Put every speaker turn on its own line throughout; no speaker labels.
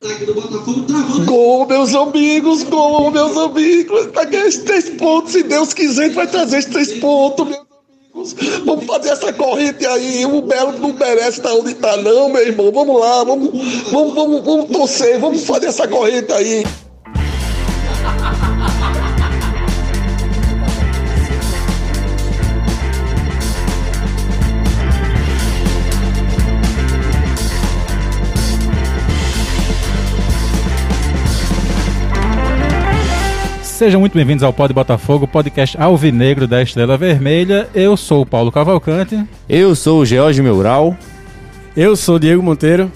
ataque do Botafogo travando.
Gol, meus amigos, gol, meus amigos. Vai ganhar esses três pontos. Se Deus quiser, a gente vai trazer esses três pontos, meus amigos. Vamos fazer essa corrente aí. O Belo não merece estar onde está, não, meu irmão. Vamos lá, vamos, vamos, vamos, vamos torcer, vamos fazer essa corrente aí.
Sejam muito bem-vindos ao Pod Botafogo, podcast alvinegro da Estrela Vermelha. Eu sou o Paulo Cavalcante.
Eu sou o George Meural.
Eu sou o Diego Monteiro.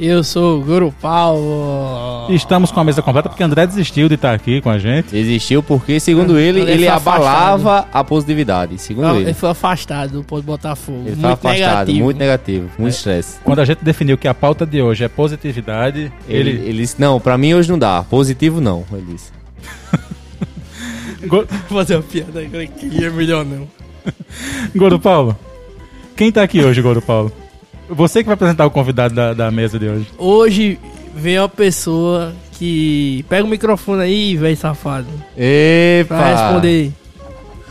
Eu sou o Guru Paulo.
Estamos com a mesa completa porque André desistiu de estar aqui com a gente.
Existiu porque, segundo ele,
ele
ele,
foi
abalava a positividade. Segundo
Não,
ele.
ele foi afastado do Pôr do Botafogo.
Ele
muito
tá afastado,
negativo.
muito negativo, É. muito estresse.
Quando a gente definiu que a pauta de hoje é positividade,
Ele,
ele.
ele disse: Não, pra mim hoje não dá. Positivo não, ele disse.
Go-
Vou fazer uma piada agora que é melhor não.
Goro Paulo, quem tá aqui hoje, Goro Paulo? Você que vai apresentar o convidado da, da mesa de hoje.
Hoje veio uma pessoa que... Pega o microfone aí, velho safado.
Epa!
Pra responder.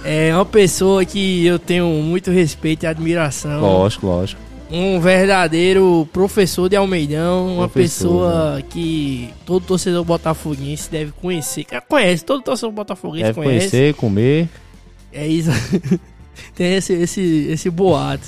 É uma pessoa que eu tenho muito respeito e
né?
admiração.
Lógico, lógico.
Um verdadeiro professor de Almeidão, uma
Professor, né?
pessoa que todo torcedor botafoguense deve conhecer. Cara, Conhece, todo torcedor botafoguense
Deve
conhece.
conhecer, comer.
É isso. tem esse, esse, esse boato.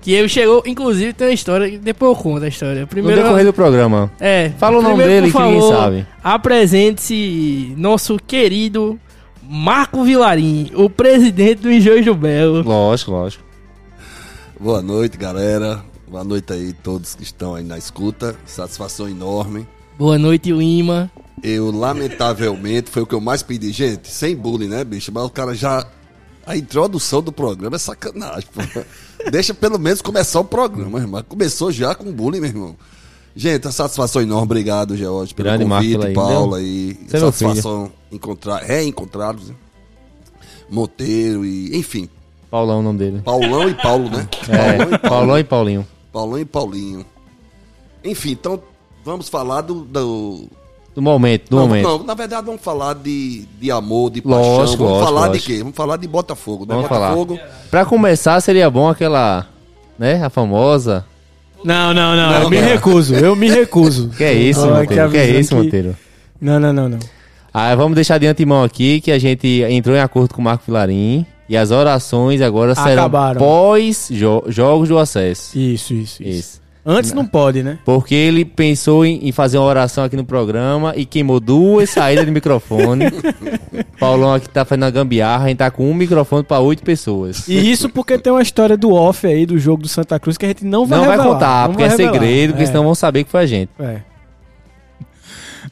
Que ele chegou, inclusive tem uma história, que depois eu conto a história.
No
Primeiro,
decorrer do programa.
é,
Fala o nome
primeiro,
dele
por
que ninguém
favor,
sabe.
Apresente-se nosso querido Marco Vilarim, o presidente do Enjojo Belo.
Lógico, lógico.
Boa noite, galera. Boa noite aí todos que estão aí na escuta. Satisfação enorme.
Boa noite, Lima.
Eu, lamentavelmente, foi o que eu mais pedi. Gente, sem bullying, né, bicho? Mas o cara já... A introdução do programa é sacanagem, pô. Deixa pelo menos começar o programa, irmão. Começou já com bullying, meu irmão. Gente, a satisfação enorme. Obrigado, George, pelo
Grande Marco
convite,
pela ida.
Paula. E
Você é meu
satisfação encontrar, reencontrá-los. né? Monteiro e... Enfim,
Paulão é o nome dele.
Paulão e Paulo, né?
É, Paulão e Paulinho.
Paulão e Paulinho. Enfim, então vamos falar do. do...
Do momento, do
não,
momento.
não, na verdade vamos falar de, de amor, de paixão.
Lógico,
vamos
lógico,
falar
lógico.
de quê? Vamos falar de Botafogo, né?
Vamos falar.
Botafogo.
Pra começar, seria bom aquela. Né? A famosa.
Não, não, não. eu
Não,
me
não.
recuso. Eu me recuso.
Que é isso,
Olha,
Monteiro? Que é
avisando
isso,
que-
Monteiro?
Não, não, não, não.
Ah, vamos deixar de antemão aqui que a gente entrou em acordo com o Marco Filarim e as orações agora serão
Acabaram.
pós jo- jogos do acesso.
Isso, isso, isso.
Isso.
Antes não pode, né?
Porque ele pensou em, em fazer uma oração aqui no programa e queimou duas saídas de microfone. Paulão aqui tá fazendo a gambiarra, a gente tá com um microfone pra oito pessoas.
E isso porque tem uma história do off aí do jogo do Santa Cruz que a gente não vai
não vai
revelar,
contar,
não
porque
vai
é
revelar.
segredo, porque
É,
senão vão saber que foi a gente.
é.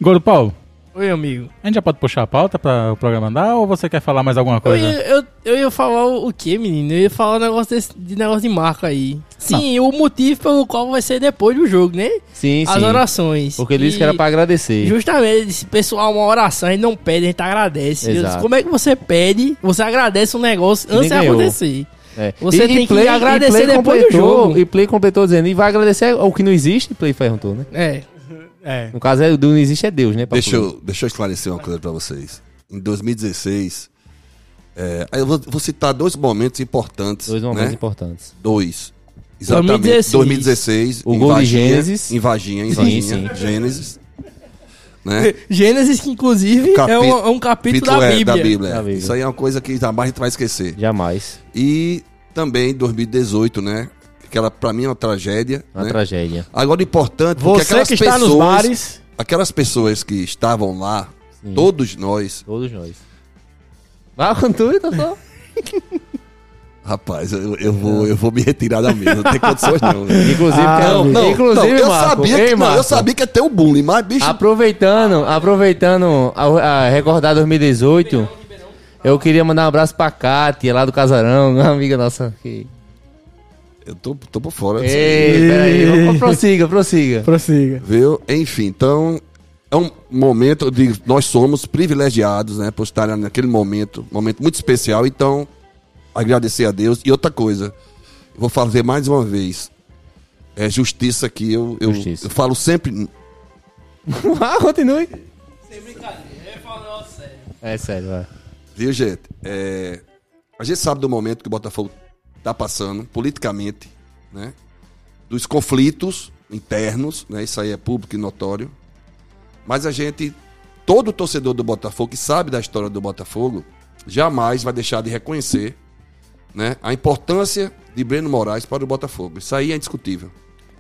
Goro Paulo,
Oi, amigo.
a gente já pode puxar a pauta para o programa andar ou você quer falar mais alguma
Eu
coisa?
É,
ia, eu, eu ia falar o que, menino? Eu ia falar o negócio desse, de negócio de Marco aí. Sim, o motivo pelo qual vai ser depois do jogo, né?
Sim,
As
sim.
orações.
Porque ele disse
E-
que era pra agradecer.
Justamente, ele disse, pessoal, uma oração, a gente não pede, a gente agradece. Eu
Exato.
disse, como é que você pede, você agradece um negócio
nem
antes de
ganhou.
acontecer?
É.
Você tem que agradecer depois do
completou-
jogo.
E Play completou dizendo, e vai agradecer o que não existe, Play perguntou, né?
É.
É.
No caso, é, o do não existe é Deus, né? pra
Deixa
Play?
eu, deixa eu esclarecer uma coisa pra vocês. Em 2016, é, aí eu vou, vou citar dois momentos importantes.
Dois momentos
né?
importantes.
Dois. Exatamente.
2016.
2016.
O
em
gol de
Varginha,
Gênesis.
Em Vaginha, em
Sim,
Vaginha.
sim.
Gênesis. Né?
Gênesis, que inclusive é, um, é um capítulo da
é,
Bíblia.
Da Bíblia.
Isso aí é uma coisa que jamais a gente vai esquecer.
Jamais.
E também 2018, né? Aquela, pra mim, é uma tragédia.
Uma
né?
tragédia.
Agora, o importante, porque
Você
aquelas
que está
pessoas.
nos bares,
Aquelas pessoas que estavam lá,
Sim.
todos nós.
Todos nós. Vai com tudo, tá bom?
Rapaz, eu, eu vou, eu vou me retirar da mesa. Não tem condições, não. velho.
Inclusive,
Ah,
cara,
não,
Não,
inclusive
não, eu
Marco,
sabia
ei,
que, não, eu
Marco,
sabia que ia ter um bullying, mas, bicho,
Aproveitando, aproveitando a, a recordar 2018, eu queria mandar um abraço pra Kátia, lá do Casarão, uma amiga nossa. Que...
eu tô, tô por fora. disso aí.
Ei, peraí, vamos- prossiga, prossiga.
prossiga.
Viu? Enfim, então é um momento de nós somos privilegiados, né, por estar naquele momento, momento muito especial. Então, agradecer a Deus e outra coisa, eu vou fazer mais uma vez é justiça que eu eu,
Justiça.
eu falo sempre
ah, continue.
Sem brincadeira, eu falo negócio sério.
É sério, vai.
Viu, gente? É, a gente sabe do momento que o Botafogo está passando, politicamente, né? Dos conflitos internos, né? Isso aí é público e notório. Mas a gente, todo torcedor do Botafogo que sabe da história do Botafogo, jamais vai deixar de reconhecer né, a importância de Breno Moraes para o Botafogo. Isso aí é indiscutível.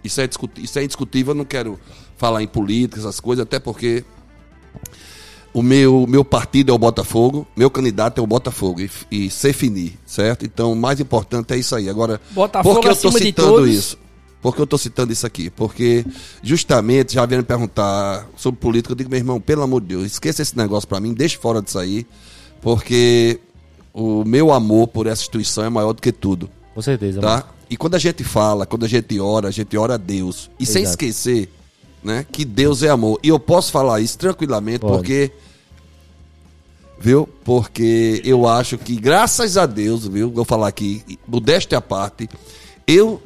Isso é, discuti- isso é indiscutível, eu não quero falar em política, essas coisas, até porque o meu, meu partido é o Botafogo, meu candidato é o Botafogo e, e ser finir, certo? Então, o mais importante é isso aí. Agora,
Botafogo
por que eu tô
acima de
citando
todos.
isso? Por que eu tô citando isso aqui? Porque, justamente, já vieram me perguntar sobre política. Eu digo, meu irmão, pelo amor de Deus, esqueça esse negócio pra mim, deixa fora disso aí, porque o meu amor por essa instituição é maior do que tudo
Com certeza, mano.
tá? E quando a gente fala, quando a gente ora, a gente ora a Deus. E sem
Exato.
esquecer, né, que Deus é amor. E eu posso falar isso tranquilamente
Pode.
porque viu? Porque eu acho que graças a Deus, viu? Vou falar aqui, modéstia à parte, eu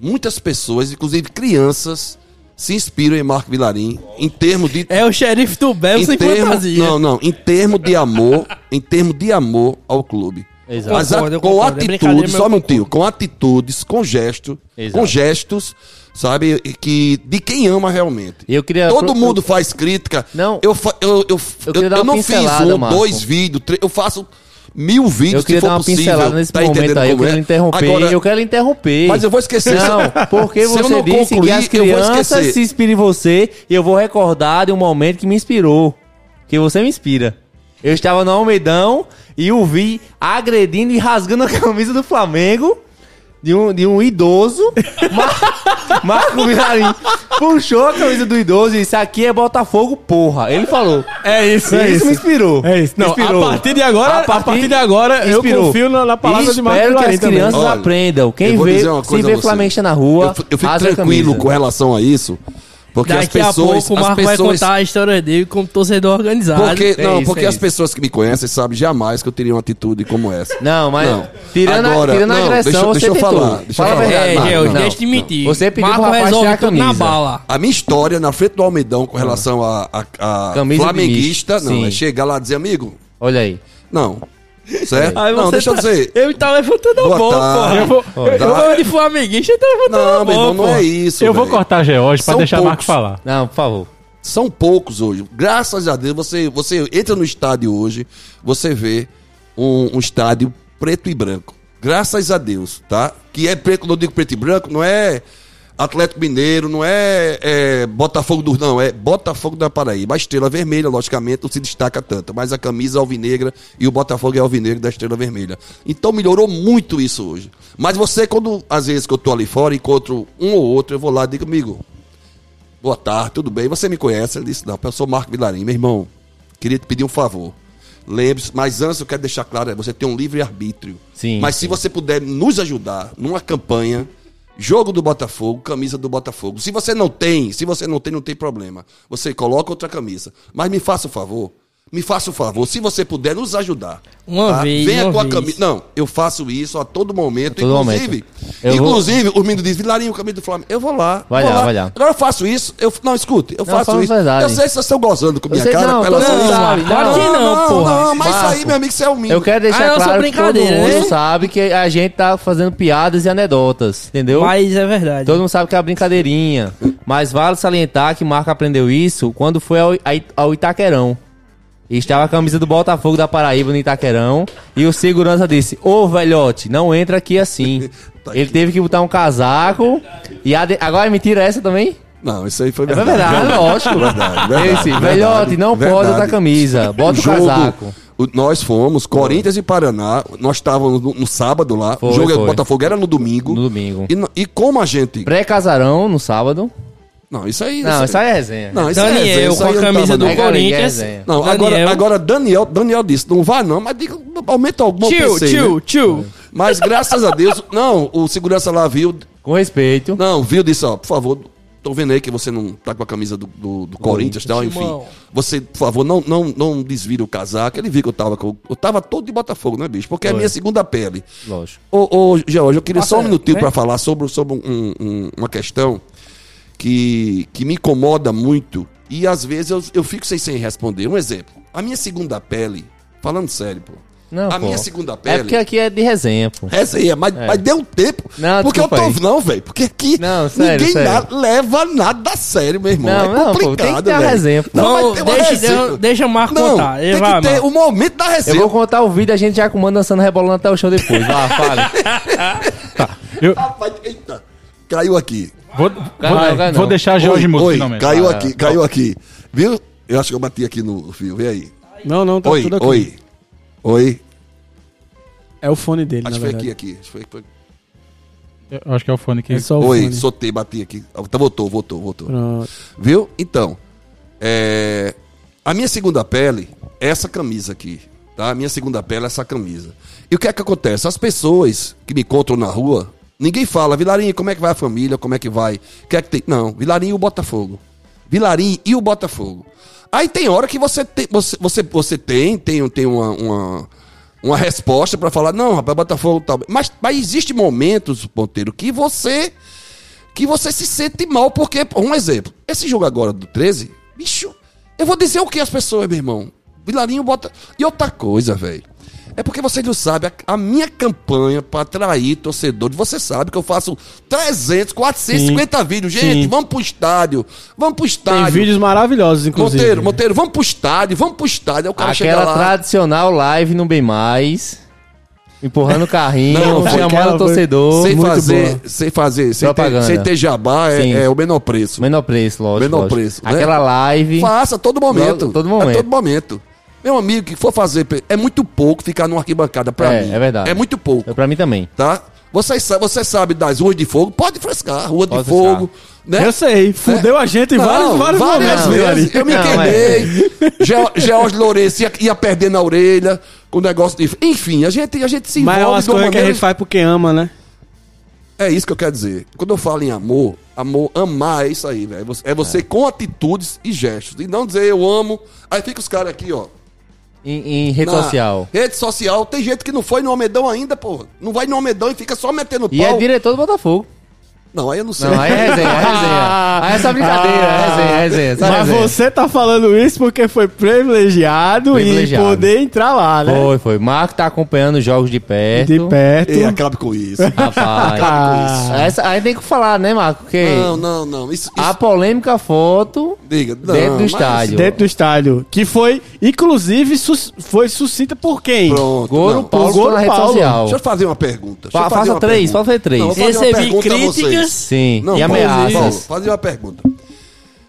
muitas pessoas, inclusive crianças, se inspiram em Marco Vilarim em termos de
É o xerife do Bel
em
sem
termo-
fantasia.
Não, não, em termos de amor, em termos de amor ao clube.
Exato.
Mas a-
Concordo, eu
com
concordo. É brincadeira,
atitudes,
mas eu
só meu tio, com atitudes, com gesto,
Exato.
com gestos, sabe, e que de quem ama realmente.
Eu queria.
Todo
pro-
mundo faz crítica.
Não.
eu fa- eu, eu,
Eu
eu,
queria dar
eu
uma
não fiz
pincelada,
um,
Marco.
dois vídeos, três, eu faço mil vídeos
Eu queria
se for
dar uma
possível.
pincelada nesse
tá
momento
entendendo
aí. Eu
como
queria
é?
interromper.
Agora,
eu quero interromper.
Mas eu vou esquecer.
Não, porque
Se eu
você
não
disse
concluir,
que as
eu vou
crianças
esquecer.
se inspiram em você e eu vou recordar de um momento que me inspirou. Que você me inspira. Eu estava no Almeidão e o vi agredindo e rasgando a camisa do Flamengo de um, de um idoso. Mar- Marco Vilarim puxou a camisa do idoso e disse: Aqui é Botafogo, porra. Ele falou.
É isso, é
isso,
isso.
me inspirou.
É isso. Não,
Inspirou.
a partir de agora, a partir, de agora eu confio na, na palavra
Espero
de Marco
que
Vilarim
as
também.
crianças
Olha,
aprendam. Quem
eu vou
vê,
dizer uma
se
coisa a
vê
você.
Flamengo na rua,
Eu, fi- eu fico
rasga a
tranquilo
camisa.
com relação a isso, porque as
Daqui a
pessoas,
pouco o
as
Tá, Marco vai
pessoas
contar a história dele como torcedor organizado.
Porque,
É
não,
isso,
porque
é
as
isso.
pessoas que me conhecem sabem jamais que eu teria uma atitude como essa.
Não, mas tirando,
Agora,
a, tirando a
não,
agressão,
deixa eu-
você
deixa eu
tentou.
falar, deixa eu
Fala a
falar.
verdade,
É,
Não,
Marco.
Gel,
não,
deixa eu mentir.
Você pediu
Marco
pro rapaz
resolve
tirar a
tudo na
camisa.
bala.
A minha história na frente do Almeidão com relação a, a, a
Camisa de
flamenguista,
misto,
não,
sim.
é chegar lá e dizer, amigo,
Olha aí.
não. Certo?
Aí
não,
você
deixa eu
tá-
dizer.
Ele tá levantando a
Boa
bola,
tarde.
porra. Eu vou. Eu, eu
Tá.
vou de flamenguista, ele tá levantando a
Não,
bola.
meu irmão, não
porra.
é isso.
Eu vou
velho.
cortar George pra
São
deixar o Marco
poucos.
falar.
Não, por favor.
São poucos hoje. Graças a Deus, você, você entra no estádio hoje, você vê um, um estádio preto e branco. Graças a Deus, tá? Que é preto, quando eu digo preto e branco, não é Atlético Mineiro, não é, é Botafogo do. Não, é Botafogo da Paraíba. A estrela vermelha, logicamente, não se destaca tanto, mas a camisa é alvinegra e o Botafogo é alvinegro da estrela vermelha. Então melhorou muito isso hoje. Mas você, quando, às vezes que eu tô ali fora, encontro um ou outro, eu vou lá e digo, amigo, Boa tarde, tudo bem? Você me conhece? Ele disse, não, eu sou Marco Vilarim. Meu irmão, queria te pedir um favor. Lembre-se, mas antes eu quero deixar claro, é, você tem um livre-arbítrio.
Sim,
Mas
sim.
se você puder nos ajudar numa campanha, jogo do Botafogo, camisa do Botafogo. Se você não tem, se você não tem, não tem problema. Você coloca outra camisa. Mas me faça o favor, me faça o favor, se você puder nos ajudar. tá?
Uma vez,
Venha
uma
com
vez.
a camisa. Não, eu faço isso a todo momento.
todo
inclusive,
momento. Eu vou-
inclusive, os meninos dizem, Vilarinho, camisa do Flamengo. Eu vou lá.
Vai
vou
lá, vai lá.
Agora eu faço isso, eu não escute, eu
Não,
faço
fala a
isso.
verdade.
Eu sei que vocês estão gozando com minha
sei-
cara
não,
com relação
todo mundo
a
sabe,
isso.
não.
Aqui não, porra.
não, mas isso aí,
Marco.
meu amigo, isso é humilde.
Eu quero
Ah,
deixar
é só
claro que todo
brincadeira,
mundo
né?
sabe que a gente tá fazendo piadas e anedotas, entendeu?
Mas é verdade.
Todo mundo sabe que é uma brincadeirinha. Mas vale salientar que Marco aprendeu isso quando foi ao, aí- ao Itaquerão. E estava a camisa do Botafogo da Paraíba no Itaquerão. E o segurança disse: Ô velhote, não entra aqui assim.
Tá
Ele teve que botar um casaco. E a de- agora é mentira essa também?
Não, isso aí foi
É
verdade.
verdade, lógico.
Verdade, verdade,
Esse,
verdade,
velhote, não pode
verdade.
botar camisa. Bota o
jogo,
casaco.
o- nós fomos, Corinthians e Paraná, nós estávamos no, no sábado lá,
Foi,
o jogo
foi.
do Botafogo era no domingo.
No domingo.
E, no- e como a gente.
Pré-casarão no sábado.
Não, isso aí.
Não, isso aí é resenha.
Não, isso aí é
Daniel
isso
com
aí
a
eu não
camisa
tava,
do
não.
É galinha, é
Corinthians.
resenha.
Não,
Daniel.
agora, agora Daniel, Daniel disse, não vá não, mas diga, aumenta o bom
Tio,
PC, né?
tio, tio.
Mas graças a Deus, não, o segurança lá viu,
Com respeito.
não, viu, disse, ó, por favor, tô vendo aí que você não tá com a camisa do, do, do Corinthians, tal, enfim.
Timão.
Você, por favor, não, não, não desvira o casaco. Ele viu que eu tava com, eu tava todo de Botafogo, né, bicho? Porque é a minha segunda pele.
Lógico.
Ô, ô George, eu queria só um
Passa,
minutinho
né?
pra falar sobre, sobre um- um- uma um, questão que, que me incomoda muito e às vezes eu, eu fico sem, sem responder. Um exemplo. A minha segunda pele, falando sério, pô.
Não,
a
pô.
minha segunda
É
pele.
porque aqui é de resenha, pô.
Resenha, mas,
É.
mas deu um tempo.
Não,
porque eu tô.
desculpa aí.
Não, velho. Porque aqui
Não, sério,
ninguém
sério.
na- leva nada a sério, meu irmão.
Não,
é
não, pô, tem que
complicado,
ter uma
velho.
resenha, pô.
Não,
Vamos-
mas tem uma
deixa-
resenha.
de- É. deixa o Marco
não,
contar.
Tem
Ele vai,
que ter
Marco.
o momento da
Eu
resenha.
vou contar o vídeo, a gente já com o mano dançando rebolando até o chão depois.
Ah,
Vá, fale.
Eu
Rapaz, eita. Caiu aqui.
vou,
Cara,
vou-
não, cara,
vou
não.
deixar a George mudo é finalmente.
caiu
Ah,
aqui, caiu aqui. Viu? Eu acho que eu bati aqui no fio. Vê aí.
Não, não, tá
oi,
tudo aqui.
oi. Oi.
É o fone dele,
Acho
na
que foi
verdade.
aqui, aqui. Acho que foi- foi-
Eu acho que é o fone que.
É
Tá
só o
Oi,
fone.
soltei, bati aqui. Ah, Tá, voltou, voltou, voltou.
Pronto.
Viu? Então, é, a minha segunda pele é essa camisa aqui, tá? A minha segunda pele é essa camisa. E o que é que acontece? As pessoas que me encontram na rua, ninguém fala, Vilarinho, como é que vai a família? Como é que vai? O que é que tem? Não, Vilarinho e o Botafogo. Vilarinho e o Botafogo. Aí tem hora que você tem, você, você, você tem, tem, tem uma, uma, uma resposta pra falar, não, rapaz, Botafogo tal. Mas, mas existe momentos, Ponteiro, que você que você se sente mal, porque, um exemplo, esse jogo agora do 13, bicho, eu vou dizer o que às pessoas, meu irmão? Vilarinho bota. E outra coisa, velho. É porque vocês não sabem, a, a minha campanha pra atrair torcedores, você sabe que eu faço 300, 450 vídeos. Gente,
Sim.
vamos pro estádio, vamos pro estádio.
Tem vídeos maravilhosos, inclusive.
Monteiro, Monteiro, vamos pro estádio, vamos pro estádio. Aí o cara chega
Aquela
lá.
tradicional live no Bem Mais. Empurrando o carrinho,
Não, foi
chamando
aquela,
o
foi-
torcedor.
Sem
muito
fazer,
boa.
sem fazer, sem ter,
Propaganda.
sem ter jabá, é,
Sim.
é o menor preço.
Menor preço, lógico.
Menor
lógico.
preço, né?
Aquela live.
Faça, a todo momento.
Logo, todo momento.
A todo momento. Meu amigo, que for fazer, pe- é muito pouco ficar numa arquibancada pra
É,
mim.
é verdade.
É muito
É
pouco,
pra mim também.
tá? Você sabe, você sabe das ruas de fogo, pode frescar, rua
Pode
de fogo, né?
Eu sei, fudeu a gente em
Não,
vários, é? vários momentos, Vilarinho.
Eu me
Não,
é.
queimei. Ge- George Lourenço ia, ia perdendo a orelha com o negócio. De... Enfim, a gente, a gente se
Mas é
envolve
umas
de uma
coisas que a
maneira-
gente faz porque ama, né?
é isso que eu quero dizer. Quando eu falo em amor, amor, amar é isso aí, velho. É você- É você com atitudes e gestos. E não dizer eu amo. Aí fica os caras aqui, ó.
Em, em rede
na
social.
Rede social. Tem gente que não foi no Almedão ainda, porra. Não vai no Almedão e fica só metendo pau.
E é diretor do Botafogo.
Não, aí eu não sei.
Não, aí é resenha, é resenha. Aí é só brincadeira, é resenha, é resenha. é só
Ah. Mas
resenha.
você tá falando isso porque foi privilegiado,
Privilegiado.
e poder entrar lá, né?
Foi, foi. Marco tá acompanhando os jogos de perto.
De perto.
Ei, acabe com isso.
Rapaz.
Ah,
Essa, aí tem que falar, né, Marco? Que
Não, não, não. Isso, isso-
a polêmica foto.
diga. Não,
Ah, dentro do
mas-
estádio.
dentro do estádio. Que foi, inclusive, sus- foi suscita por quem?
Pronto.
Goro
não.
Paulo
Goro
na rede
Paulo.
social.
Deixa eu fazer uma pergunta. Deixa eu
Fa-
fazer
faça
uma
três,
pergunta.
faça três.
Não, eu vou um fazer uma
Recebi
pergunta a vocês.
críticas.
Sim.
Não,
e
Paulo, Paulo,
ameaças.
fazer uma pergunta.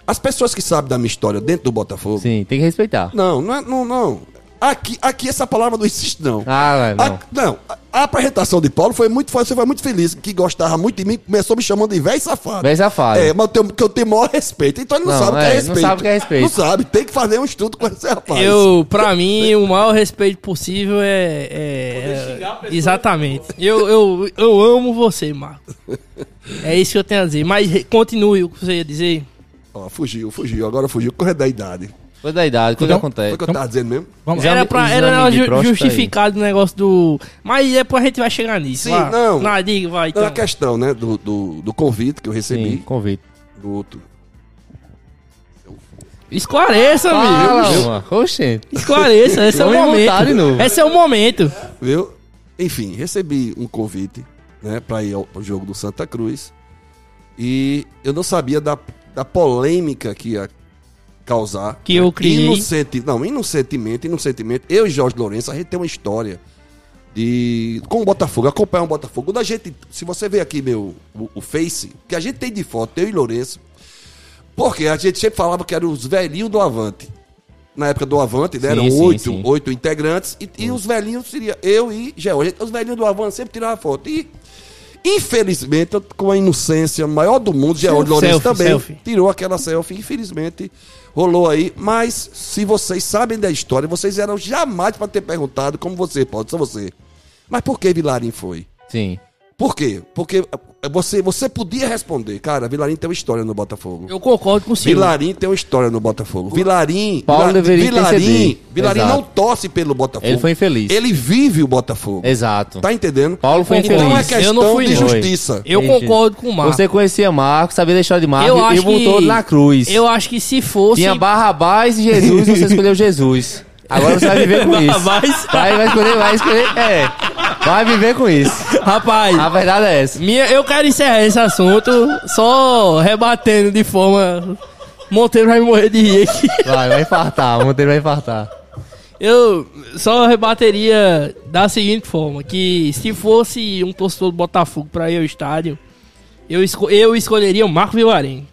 As pessoas que sabem da minha história dentro do Botafogo,
Sim, tem que respeitar.
Não, não é. Não, não. Aqui, aqui essa palavra não existe, não.
Ah, não.
A, não, a- a apresentação de Paulo foi muito fácil, você foi muito feliz, que gostava muito de mim, começou me chamando de velho safado.
Véi safado.
É, mas eu tenho- que eu tenho maior respeito. Então ele não,
Não,
sabe o que é
é, não
respeito.
sabe o que é respeito.
Não sabe, tem que fazer um estudo com esse rapaz.
Eu, pra mim, o maior respeito possível é. é- exatamente. Eu, eu, eu amo você, Marco. É isso que eu tenho a dizer. Mas re- continue o que você ia dizer.
Ó, fugiu, fugiu, agora fugiu, corre da idade.
Coisa da idade, coisa
Então,
Foi
acontece.
o que eu tava dizendo mesmo?
Vamos,
Era
Exame-
pra era
exame de
ju-
tá
próstata
justificado o negócio do. Mas depois a gente vai chegar nisso.
Sim,
vá.
não.
Na diga, vai.
Então,
Então.
a questão, né, do, do, do convite que eu
Sim,
recebi,
convite.
do outro.
Esclareça, amigo.
Fala, mano. Oxente.
Esclareça. Esse é o
Vamos voltar de novo.
momento. Esse é o momento.
Viu? Enfim, recebi um convite, né, pra ir ao, ao jogo do Santa Cruz. E eu não sabia da, da polêmica que ia causar. né,
Que eu criei.
Inocente, não, inocentemente, inocentemente. Eu e Jorge Lourenço, a gente tem uma história de com o Botafogo, acompanhar o Botafogo. Quando a gente, se você ver aqui meu o, o Face, que a gente tem de foto, eu e Lourenço. Porque a gente sempre falava que eram os velhinhos do Avante. Na época do Avante, né,
Sim,
eram
sim,
oito,
sim.
oito integrantes. E, e os velhinhos seria eu e George. Os velhinhos do Avante sempre tiravam foto. E, infelizmente, eu, com a inocência maior do mundo, George Lourenço
Selfie,
também
selfie.
tirou aquela selfie. Infelizmente, rolou aí. Mas, se vocês sabem da história, vocês eram jamais para ter perguntado como você, pode, só você. Mas por que Vilarim foi?
Sim.
Por quê? Porque eh, você, você podia responder, cara, Vilarinho tem uma história no Botafogo.
Eu concordo com o senhor.
Vilarim tem uma história no Botafogo. Vilarim.
Paulo
Vila-
deveria
Vilarim,
interceder.
Vilarim
Exato.
não torce pelo Botafogo.
Ele foi infeliz.
Ele vive o Botafogo.
Exato.
Tá entendendo?
Paulo foi
Então
infeliz.
Não é
que-
questão
Eu não fui,
de
não.
justiça.
Eu
Entendi.
concordo com o Marcos.
Você conhecia Marcos, sabia da história de Marcos
eu
e
acho
voltou
que,
na cruz.
Eu acho que se fosse.
Tinha Barrabás e Jesus, você escolheu Jesus. Agora você vai viver com isso.
Barrabás.
Vai, vai escolher, vai escolher. É. Vai viver com isso.
Rapaz,
A verdade é essa.
minha, eu quero encerrar esse assunto só rebatendo de forma. Monteiro vai morrer de rir aqui.
Vai, vai infartar. O Monteiro vai infartar.
Eu só rebateria da seguinte forma: que se fosse um torcedor do Botafogo pra ir ao estádio, eu, esco- eu escolheria o Marco Vilarim.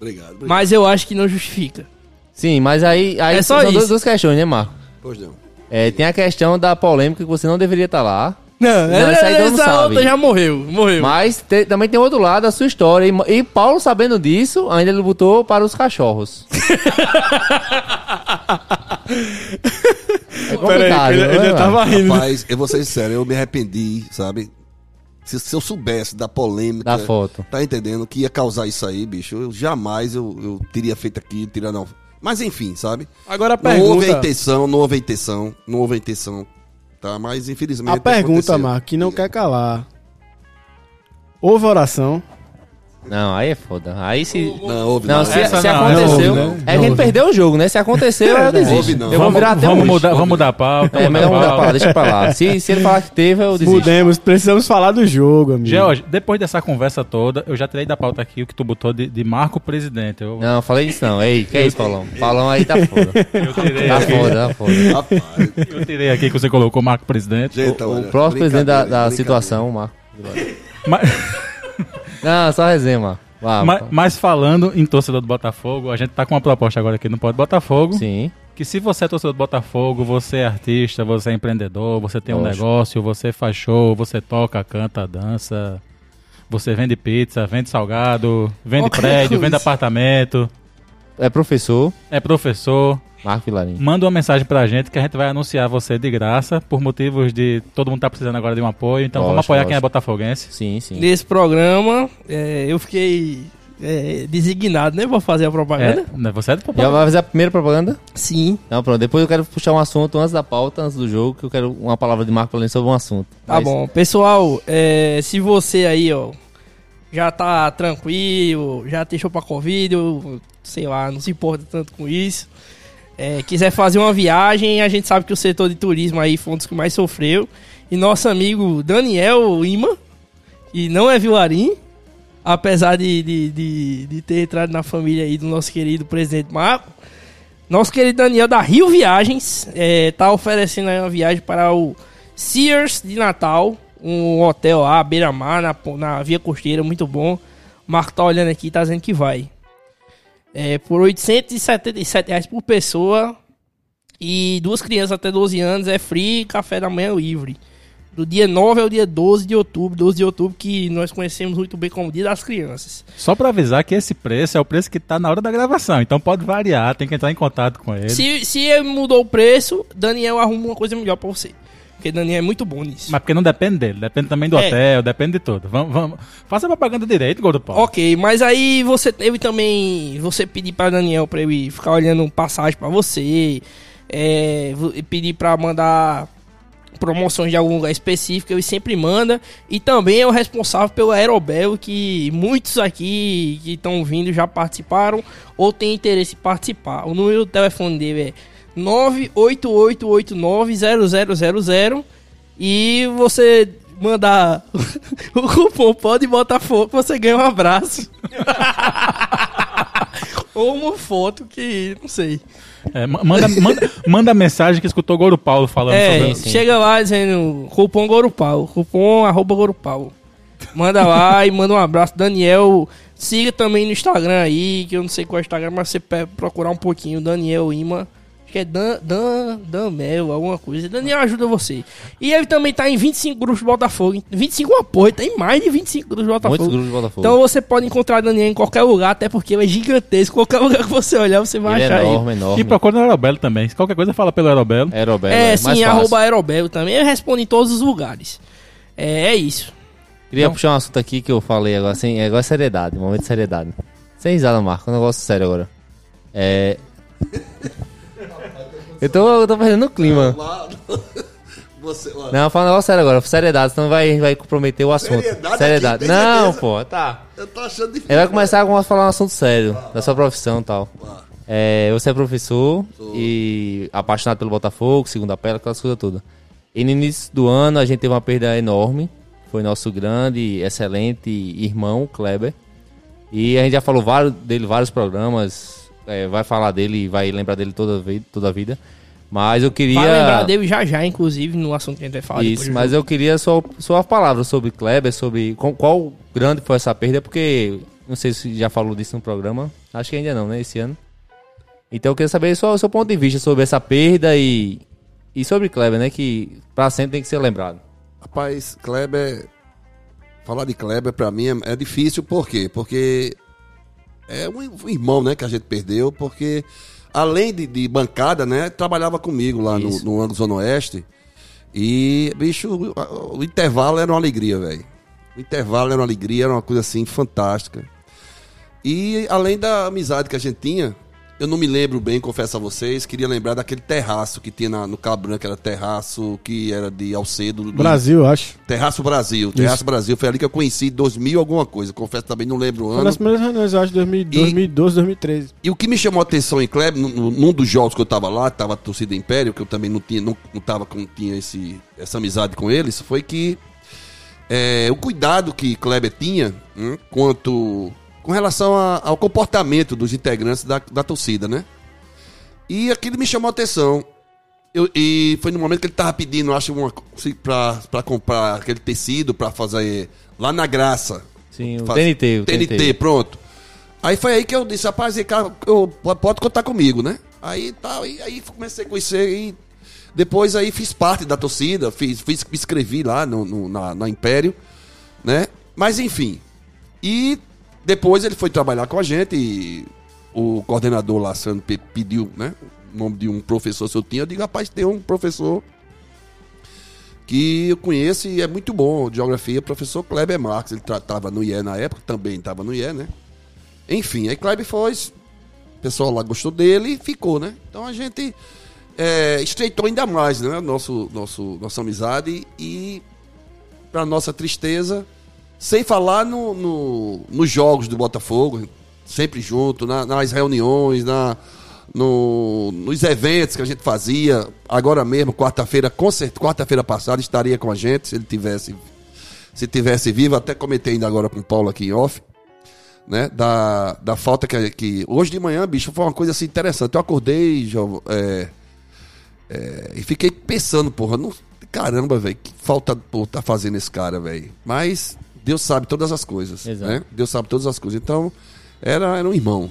Obrigado. obrigado.
Mas eu acho que não justifica.
Sim, mas aí, aí
É só
são
isso.
Duas, duas questões, né, Marco?
Pois não.
É, tem a questão da polêmica que você não deveria estar lá.
Não,
essa aí não sabe.
outra É, já morreu. Morreu.
Mas te- também tem outro lado, a sua história. E, e Paulo, sabendo disso, ainda ele botou para os cachorros. é complicado.
ele, ele
né,
tava rindo.
Rapaz, eu vou ser sincero, eu me arrependi, sabe? Se, se eu soubesse da polêmica.
Da foto.
Tá entendendo? Que ia causar isso aí, bicho. Eu jamais eu, eu teria feito aquilo, teria não. Mas enfim, sabe?
Agora a
Não houve a
pergunta.
intenção, não houve a intenção, não houve a intenção. Tá, mas infelizmente.
A pergunta,
aconteceu.
Marco, que não quer calar. Houve oração.
Não, aí é foda. Aí se.
Não, houve
Não,
não.
se,
É.
se
não,
aconteceu.
não houve,
É que
né? Não
ele
houve.
perdeu o jogo, né? Se aconteceu, eu desisto.
houve, não.
Eu vou
Vamos-
virar até
vamos
hoje.
mudar, vamos mudar a pauta.
É melhor mudar
a
pra lá, deixa pra lá. Se, se ele falar que teve, eu desisto.
Mudemos, precisamos falar do jogo, amigo.
George, depois dessa conversa toda, eu já tirei da pauta aqui o que tu botou de, de Marco Presidente. Eu,
Não, falei isso não. Ei, que é isso, Paulão? Paulão aí tá foda.
eu tirei
Tá
aqui,
foda, tá foda.
Rapaz,
eu tirei aqui que você colocou Marco Presidente.
gente,
o
olha,
próximo presidente da, da
brincadeira,
situação, Marco.
Mas,
Não, Ah, só resenha, Marco. Vá,
mas-
Marco.
mas falando em torcedor do Botafogo, a gente tá com uma proposta agora aqui no Pode Botafogo.
Sim.
Que se você é torcedor do Botafogo, você é artista, você é empreendedor, você tem um
Lógico.
negócio, você faz show, você toca, canta, dança, você vende pizza, vende salgado, vende
Qualquer
prédio,
coisa.
vende apartamento,
É professor,
é professor,
Marco Vilarim.
manda uma mensagem pra gente que a gente vai anunciar você de graça por motivos de todo mundo tá precisando agora de um apoio, então vamos
Lógico,
apoiar quem é
lógico.
botafoguense.
Sim, sim.
Nesse programa, é, eu fiquei é, designado, né? Vou fazer a
Tá
propaganda.
É, né, você é do
Já
Botafogo.
vai fazer a primeira propaganda?
Sim.
Não, pronto. Depois eu quero puxar um assunto antes da pauta, antes do jogo, que eu quero uma palavra de Marco Vilarim sobre um assunto.
Tá
Mas-
bom. Pessoal, é, se você aí, ó, já tá tranquilo, já deixou pra Covid, ou, sei lá, não se importa tanto com isso, é, quiser fazer uma viagem, a gente sabe que o setor de turismo aí foi um dos que mais sofreu. E nosso amigo Daniel Lima, que não é vilarim, apesar de, de, de, de ter entrado na família aí do nosso querido presidente Marco, nosso querido Daniel da Rio Viagens está oferecendo aí uma viagem para o Sears de Natal, um hotel lá, à beira-mar, na, po- na Via Costeira, muito bom. O Marco tá olhando aqui e tá dizendo que vai. É, por R$ 877 reais por pessoa e duas crianças até 12 anos é free, café da manhã livre. Do dia 9 ao dia 12 de outubro, 12 de outubro que nós conhecemos muito bem como Dia das Crianças.
Só pra avisar que esse preço é o preço que tá na hora da gravação, então pode variar, tem que entrar em contato com ele.
Se, se ele mudou o preço, Daniel arruma uma coisa melhor pra você. Porque Daniel é muito bom nisso.
Mas porque não depende dele, depende também do
É.
hotel, depende de tudo. Vamos, vamos. Faça a propaganda direito, Gordo Paulo.
Ok, mas aí você teve também. Você pedir pra Daniel pra ele ficar olhando passagem pra você. é, vo- pedir pra mandar promoções de algum lugar específico, ele sempre manda. E também é o responsável pelo Aerobel, que muitos aqui que estão vindo já participaram ou têm interesse em participar. O número do telefone dele é 988890000 e você mandar o cupom pode botar fogo, você ganha um abraço. ou uma foto que, não sei.
É, ma- manda, manda, manda mensagem que escutou o Goro Paulo falando sobre
É,
isso.
chega lá dizendo cupom Gorupau, cupom arroba Gorupau. Manda lá e manda um abraço. Daniel, siga também no Instagram aí, que eu não sei qual é o Instagram, mas você pe- procurar um pouquinho, Daniel Ima. Acho que é Dan, Dan, Dan Mel, alguma coisa. Daniel ajuda você. E ele também tá em 25 grupos do Botafogo. hein? 25 apoio, tem tá mais de 25 grupos do Botafogo.
Muitos grupos de Botafogo.
Então você pode encontrar Daniel em qualquer lugar, até porque ele é gigantesco. Qualquer lugar que você olhar, você vai
ele é
achar ele.
enorme, enorme.
E procura no Aerobelo também. Se qualquer coisa, fala pelo Aerobelo.
É, Roberto,
É,
mais
sim,
fácil.
arroba Aerobel também. Eu respondo em todos os lugares. É, é isso.
Queria
Não.
puxar um assunto aqui que eu falei agora, assim, é agora é seriedade, momento de seriedade. Sem risada, Marco, um negócio sério agora. É. eu, tô, eu tô perdendo o clima.
Lá, você, lá.
Não, fala um negócio sério agora, seriedade, senão vai, vai comprometer o assunto.
Seriedade aqui,
Seriedade.
tem
Não,
certeza?
pô, tá.
Eu tô achando difícil.
Ele vai começar a falar um assunto sério, da sua profissão e tal. É, você é professor e apaixonado pelo Botafogo, segunda pele, aquelas coisas todas. E no início do ano a gente teve uma perda enorme. Foi nosso grande, excelente irmão, Kleber. E a gente já falou vários, dele vários programas. é, vai falar dele, vai lembrar dele toda, vi- toda a vida. Mas eu queria.
Vai lembrar dele já já, inclusive, no assunto que a gente vai falar.
Isso, mas eu queria sua, sua palavra sobre Kleber, sobre com- qual grande foi essa perda, porque não sei se já falou disso no programa, acho que ainda não, né, esse ano. Então eu queria saber só o seu ponto de vista sobre essa perda e, e sobre Kleber, né, que pra sempre tem que ser lembrado.
Rapaz, Kleber. Falar de Kleber pra mim é, é difícil, por quê? Porque é um, um irmão, né, que a gente perdeu, porque além de, de bancada, né, trabalhava comigo lá no,
Isso.
no Angus Zona Oeste. E, bicho, o- o intervalo era uma alegria, velho. O intervalo era uma alegria, era uma coisa assim fantástica. E além da amizade que a gente tinha, eu não me lembro bem, confesso a vocês, queria lembrar daquele terraço que tinha na- no Cabo Branco, era terraço que era de Alcedo. do-
Brasil, eu acho.
Terraço Brasil, Terraço Brasil, foi ali que eu conheci em 2000 alguma coisa, confesso também, não lembro o
Foi
ano.
nas primeiras reuniões, eu acho, de 2012, 2013.
E o que me chamou a atenção em Kleber, num- num, num dos jogos que eu tava lá, tava a torcida Império, que eu também não tinha, não, não tava com, tinha esse, essa amizade com eles, foi que é, o cuidado que Kleber tinha hum, quanto com relação a- ao comportamento dos integrantes da, da torcida, né? E aquilo me chamou a atenção. Eu- e foi no momento que ele tava pedindo, eu acho, uma, co- se- pra, pra comprar aquele tecido pra fazer lá na graça.
Sim, o
Faz-
TNT, o
TNT, pronto. Aí foi aí que eu disse, rapaz, esse cara, eu- pode contar comigo, né? Aí tal, e aí comecei a conhecer e depois aí fiz parte da torcida, fiz, fiz me inscrevi lá no, no- na, na Império, né? Mas enfim. E depois ele foi trabalhar com a gente e o coordenador lá, Sandro, pe- pediu, né? O nome de um professor se eu tinha, eu digo, rapaz, tem um professor que eu conheço e é muito bom, geografia, professor Kleber Marx, ele tratava no IE na época, também estava no IE, né? Enfim, aí Kleber foi, o pessoal lá gostou dele e ficou, né? Então a gente é, estreitou ainda mais, né? Nosso, nosso, nossa amizade e, para nossa tristeza, sem falar no, no- nos jogos do Botafogo, sempre junto, na- nas reuniões, na, no- nos eventos que a gente fazia. Agora mesmo, quarta-feira, com cer- quarta-feira passada, estaria com a gente, se ele tivesse, se tivesse vivo. Até comentei ainda agora com o Paulo aqui em off. Né, da, da falta que, que. Hoje de manhã, bicho, foi uma coisa assim interessante. Eu acordei, Jovem, é, e fiquei pensando, porra, não- caramba, velho, que falta pô, tá fazendo esse cara, velho. Mas Deus sabe todas as coisas,
Exato.
né? Deus sabe todas as coisas. Então, era, era um irmão.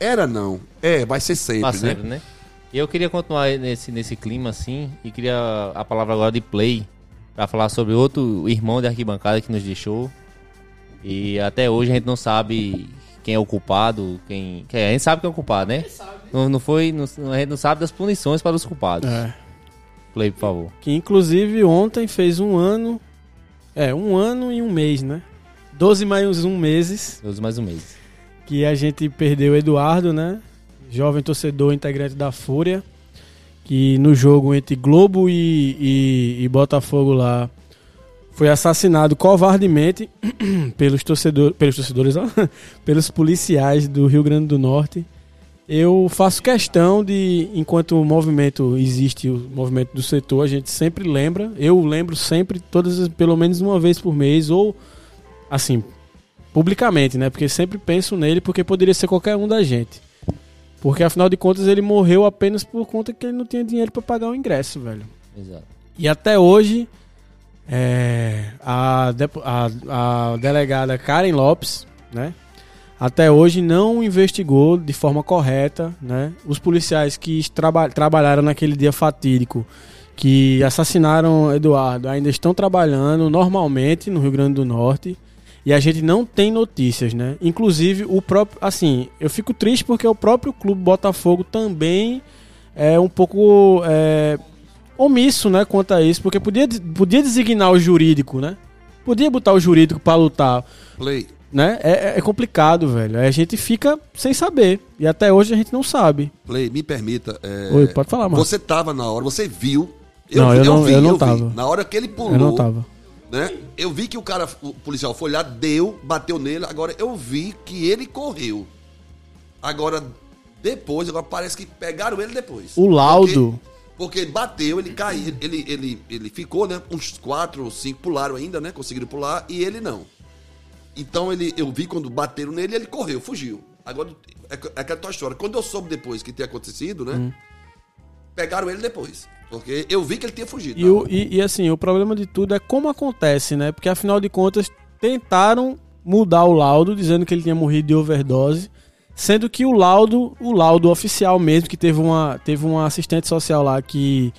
Era não. É, vai ser sempre,
Pra
né?
sempre, né? E eu queria continuar nesse, nesse clima, assim, e queria a palavra agora de Play, pra falar sobre outro irmão de arquibancada que nos deixou. E até hoje a gente não sabe quem é o culpado, quem... quem é, a gente sabe quem é o culpado, né? Não, não foi, não, a gente não sabe das punições para os culpados.
É.
Play, por favor.
Que inclusive ontem fez um ano. É, um ano e um mês, né? 12 mais um meses
Deus mais um mês.
que a gente perdeu o Eduardo, né? Jovem torcedor integrante da Fúria. Que no jogo entre Globo e, e- e Botafogo lá foi assassinado covardemente pelos, torcedor, pelos torcedores, ó, pelos policiais do Rio Grande do Norte. Eu faço questão de, enquanto o movimento existe, o movimento do setor, a gente sempre lembra. Eu lembro sempre, todas as- pelo menos uma vez por mês, ou assim, publicamente, né? Porque sempre penso nele, porque poderia ser qualquer um da gente. Porque afinal de contas ele morreu apenas por conta que ele não tinha dinheiro pra pagar o ingresso, velho.
Exato.
E até hoje, é, a, depo- a- a delegada Karen Lopes, né? Até hoje não investigou de forma correta, né? Os policiais que traba- trabalharam naquele dia fatídico, que assassinaram Eduardo, ainda estão trabalhando normalmente no Rio Grande do Norte. E a gente não tem notícias, né? Inclusive, o próprio. Assim, eu fico triste porque o próprio Clube Botafogo também é um pouco. é, omisso, né, quanto a isso, porque podia, podia designar o jurídico, né? Podia botar o jurídico pra lutar,
Play.
né? É, é complicado, velho. Aí a gente fica sem saber. E até hoje a gente não sabe.
Play, me permita. é,
Oi, pode falar, mano.
Você tava na hora, você viu.
Não, eu não- eu não tava.
Na hora que ele pulou.
Eu não tava.
né? Eu vi que o cara, o policial foi lá, deu, bateu nele. Agora eu vi que ele correu. Agora, depois, agora parece que pegaram ele depois.
O laudo.
Porque, porque bateu, ele caiu, ele, ele, ele ficou, né? Uns quatro ou cinco pularam ainda, né? Conseguiram pular e ele não. Então ele, eu vi quando bateram nele, ele correu, fugiu. Agora, é, é aquela tua história. Quando eu soube depois que tinha acontecido, né?
Hum.
Pegaram ele depois. Porque eu vi que ele tinha fugido.
E, o- e- e, assim, o problema de tudo é como acontece, né? Porque afinal de contas, tentaram mudar o laudo, dizendo que ele tinha morrido de overdose. Sendo que o laudo, o laudo oficial mesmo, que teve uma, teve uma assistente social lá que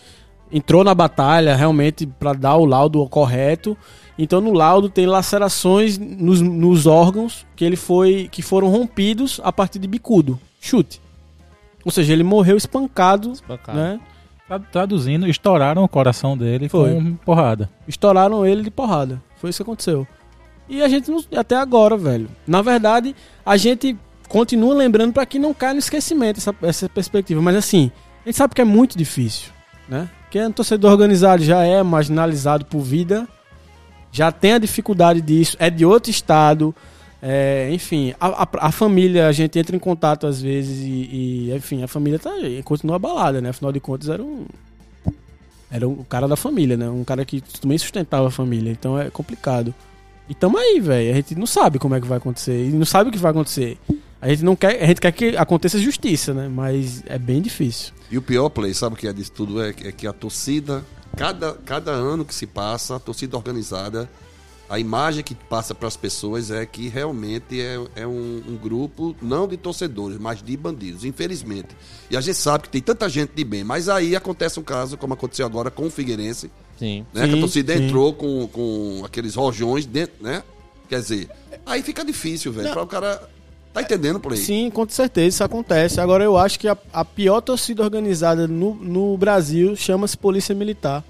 entrou na batalha realmente para dar o laudo correto. Então no laudo tem lacerações nos, nos órgãos que ele foi que foram rompidos a partir de bicudo, chute. Ou seja, ele morreu espancado,
Espancado.
né?
Tra- Traduzindo, estouraram o coração dele
Foi.
com porrada.
Estouraram ele de porrada. Foi isso que aconteceu. E a gente não, até agora, velho. Na verdade, a gente continua lembrando pra que não caia no esquecimento essa, essa perspectiva. Mas assim, a gente sabe que é muito difícil, né? Porque um torcedor organizado já é marginalizado por vida, já tem a dificuldade disso, é de outro estado. é, enfim, a, a- a família, a gente entra em contato às vezes e, e, enfim, a família tá, continua abalada, né? Afinal de contas, era um, era o cara da família, né? Um cara que também sustentava a família. Então é complicado. E tamo aí, velho. A gente não sabe como é que vai acontecer. E não sabe o que vai acontecer. A gente não quer. A gente quer que aconteça justiça, né? Mas é bem difícil.
E o pior, Play, sabe o que é disso tudo? É, é que a torcida, cada, cada ano que se passa, a torcida organizada, a imagem que passa para as pessoas é que realmente é, é um, um grupo, não de torcedores, mas de bandidos, infelizmente. E a gente sabe que tem tanta gente de bem, mas aí acontece um caso, como aconteceu agora com o Figueirense,
Sim.
né? que a
Sim,
torcida
sim.
entrou com, com aqueles rojões dentro, né? Quer dizer, aí fica difícil, velho, para o cara... Tá entendendo, Play?
Sim, com certeza isso acontece. Agora eu acho que a, a pior torcida organizada no, no Brasil chama-se Polícia Militar.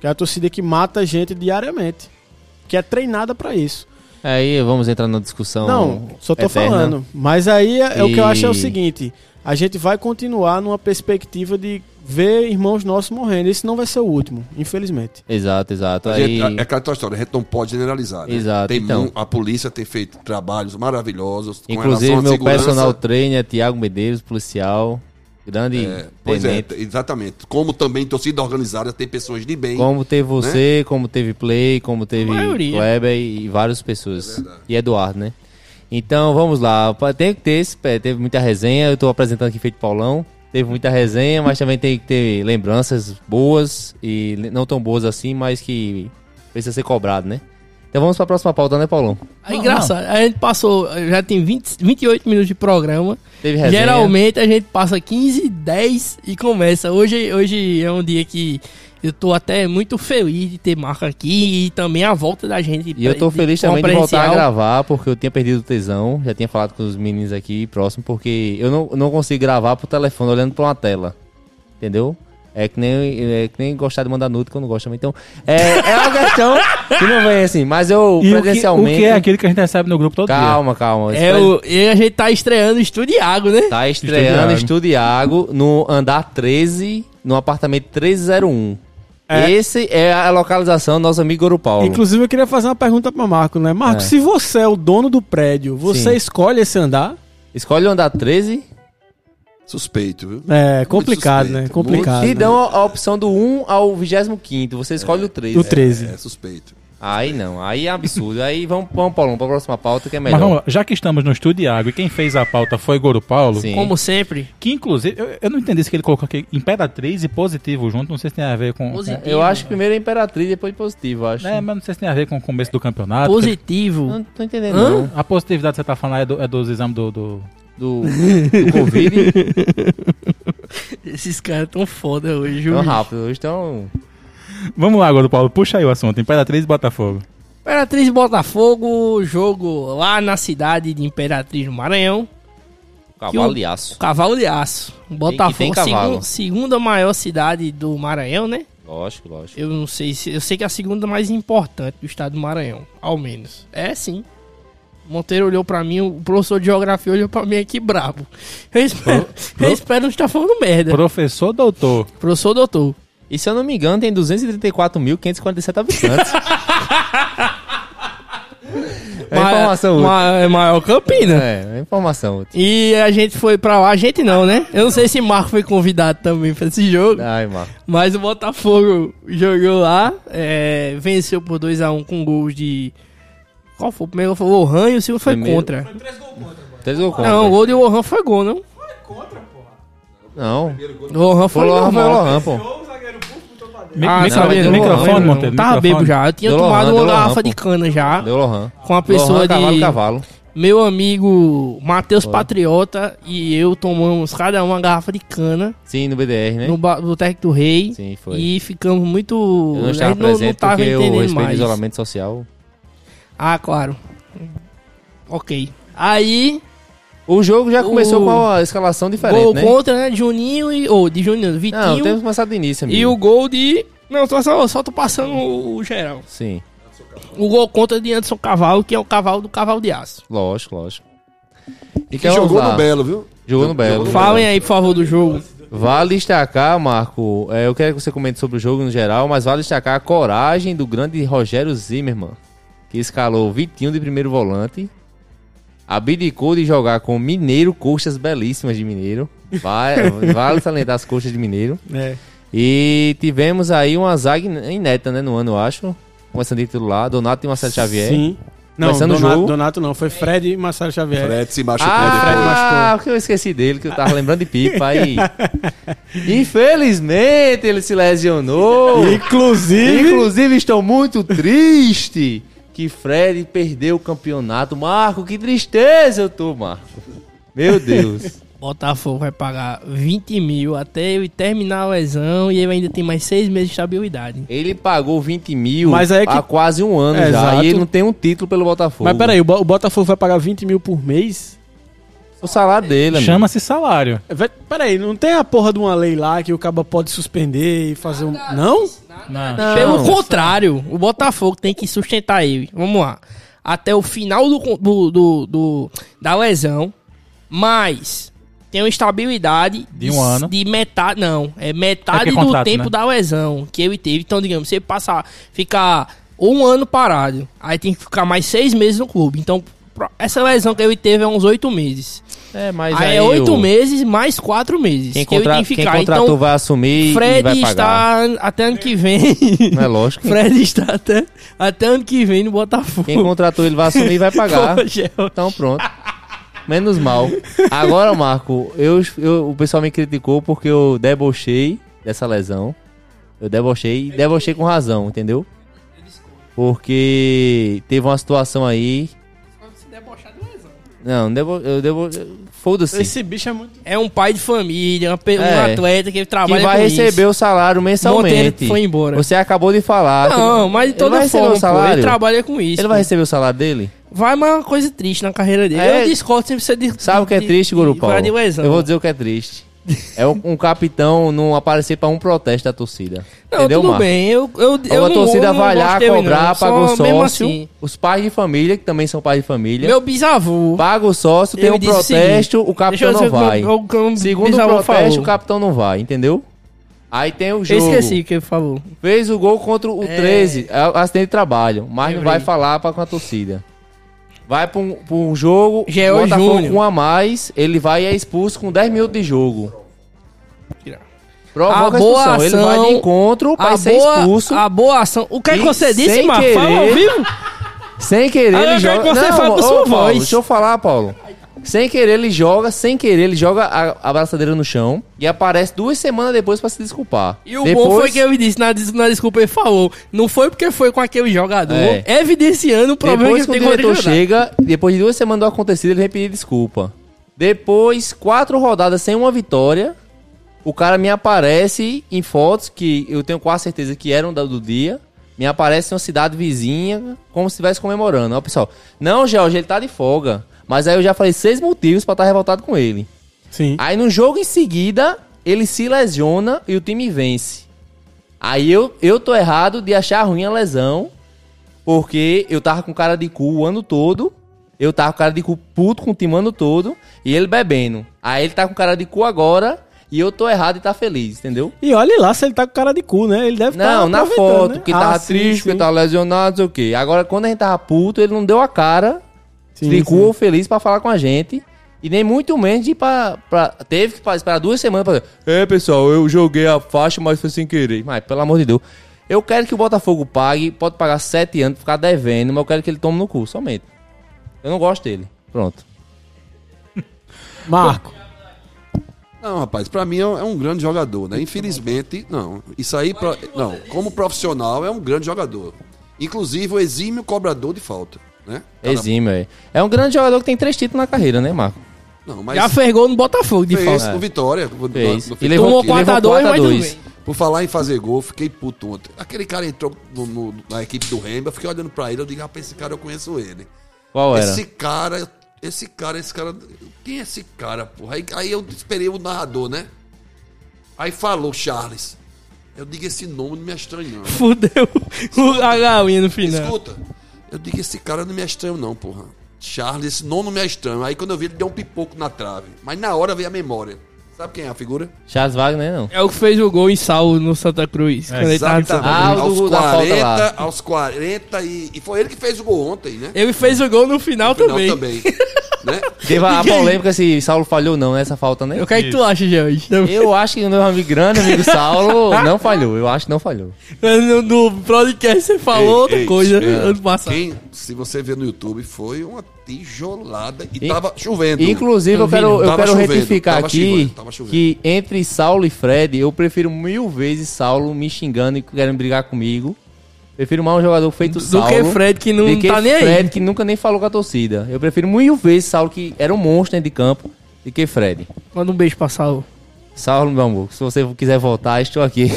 Que é a torcida que mata gente diariamente. Que é treinada pra isso.
Aí vamos entrar na discussão.
Não, só tô
eterna.
falando. Mas aí é, é o que eu acho é o
E-
seguinte: a gente vai continuar numa perspectiva de ver irmãos nossos morrendo. Esse não vai ser o último, infelizmente.
Exato, exato.
A gente-
Aí...
é aquela tua história, a gente não pode generalizar. Né?
Exato,
Tem
então.
mu- a polícia tem feito trabalhos maravilhosos. com
Inclusive,
relação à
meu
segurança.
personal trainer, Tiago Medeiros, policial, grande
É, pois é,
tenente.
exatamente. Como também torcida organizada tem né? pessoas de bem.
Como teve você, como teve Play, como teve
A maioria.
Kleber e, e várias
É
pessoas. e Eduardo, né? Então, vamos lá. Pa- Tem que ter esse pé. Teve muita resenha. Eu tô apresentando aqui feito Paulão. Teve muita resenha, mas também tem que ter lembranças boas e le- não tão boas assim, mas que precisa ser cobrado, né? Então vamos pra próxima pauta, né, Paulão?
É engraçado. A gente passou, já tem 20, 28 minutos de programa.
Teve resenha.
Geralmente a gente passa 15, 10 e começa. Hoje, hoje é um dia que eu tô até muito feliz de ter marca aqui e também a volta da gente.
E eu tô feliz também de
forma
voltar a
presencial.
gravar, porque eu tinha perdido o tesão. Já tinha falado com os meninos aqui próximo, porque eu não, não consigo gravar pro telefone olhando pra uma tela. Entendeu? É que nem, é que nem gostar de mandar nude que eu não gosto também. Então, é, é uma questão que não vem assim. Mas eu,
E o que, o
presencialmente.
que é aquilo que a gente recebe no grupo todo dia?
Calma, calma.
É, o, e a gente tá estreando o Estúdio né?
Tá estreando
Estúdio
Estúdio Iago no andar 13, no apartamento 1301.
É.
Esse é a localização do nosso amigo Goro Paulo.
Inclusive, eu queria fazer uma pergunta pra Marco, né? Marco,
É.
se você é o dono do prédio, você
Sim.
escolhe esse andar?
Escolhe o andar 13.
Suspeito, viu?
É complicado,
suspeito,
né?
muito.
Complicado.
Te
né?
dão a a opção do 1 ao 25, você escolhe o 13.
Do 13.
É suspeito.
Aí não, aí é absurdo. Aí vamos, vamos Paulão, pra próxima pauta que é melhor.
Mas vamos lá, já que estamos no estúdio de água e quem fez a pauta foi Goro Paulo,
Sim.
Como sempre.
que inclusive, eu, eu não entendi se que ele colocou aqui imperatriz e positivo junto, não sei se tem a ver com.
Positivo.
Eu acho que primeiro é Imperatriz, depois Positivo, eu acho.
É, mas não sei se tem a ver com o começo do campeonato.
Positivo.
Não tô entendendo
Hã?
não.
A positividade que você tá falando é, do- é dos exames do. do-
Do, do Covid,
Esses caras tão foda hoje, viu?
tão
bicho?
rápido. Hoje tão...
Vamos lá, Goro Paulo, puxa aí o assunto. Imperatriz e Botafogo.
Imperatriz e Botafogo, jogo lá na cidade de Imperatriz do Maranhão.
Cavalo de aço.
Cavalo de aço.
tem
Botafogo, segun-
cavalo.
segunda maior cidade do Maranhão, né?
Lógico, lógico.
Eu não sei se. Eu sei que é a segunda mais importante do estado do Maranhão, ao menos. É sim. Monteiro olhou pra mim, o professor de geografia olhou pra mim aqui brabo. Eu espero, eu espero não estar falando merda.
Professor doutor.
Professor doutor.
E se eu não me engano, tem 234.547 habitantes. é
Ma-
informação útil.
ma- é maior Campina.
É, é informação útil.
E a gente foi pra lá, a gente não, né? Eu não sei se Marco foi convidado também pra esse jogo,
Ai, Marco.
mas o Botafogo jogou lá, é, venceu por 2x1 com gols de. Qual foi o primeiro? Foi o Lohan e o segundo foi
Primeiro-
contra.
Três ou contra?
Não, o gol de Lohan foi gol, não?
Não.
Lohan
Foi
foi
o
gol. não.
Lohan, pô.
Mi-
Ah,
micro-
não, mas deu
microfone,
Lohan,
Monteiro.
Tava
microfone.
bebo já. Eu tinha
Deu
tomado
Lohan,
uma
deu Lohan,
garrafa
pô.
de cana já.
Deu Lohan.
Com a pessoa
Lohan, cavalo,
de.
cavalo.
Meu amigo Matheus Patriota e eu tomamos cada um uma garrafa de cana.
Sim, no BDR, né?
no ba- Boteco do Rei.
Sim, foi.
E ficamos muito.
Eu não
a
estava
gente
presente porque eu respeito o
mais.
isolamento social.
Ah, claro. Ok. Aí,
O jogo já começou
O-
com uma escalação diferente,
gol
né?
contra, né? Juninho e. Ou de Juninho, não, Vitinho.
Não, temos que começar do início, amigo.
E o gol de. Não, só, só, só tô passando o geral.
Sim,
O gol contra de Anderson Cavalo, que é o cavalo do cavalo de aço.
lógico, lógico. E
Que jogou no Belo, viu?
Jogou no Belo.
Falem aí, por favor, do jogo.
Vale destacar, Marco, é, eu quero que você comente sobre o jogo no geral, mas vale destacar a coragem do grande Rogério Zimmermann, que escalou Vitinho de primeiro volante, abdicou de jogar com Mineiro, coxas belíssimas de Mineiro. Vai- vale salientar as coxas de Mineiro.
É.
E tivemos aí uma zaga in- inédita, né, no ano, eu acho. Começando de titular, Donato e Marcelo Xavier.
Sim. Não,
Começando o
Donato,
jogo.
Donato não, foi Fred e Marcelo Xavier.
Fred se machucou né, depois.
É. Ah, porque eu esqueci dele, que eu tava lembrando de Pipa aí. Infelizmente ele se lesionou.
Inclusive,
Inclusive, estou muito triste que Fred perdeu o campeonato. Marco, que tristeza eu tô, Marco. Meu Deus.
Botafogo vai pagar 20 mil até ele terminar a lesão e ele ainda tem mais seis meses de estabilidade.
Ele pagou 20 mil
Mas aí é que-
há quase um ano
É,
já.
exato.
E ele não tem um título pelo Botafogo.
mas peraí, o Bo- o Botafogo vai pagar 20 mil por mês?
O salário dele, amigo.
Chama-se salário.
É, vai- Peraí, não tem a porra de uma lei lá que o caba pode suspender e fazer um. Não?
Não.
Pelo contrário, o Botafogo tem que sustentar ele. Vamos lá. Até o final do, con- do, do- do- da lesão. Mas tem uma estabilidade
De um ano.
De metade. Não, é
É
metade
que é
do
contrato,
tempo
né?
da lesão que ele teve. Então, digamos, você passar, ficar um ano parado, aí tem que ficar mais seis meses no clube. Então, pro- essa lesão que ele teve é uns oito meses.
É, mas
aí,
aí
é oito
o-
meses mais quatro meses.
Quem,
que ele
contra...
tem que
Quem
ficar.
contratou
então,
vai assumir e vai
Fred
pagar.
está até ano que vem.
Não é lógico.
Fred está até, até ano que vem no Botafogo.
Quem contratou ele vai assumir e vai pagar. Então pronto. Menos mal. Agora, Marco, eu, eu- o pessoal me criticou porque eu debochei dessa lesão. Eu debochei e debochei com razão, entendeu? Porque teve uma situação aí. Não, debo, eu debo. Foda-se.
Esse bicho é muito.
É um pai de família, uma pe-
É.
um atleta que ele trabalha
Que vai
com
receber
isso.
o salário mensalmente.
Monteiro foi embora.
Você acabou de falar.
Não, mas de
Ele vai
toda
receber
forma,
o
pô,
salário?
ele trabalha com isso.
Ele vai
pô.
receber o salário dele?
Vai, mas é uma coisa triste na carreira dele.
É.
Eu discordo sempre você de,
Sabe o que é
de-
triste, Guru
de-
Paulo?
falar de lesão.
Eu vou dizer o que é triste. É um, um capitão não aparecer pra um protesto da torcida.
Não,
entendeu,
tudo
Marco?
bem. Eu, eu, eu
a
não-
torcida
eu não
vai lá
gosto dele,
cobrar,
não. Só
paga o
mesmo
sócio,
assim,
os pais de família, que também são pais de família,
meu bisavô.
paga o sócio, tem
ele
um
disse o
protesto,
seguinte,
o capitão não
deixa eu dizer
vai.
o que meu- o que meu
Segundo o
bisavô
protesto,
falou.
o capitão não vai, entendeu? Aí tem o
Eu
jogo.
esqueci o que ele falou.
Fez o gol contra o
É.
13, é o acidente de trabalho, mas não
Lembrei.
vai falar pra, com a torcida. Vai pra um, pra um jogo,
Geo
Botafogo
é Júnior.
com um a mais, ele vai e é expulso com 10 minutos de jogo.
A
Provoca a
boa
expulsão, ele vai de
ação,
encontro pra
A
ser
boa,
é expulso.
a boa ação. O que, é que
E
você disse,
sem
Marcos? Fala ao
querer-
vivo.
Sem querer,
Ah, eu
ele
quero
joga.
que você fale com
ô,
sua
Paulo,
voz.
Deixa eu falar, Paulo. Sem querer, ele joga, sem querer, ele joga a, a braçadeira no chão e aparece duas semanas depois pra se desculpar.
E o
depois,
bom foi que eu disse na, des- na desculpa, ele falou. Não foi porque foi com aquele jogador,
É.
evidenciando o problema é
Depois que
que
o
ele tem com
diretor
ele jogar.
chega, depois de duas semanas do acontecido, ele vem pedir desculpa. Depois, quatro rodadas sem uma vitória, o cara me aparece em fotos que eu tenho quase certeza que eram da- do dia. Me aparece em uma cidade vizinha, como se estivesse comemorando. Ó, pessoal, não, Jorge, ele tá de folga. Mas aí eu já falei seis motivos pra estar revoltado com ele.
Sim.
Aí no jogo em seguida, ele se lesiona e o time vence. Aí eu, eu tô errado de achar ruim a lesão, porque eu tava com cara de cu o ano todo. Eu tava com cara de cu puto com o time o ano todo. E ele bebendo. Aí ele tá com cara de cu agora. E eu tô errado e tá feliz, entendeu?
E olha lá se ele tá com cara de cu, né? Ele deve tá
Não, na
aproveitando,
foto,
né?
porque
Ah,
tava
sim,
triste,
sim.
porque tava lesionado, não sei o quê. Agora, quando a gente tava puto, ele não deu a cara,
Sim,
ficou
sim.
ou feliz pra falar com a gente. E nem muito menos de ir pra, pra- Teve que esperar duas semanas pra dizer, É, pessoal, eu joguei a faixa, mas foi sem querer. Mas, pelo amor de Deus. Eu quero que o Botafogo pague, pode pagar sete anos, ficar devendo, mas eu quero que ele tome no cu, somente. Eu não gosto dele. Pronto.
Marco.
Não, rapaz, pra mim é um é um grande jogador, né? Infelizmente, não. Isso aí, pro- não. Como profissional, é um grande jogador. Inclusive, o exímio cobrador de falta, né? Cada-
Exime, velho. É um grande jogador que tem três títulos na carreira, né, Marco?
Não, mas
Já fez gol no Botafogo, de
fez
falta.
com vitória. do-
é. Fez.
do-
E levou,
Tomou
levou
4 a 2, mas tudo
4x2.
bem.
Por falar em fazer gol, fiquei puto ontem. Aquele cara entrou no- no- na equipe do Rembrandt, eu fiquei olhando pra ele, eu digo, rapaz, esse cara eu conheço ele.
Qual era?
Esse cara, esse cara, esse cara. Quem é esse cara, porra? Aí, aí eu esperei o narrador, né? Aí falou Charles. Eu digo esse nome não me é estranho, não.
Fudeu o- a galinha no
né?
final.
Escuta. Eu digo esse cara não me é estranho, não, porra. Charles, esse nome não me é estranho. Aí quando eu vi, ele deu um pipoco na trave. Mas na hora veio a memória. Sabe quem é a figura?
Charles Wagner, não.
É o que fez o gol em Sal no Santa Cruz. quando ele tava no Santa
Ah, o
aos
do- da falta
40,
lá.
aos 40 e, e foi ele que fez o gol ontem, né?
Ele fez o gol no final,
No final
também.
também. né?
Deva a
Ninguém-
polêmica se Saulo falhou ou não nessa falta, né?
O que é que tu acha, Jorge?
Eu acho que o meu amigo grande, amigo Saulo, não falhou. Eu acho que não falhou.
No, no podcast você falou
Ei,
outra
ei,
coisa
ei.
ano passado.
Quem, se você ver no YouTube, foi uma tijolada e
In-
tava chovendo.
Inclusive, eu
vi,
quero,
não.
eu
Tava
quero
chovendo,
retificar
tava
aqui
chovendo, tava chovendo.
que entre Saulo e Fred, eu prefiro mil vezes Saulo me xingando e querendo brigar comigo. Prefiro mais um jogador feito
Do
Saulo.
que Fred, que não
do que
tá nem aí.
Fred, que nunca nem falou com a torcida. Eu prefiro mil vezes Saulo, que era um monstro dentro de campo, do que Fred.
Manda um beijo pra Sal.
Saulo, meu amor, se você quiser voltar, estou aqui.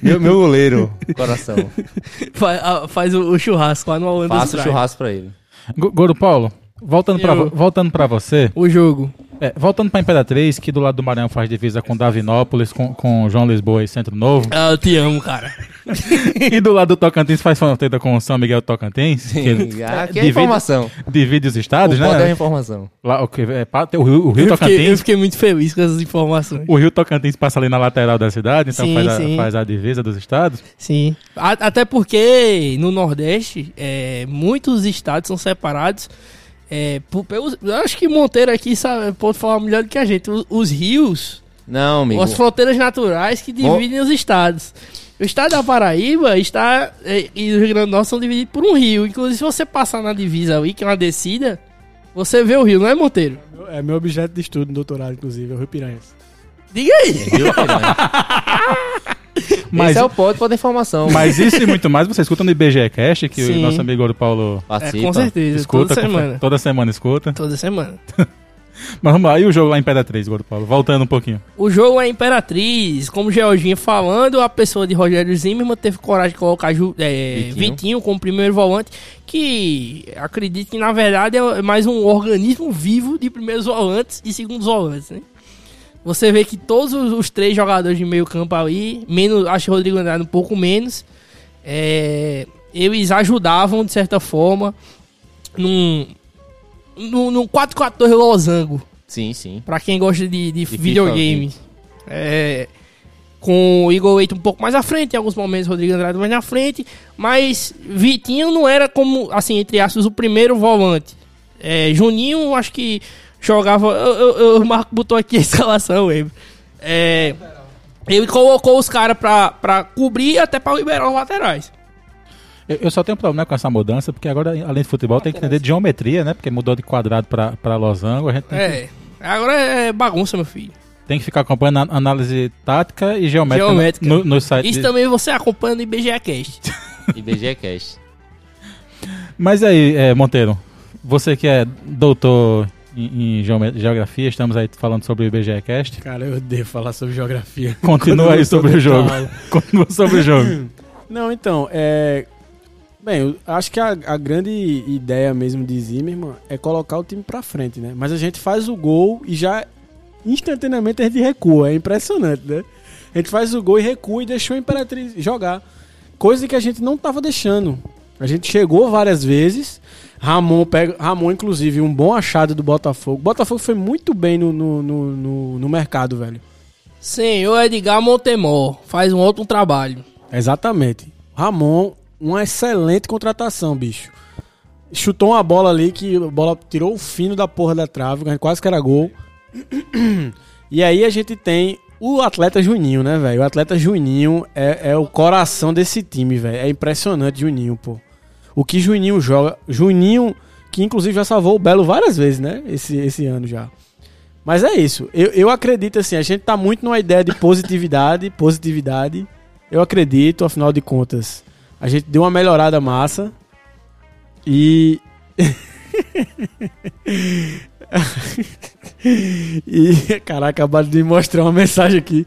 meu, meu goleiro, coração.
Faz, a- ah, faz o, o churrasco lá no Holanda.
Faça o
Drive.
churrasco pra ele.
Go- Goro Paulo, voltando pra,
Eu.
vo- voltando pra você,
O jogo.
é, voltando pra Imperatriz, que do lado do Maranhão faz divisa com Davinópolis, com, com João Lisboa e Centro Novo,
Ah, eu te amo, cara.
e do lado do Tocantins faz fronteira com São Miguel do Tocantins, que
Aqui é
divide-
informação.
divide os
O
estados,
poder é
né?
informação.
Lá, o, que- é, pa- tem o Rio, o Rio
Eu fiquei, eu
Tocantins.
fiquei muito feliz com essas informações.
O Rio Tocantins passa ali na lateral da cidade, então
Sim,
faz, a,
sim.
faz a divisa dos estados.
Sim. A- até porque no Nordeste, é, muitos estados são separados. É, por- pelos- eu acho que Monteiro aqui sabe, pode falar melhor do que a gente. O- Os, rios,
Não, amigo.
as fronteiras naturais que
Bom.
dividem os estados. O estado da Paraíba está é, e o Rio Grande do Norte são divididos por um rio. Inclusive, se você passar na divisa ali, que é uma descida, você vê o rio, não é, Monteiro?
É meu objeto de estudo no doutorado, inclusive, é o Rio Piranhas.
Diga aí!
Viu, Piranha?
Mas,
Esse é o poder, poder informação.
mas isso e muito mais você escuta no IBGEcast, que o
Sim.
nosso amigo Ouro Paulo
É,
Participa.
com certeza,
escuta.
toda
com-
semana.
toda semana escuta.
Toda semana.
Mas vamos lá, e o jogo lá em Imperatriz, Goro Paulo? Voltando um pouquinho.
O jogo é Imperatriz. Como Georginho falando, a pessoa de Rogério Zimmermann teve coragem de colocar Ju- é,
Vitinho.
Vitinho. como primeiro volante, que acredito que na verdade é mais um organismo vivo de primeiros volantes e segundos volantes, né? Você vê que todos os, os três jogadores de meio campo ali, menos, acho que o Rodrigo Andrade um pouco menos, é, eles ajudavam de certa forma num, num, num 4-4-2 losango.
Sim, sim.
Pra quem gosta de, de
FIFA,
videogame. É, com o Igor Leite um pouco mais à frente, em alguns momentos Rodrigo Andrade mais na frente, mas Vitinho não era como, assim, entre aspas, o primeiro volante. É, Juninho, acho que jogava. Eu, eu- eu- o Marco botou aqui a escalação, lembro. É, ele colocou os caras pra, pra cobrir e até pra liberar os laterais.
Eu, eu só tenho um problema com essa mudança, porque agora, além de futebol, tem que entender de geometria, né? Porque mudou de quadrado pra, pra losango, a gente tem, que,
É, agora é bagunça, meu filho.
tem que ficar acompanhando a análise tática e geométrica,
Geométrica.
No, no site.
Isso é
de-
também você acompanha no IBGE Cast.
IBGE Cash.
Mas aí, é, Monteiro, você que é doutor em, em geome- geografia, estamos aí falando sobre o IBGEcast.
Cara, eu odeio falar sobre geografia. Quando tá eu
Continua
não
aí
sou
sobre o jogo.
doutorado.
Continua um sobre o jogo.
Não, então, é. Bem, eu acho que a, a grande ideia mesmo de Zimmermann é colocar o time pra frente, né? Mas a gente faz o gol e já instantaneamente a gente recua. É impressionante, né? A A gente faz o gol e recua e deixou a Imperatriz jogar. Coisa que a gente não tava deixando. A gente chegou várias vezes. Ramon, pega, Ramon inclusive, um bom achado do Botafogo. O Botafogo foi muito bem no, no, no, no- no mercado, velho.
Senhor Edgar Montemor faz um outro trabalho.
Exatamente. Ramon, uma excelente contratação, bicho. Chutou uma bola ali que a bola tirou o fino da porra da trave, quase que era gol. E aí a gente tem o atleta Juninho, né, velho? O atleta Juninho é, é o coração desse time, velho. É impressionante, Juninho, pô. O que Juninho joga. Juninho, que inclusive já salvou o Belo várias vezes, né? Esse, esse ano já. Mas é isso. Eu, eu acredito, assim, a gente tá muito numa ideia de positividade, positividade. Eu acredito, afinal de contas, a gente deu uma melhorada massa. E. e. Caraca, acabaram de mostrar uma mensagem aqui.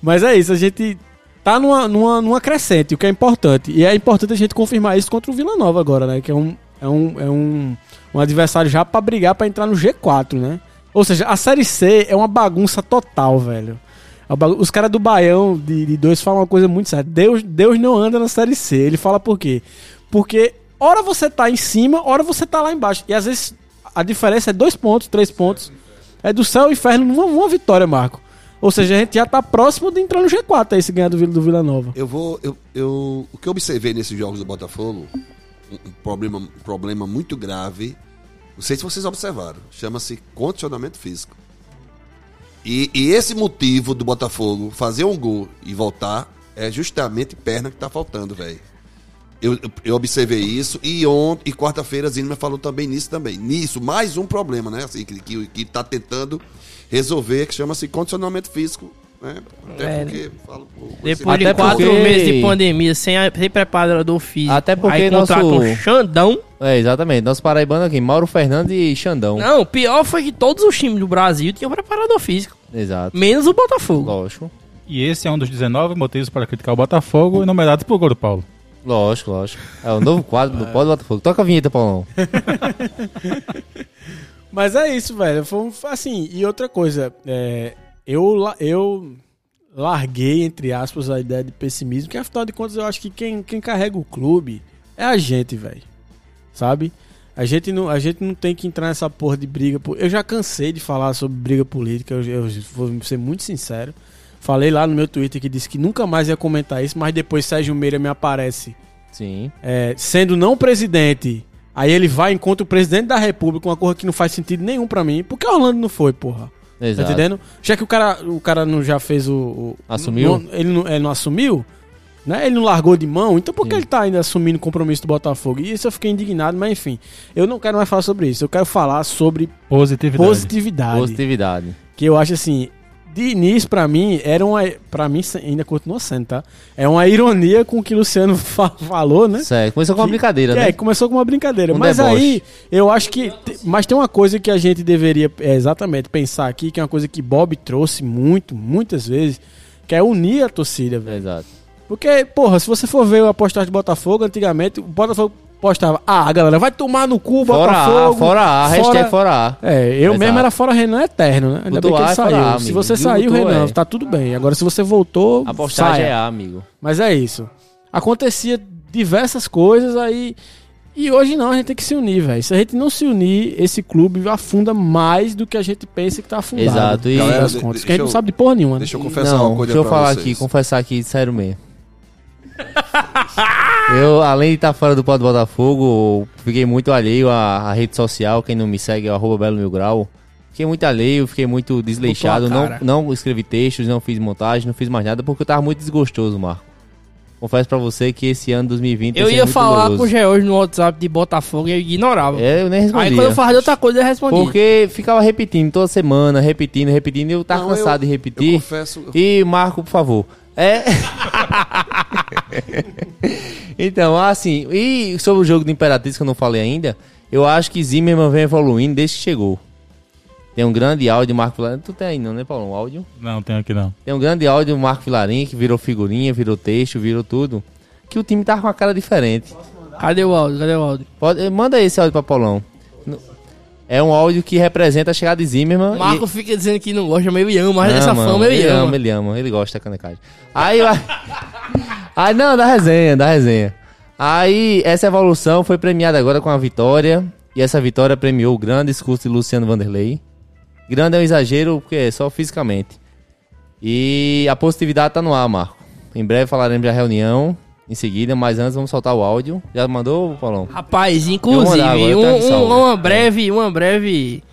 Mas é isso, a gente tá numa, numa, numa crescente, o que é importante. E é importante a gente confirmar isso contra o Vila Nova agora, né? Que é um, é um, é um, um adversário já pra brigar pra entrar no G4, né? Ou seja, a Série C é uma bagunça total, velho. A bagu- Os caras do Baião de, de dois falam uma coisa muito séria. Deus, Deus não anda na Série C. Ele fala por quê? Porque hora você tá em cima, hora você tá lá embaixo. E às vezes a diferença é dois pontos, três pontos. É do céu ao inferno numa, numa vitória, Marco. Ou seja, a gente já tá próximo de entrar no G4 aí se ganhar do Vila, do Vila Nova.
Eu vou. Eu, eu- o que eu observei nesses jogos do Botafogo, um, um problema, um problema muito grave. Não sei se vocês observaram. Chama-se condicionamento físico. E, e esse motivo do Botafogo fazer um gol e voltar é justamente perna que tá faltando, velho. Eu, eu- eu observei isso e ontem e quarta-feira a Zilma falou também nisso também. Nisso, mais um problema, né? Assim, que, que, que tá tentando resolver, que chama-se condicionamento físico. Né? Até
É.
porque um falo, pô,
Depois
Até
de quatro
porque-
meses de pandemia, sem, a- sem preparador físico.
Até porque
aí contrata
nosso-
um Xandão.
É, exatamente. Nosso paraibano aqui, Mauro Fernandes e Xandão.
Não, o pior foi que todos os times do Brasil tinham preparador físico.
Exato.
Menos o Botafogo.
Lógico.
E esse é um dos 19 motivos para criticar o Botafogo, enumerados por Goro Paulo.
Lógico, lógico. É o novo quadro do Pó do Botafogo. Toca a vinheta, Paulão.
Mas é isso, velho. Foi um- foi assim, e outra coisa, é, eu, la- eu larguei, entre aspas, a ideia de pessimismo, que afinal de contas eu acho que quem, quem carrega o clube é a gente, velho. Sabe? A gente, não, a gente não tem que entrar nessa porra de briga. po- Eu já cansei de falar sobre briga política, eu, eu vou ser muito sincero. Falei lá no meu Twitter que disse que nunca mais ia comentar isso, mas depois Sérgio Meira me aparece
Sim.
é, sendo não presidente, aí ele vai e encontra o presidente da república, uma coisa que não faz sentido nenhum pra mim. Por que Orlando não foi, porra?
Exato.
Tá entendendo? Já que o cara, o cara não já fez o. o-
Assumiu?
não- ele, não, ele não assumiu, né? Ele não largou de mão, então por que
Sim.
ele tá ainda assumindo o compromisso do Botafogo? E isso eu fiquei indignado, mas enfim. Eu não quero mais falar sobre isso. Eu quero falar sobre
Positividade.
positividade.
Positividade.
Que eu acho assim, de início pra mim, era uma. Pra mim se- ainda continua sendo, tá? É uma ironia com o que o Luciano fa- falou, né?
Certo. Começou com uma
Que-
brincadeira,
que
né?
É, começou com uma brincadeira.
Um
mas
deboche.
aí, eu acho que. te- Mas tem uma coisa que a gente deveria é, exatamente pensar aqui, que é uma coisa que Bob trouxe muito, muitas vezes, que é unir a torcida, velho.
Exato.
Porque, porra, se você for ver a postagem de Botafogo, antigamente, o Botafogo postava, ah, galera, vai tomar no cu,
Fora
Botafogo.
A, fora A, hashtag fora A.
É, eu
Exato.
mesmo era fora Renan Eterno, né? Ainda
Botou
bem
A
que ele
e fora
saiu.
A,
se
amigo.
você
Ninguém
saiu,
botou
Renan,
E.
tá tudo bem. Agora, se você voltou,
A postagem
saia.
é A, amigo.
Mas é isso. Acontecia diversas coisas aí. E hoje não, a gente tem que se unir, velho. Se a gente não se unir, esse clube afunda mais do que a gente pensa que tá afundado.
Exato, e-
E
Galera,
das
de-
contas,
deixa
que a gente
eu-
não sabe de porra nenhuma. né?
Deixa eu confessar
não,
uma coisa
deixa eu
pra
falar
vocês.
aqui, confessar aqui, sério mesmo. eu, além de estar fora do Pó do Botafogo, fiquei muito alheio à, à rede social, quem não me segue é o arroba Belo Mil Grau. Fiquei muito alheio, fiquei muito desleixado,
Botou a
não,
cara.
não escrevi textos, não fiz montagem, não fiz mais nada, porque eu tava muito desgostoso, Marco. Confesso pra você que esse ano 2020 tá
Eu
sendo
ia
muito
falar com o
doloroso.
George no WhatsApp de Botafogo e eu ignorava.
É, eu nem respondi.
aí quando eu falava de outra coisa, eu respondia.
Porque ficava repetindo toda semana, repetindo, repetindo, e eu tava
Não,
tá cansado
eu-
de
Eu
repetir.
confesso.
E Marco, por favor. É. então, assim, e sobre o jogo do Imperatriz que eu não falei ainda, eu acho que Zimmerman vem evoluindo desde que chegou. Tem um grande áudio, Marco Vilarim. Tu tem aí não, né, Paulo? Um áudio?
Não, tem aqui não.
Tem um grande áudio, Marco Vilarim, que virou figurinha, virou texto, virou tudo. Que o time tá com uma cara diferente.
Cadê o áudio? Cadê o áudio?
Pode, eh, manda esse áudio pra Paulão. No- É um áudio que representa a chegada de Zimmerman. e-
Marco fica dizendo que não gosta, mas eu amo, mas
Ama,
essa fama
ele
eu amo.
ama, ele ama, ele gosta da canecagem. Aí, vai- aí não, da resenha, da resenha. Aí essa evolução foi premiada agora com a vitória e essa vitória premiou o grande discurso de Luciano Vanderlei. Grande é um exagero porque é só fisicamente. E a positividade tá no ar, Marco. Em breve falaremos da reunião em seguida, mas antes vamos soltar o áudio. Já mandou, Paulão?
Rapaz,
Eu vou
inclusive,
mandar agora, eu
um-
trago de
um-
salva.
uma breve, uma breve.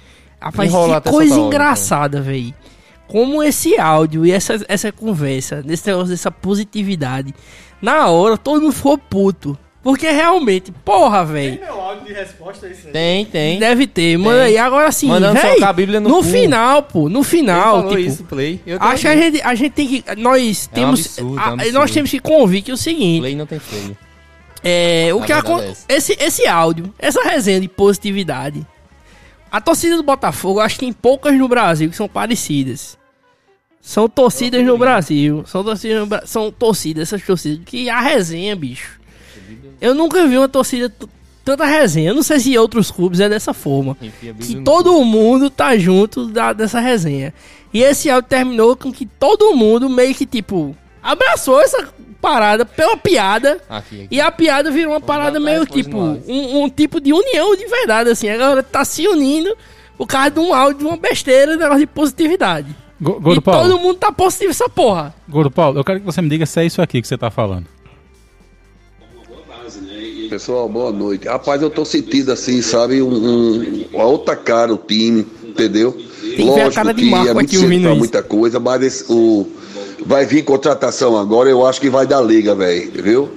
Rapaz,
Enrolar
que
até então.
coisa
soltar o áudio,
engraçada, velho. Como esse áudio e essa, essa conversa, nesse negócio dessa positividade, na hora todo mundo ficou puto. Porque realmente, porra, velho.
Meu áudio de resposta é isso aí.
Tem, tem.
Deve ter, mano. E agora sim,
Mandando
velho.
socar a Bíblia no
No
cu.
final, pô, no final, tipo.
play. Eu
Acho que a gente, a gente tem que. Nós
É um
temos.
absurdo, é um
a- nós
absurdo.
temos que convir que é o seguinte.
Play não tem freio.
É, o
A
que
verdade é
acontece?
essa.
Esse, esse áudio, essa resenha de positividade. A torcida do Botafogo, acho que tem poucas no Brasil que são parecidas. São torcidas no Brasil. São torcidas, no Bra- são torcidas, essas torcidas. Que a resenha, bicho. Eu nunca vi uma torcida t- tanta resenha. Eu não sei se em outros clubes é dessa forma.
Enfia a Bíblia
Que
no
todo mundo tá junto da- dessa resenha. E esse áudio terminou com que todo mundo meio que tipo abraçou essa parada pela piada.
Aqui, aqui.
E a piada virou uma parada
dar
meio
resposta
tipo,
no áudio.
um, um tipo de união de verdade, assim. A galera tá se unindo por causa de um áudio, de uma besteira, um negócio de positividade.
Go- Gordo
e todo
Paulo,
mundo tá positivo essa porra.
Gordo Paulo, eu quero que você me diga se é isso aqui que você tá falando.
Pessoal, boa noite. Rapaz, eu tô sentindo assim, sabe, um, um- uma outra cara o time, entendeu?
que ver a cara de Marco
é muito
aqui
cedo
ouvindo
pra
isso.
muita coisa, mas esse- o, vai vir contratação agora, eu acho que vai dar liga, velho, viu?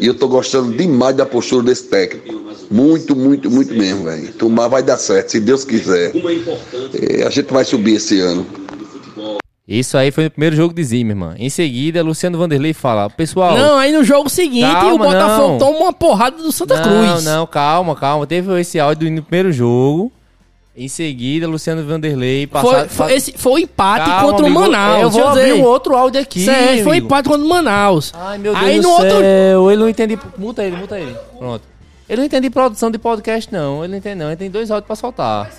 E eu tô gostando demais da postura desse técnico. Muito, muito, muito mesmo, velho. Tomar vai dar certo, se Deus quiser. É, a gente vai subir esse ano.
Isso aí foi o primeiro jogo de Zimmermann. Em seguida, Luciano Vanderlei fala: Pessoal.
Não, aí no jogo seguinte
Calma,
o Botafogo
não.
toma uma porrada do Santa
não,
Cruz.
não, calma, calma. Teve esse áudio no primeiro jogo. Em seguida, Luciano Vanderlei
Foi,
passado.
foi, esse, foi o empate
Calma,
contra o
amigo.
Manaus.
Eu vou
deixa
abrir
dizer.
um outro áudio aqui.
Certo, é, foi
amigo.
empate contra o Manaus.
Ai, meu Deus
aí
do
no outro
céu. Ele não entende. Multa ele, multa ele. Pronto. Ele não entende produção de podcast, não. Ele não entende, não. Ele tem dois áudios pra soltar.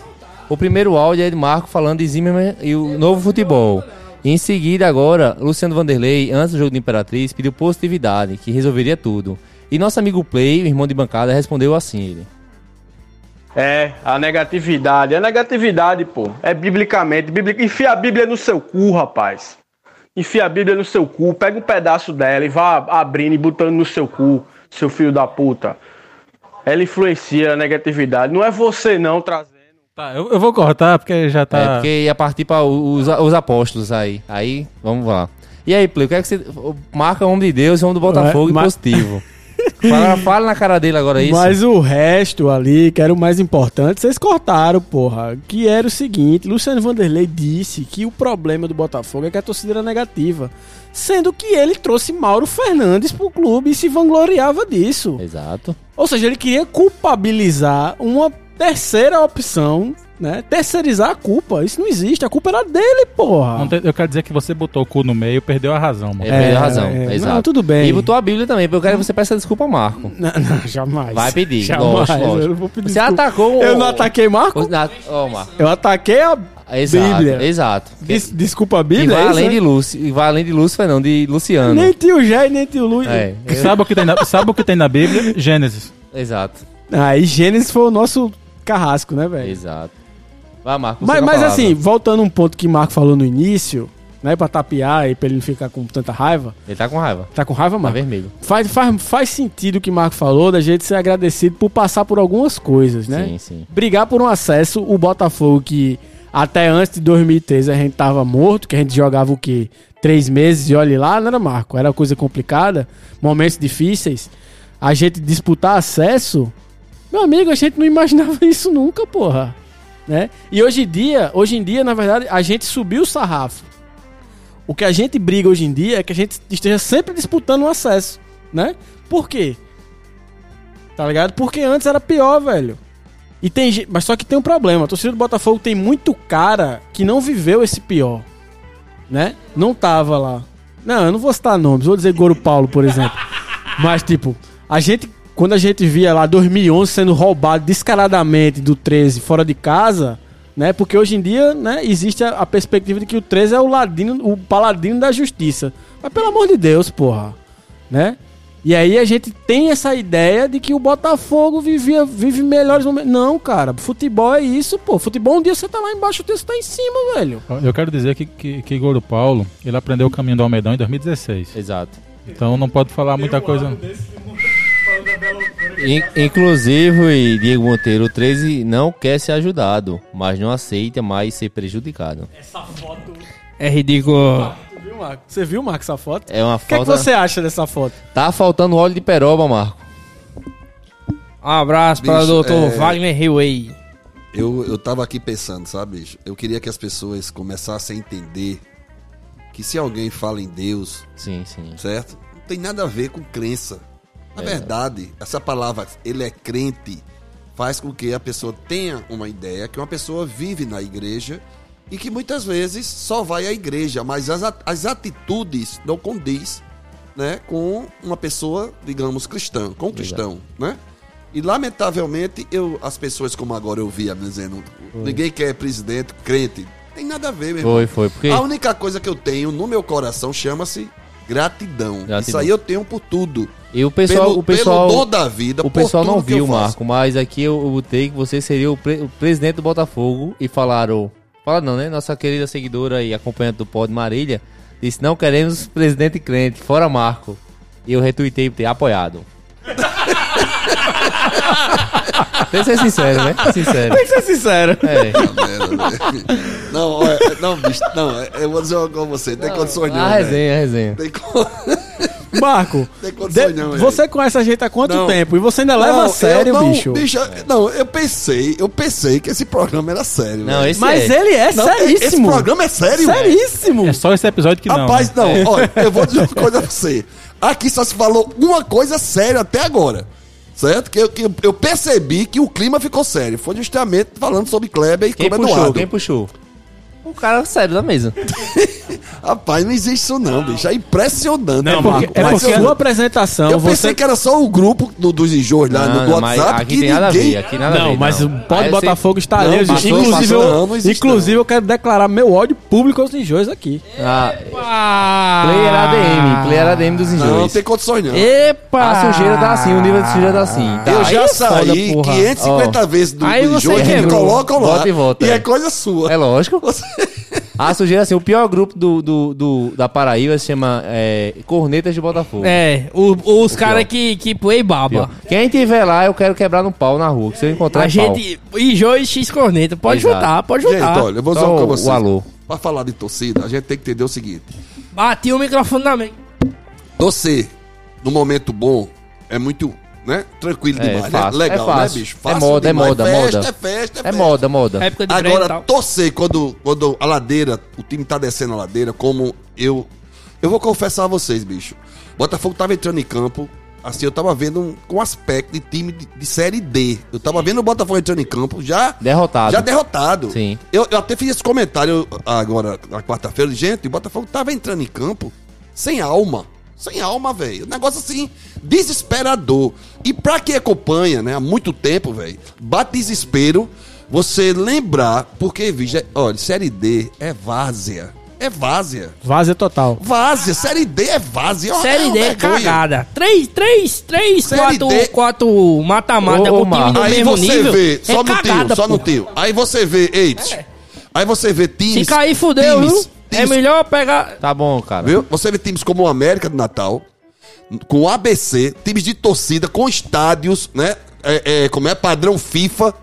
O primeiro áudio é de Marco falando de Zimmerman e o novo futebol. E em seguida, agora, Luciano Vanderlei, antes do jogo de Imperatriz, pediu positividade, que resolveria tudo. E nosso amigo Play, o irmão de bancada, respondeu assim ele.
É, a negatividade. A negatividade, pô. É biblicamente. Bíblia, enfia a Bíblia no seu cu, rapaz. Enfia a Bíblia no seu cu. Pega um pedaço dela e vá abrindo e botando no seu cu, seu filho da puta. Ela influencia a negatividade. Não é você, não, trazendo.
Tá, eu, eu vou cortar porque já tá.
É, porque ia partir para os, os apóstolos aí. Aí, vamos lá. E aí, Play, o que é que você. Marca o homem de Deus e o homem do Botafogo
Ué,
e
ma-
positivo. fala, fala na cara dele agora É isso.
Mas o resto ali, que era o mais importante, vocês cortaram, porra. Que era o seguinte: Luciano Vanderlei disse que o problema do Botafogo é que a torcida era negativa. Sendo que ele trouxe Mauro Fernandes pro clube e se vangloriava disso.
Exato.
Ou seja, ele queria culpabilizar uma terceira opção, né? Terceirizar a culpa. Isso não existe. A culpa era dele, porra.
Não tem- eu quero dizer que você botou o cu no meio e perdeu a razão, mano.
Ele perdeu a
é,
razão.
é.
Exato.
Não, tudo bem.
E botou a Bíblia também, porque eu quero que você peça desculpa ao Marco.
Não, não, jamais.
Vai pedir,
Jamais.
lógico, lógico.
Eu não vou pedir
Você
desculpa.
atacou o-
Eu não ataquei Marco?
Os na- Ó, Marco.
Eu ataquei a
Exato.
Bíblia.
Exato.
Des- desculpa a
E
Bíblia,
vai
é isso,
além
né?
de Lúcio. E vai além de Lúcio, não, de Luciano.
Nem tio Jé e nem tio Lu.
É, eu-
Sabe o, que tem na, sabe o que tem na Bíblia? Gênesis.
Exato.
Aí Gênesis foi o nosso carrasco, né, velho?
Exato. Vai, Marco. você
Mas,
com a
mas
palavra.
assim, voltando um ponto que Marco falou no início, né, pra tapear e pra ele não ficar com tanta raiva.
Ele tá com raiva.
Tá com raiva,
Tá
Marco?
vermelho.
Faz, faz, faz sentido o que Marco falou da gente ser agradecido por passar por algumas coisas, né?
Sim, sim.
Brigar por um acesso, o Botafogo que até antes de 2013 a gente tava morto, que a gente jogava o quê? Três meses e olhe lá, não era Marco? Era coisa complicada, momentos difíceis. A gente disputar acesso, meu amigo, a gente não imaginava isso nunca, porra. Né? E hoje em dia, hoje em dia, na verdade, a gente subiu o sarrafo. O que a gente briga hoje em dia é que a gente esteja sempre disputando o acesso, né? Por quê? Tá ligado? Porque antes era pior, velho. E tem, ge- mas só que tem um problema. A torcida do Botafogo tem muito cara que não viveu esse pior, né? Não tava lá. Não, eu não vou citar nomes. Vou dizer Goro Paulo, por exemplo. Mas tipo, a gente Quando a gente via lá 2011 sendo roubado descaradamente do 13 fora de casa, né? Porque hoje em dia, né, existe a, a perspectiva de que o 13 é o ladino, o paladino da justiça. Mas pelo amor de Deus, porra, né? E aí a gente tem essa ideia de que o Botafogo vivia, vive melhores momentos. Não, cara, futebol é isso, pô. Futebol um dia você tá lá embaixo, outro dia você tá em cima, velho.
Eu quero dizer que, que, que Igor do Paulo, ele aprendeu o caminho do Almedão em 2016.
Exato.
Então não pode falar muita coisa.
In- inclusive, Diego Monteiro, o 13 não quer ser ajudado, mas não aceita mais ser prejudicado.
É ridículo.
Você viu, Marcos, essa foto?
É uma
O que, é que
falta.
você acha dessa foto?
Tá faltando óleo de peroba, Marco.
Um abraço para o
Bicho,
doutor
é-
Wagner Hillway.
Eu, eu tava aqui pensando, sabe? bicho? Eu queria que as pessoas começassem a entender que se alguém fala em Deus,
Sim, sim.
certo? Não tem nada a ver com crença. Na verdade, essa palavra, ele é crente, faz com que a pessoa tenha uma ideia que uma pessoa vive na igreja e que muitas vezes só vai à igreja, mas as, at- as atitudes não condiz né, com uma pessoa, digamos, cristã, com um cristão, né? E lamentavelmente, eu, as pessoas como agora eu via me dizendo, ninguém quer presidente crente. Tem nada a ver, meu irmão.
Foi, foi. Porque
A única coisa que eu tenho no meu coração chama-se gratidão.
Gratidão.
Isso aí eu tenho por tudo.
e o pessoal,
pelo,
o pessoal,
pelo dom da vida,
o
por
pessoal
tudo
não
que eu
viu,
faço.
Marco, mas aqui eu eu botei que você seria o, pre- o presidente do Botafogo e falaram, fala não, né? Nossa querida seguidora e acompanhante do Pod Marília disse: "Não queremos presidente crente, fora Marco". E eu retuitei e botei apoiado. Tem que ser sincero, né? Sincero. Tem que ser sincero. É.
Não, olha, não, bicho, não, é- eu vou dizer uma coisa com você, não tem condições não.
A
velho.
resenha, a resenha.
Tem, con-
Marco,
tem
de-
condições não, velho.
você conhece a gente há quanto
Não.
tempo? E você ainda leva
Não,
a sério,
eu não,
bicho.
eu- Não, eu pensei, eu pensei que esse programa era sério.
Não,
velho.
esse
Mas
é.
ele é
Não, Esse
seríssimo.
programa é sério?
Seríssimo.
É só esse episódio que não.
Rapaz,
né?
não,
É.
olha, eu vou dizer uma coisa pra você. Aqui só se falou uma coisa séria até agora. Certo? Que eu, que eu percebi que o clima ficou sério. Foi justamente falando sobre Kleber e
Quem
Kleber
puxou?
Eduardo.
Quem puxou? O Um cara sério da mesa.
Rapaz, não existe isso não, bicho. É impressionante.
Não,
né,
Marco,
Marco?
É
Mas
porque a
eu-
sua apresentação,
eu
você
pensei que era só o grupo do- dos enjoos lá Ah, no do
mas
WhatsApp
aqui
que
tem nada a ver,
ninguém...
aqui nada a ver.
não, mas o
Aí
Pode
eu
Botafogo está
Não,
ali.
passou,
inclusive,
passou,
eu,
não, não existe,
inclusive eu quero declarar meu ódio público aos ninjões aqui.
Sei... Ah, player ADM, player ADM dos
Não, não
enjoeiros.
tem condições não.
Epa!
A sujeira tá assim, o nível de sujeira tá assim. Tá,
Eu
aí
já
é foda,
saí
porra.
550
Ó,
vezes do,
Aí
do
você
enjoo, eles me
quebrou.
colocam lá.
Bota e volta,
é
é.
coisa sua.
É lógico.
Você-
A sujeira assim, o pior grupo do, do, do- da Paraíba se chama é, Cornetas de Botafogo.
É, o- os caras
pior.
que, que play
Pior.
baba.
Quem tiver lá, eu quero quebrar no pau na rua. Que se eu encontrar,
A
é
gente. E e X Corneta. Pode
Exato.
juntar, pode
Gente,
juntar.
olha, eu vou dizer
Só
uma
o-
coisa
o
pra
Tá. alô.
vocês. Pra falar de torcida, a gente tem que entender o seguinte.
Bati o microfone na mesa.
Torcer no momento bom é muito, né? Tranquilo
É,
demais,
fácil,
né?
é
Legal, né,
fácil.
bicho?
É moda, é moda,
festa,
moda.
É festa, é festa,
pau. É moda, moda.
Época de Agora, e
Agora,
tal.
torcer quando, quando a ladeira, o time tá descendo a ladeira, como eu. Eu vou confessar a vocês, bicho. Botafogo tava entrando em campo, assim, eu tava vendo um, um aspecto de time de, de Série D. Eu tava vendo o Botafogo entrando em campo já.
Derrotado.
Já derrotado.
Sim.
Eu, eu até fiz esse comentário agora, na quarta-feira. Gente, o Botafogo tava entrando em campo sem alma. Sem alma, velho. Um negócio assim, desesperador. E pra quem acompanha, né, há muito tempo, velho, bate desespero você lembrar, porque, veja, olha, Série D é várzea. É várzea.
Vaza total.
Várzea. Série D é várzea. É uma- é
Série
uma
D é
vergonha.
cagada. 3, 3, 3,
Série
4,
D.
4 mata-mata
Ô, ô,
com o time
Marcos.
no
Aí
mesmo
você
nível.
vê, só
é
no tio,
cagada,
só no
pô.
tio. Aí você vê, Eits. Aí você vê
Se
times.
cair, fudeu,
times,
viu? É
times
melhor pegar.
Tá bom, cara.
Viu? Você vê times como o América do Natal, com o ABC, times de torcida, com estádios, né? É, é, como é padrão FIFA,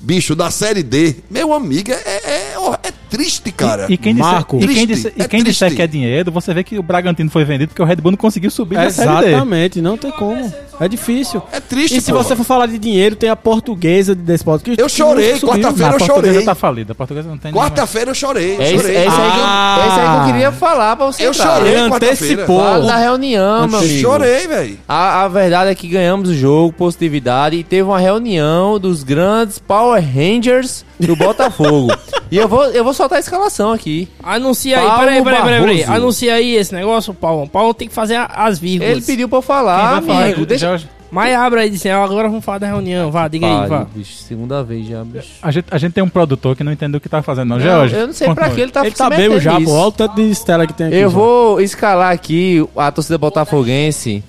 bicho, da Série D. Meu amigo, é, é, é- ó, é triste, cara.
E quem, disser,
Marco.
e quem,
Triste,
disser, e
é
quem disser
triste.
que é dinheiro, você vê que o Bragantino foi vendido porque o Red Bull não conseguiu subir na Série D.
Exatamente, não tem como. É difícil.
É triste,
E se
pô.
você for falar de dinheiro, tem a portuguesa de Despot.
Eu chorei,
Não,
quarta-feira. Eu
a portuguesa
chorei.
tá falida. A portuguesa não tem nenhuma-
Quarta-feira eu chorei, eu
É isso,
chorei.
é isso aí que eu,
Ah.
é isso aí que eu queria falar pra você.
Eu
cara.
chorei
Ele
quarta-feira.
antecipou.
Fala da reunião, é meu
Eu
amigo.
chorei, velho.
A, a verdade é que ganhamos o jogo, positividade, e teve uma reunião dos grandes Power Rangers do Botafogo. e eu vou, eu vou soltar a escalação aqui.
Anuncia aí,
Paulo
peraí, peraí, peraí, peraí.
Barroso.
Anuncia aí esse negócio, Paulo. Paulo tem que fazer a- as vírgulas.
Ele pediu pra eu
Quem
falar,
vai falar?
Ah, amigo.
Já-
Deixa,
Mas abre aí, disse, "Ah, agora vamos falar da reunião, vá, diga aí, vá.
Pariu, bicho, segunda vez já, bicho.
A gente, a gente tem um produtor que não entende o que tá fazendo, não,
Não,
George.
eu não sei
continue.
pra que ele tá
Ele tá
se
bem
metendo
o Jabo,
nisso.
olha o tanto de estela que tem aqui.
Eu
já.
vou escalar aqui a torcida botafoguense,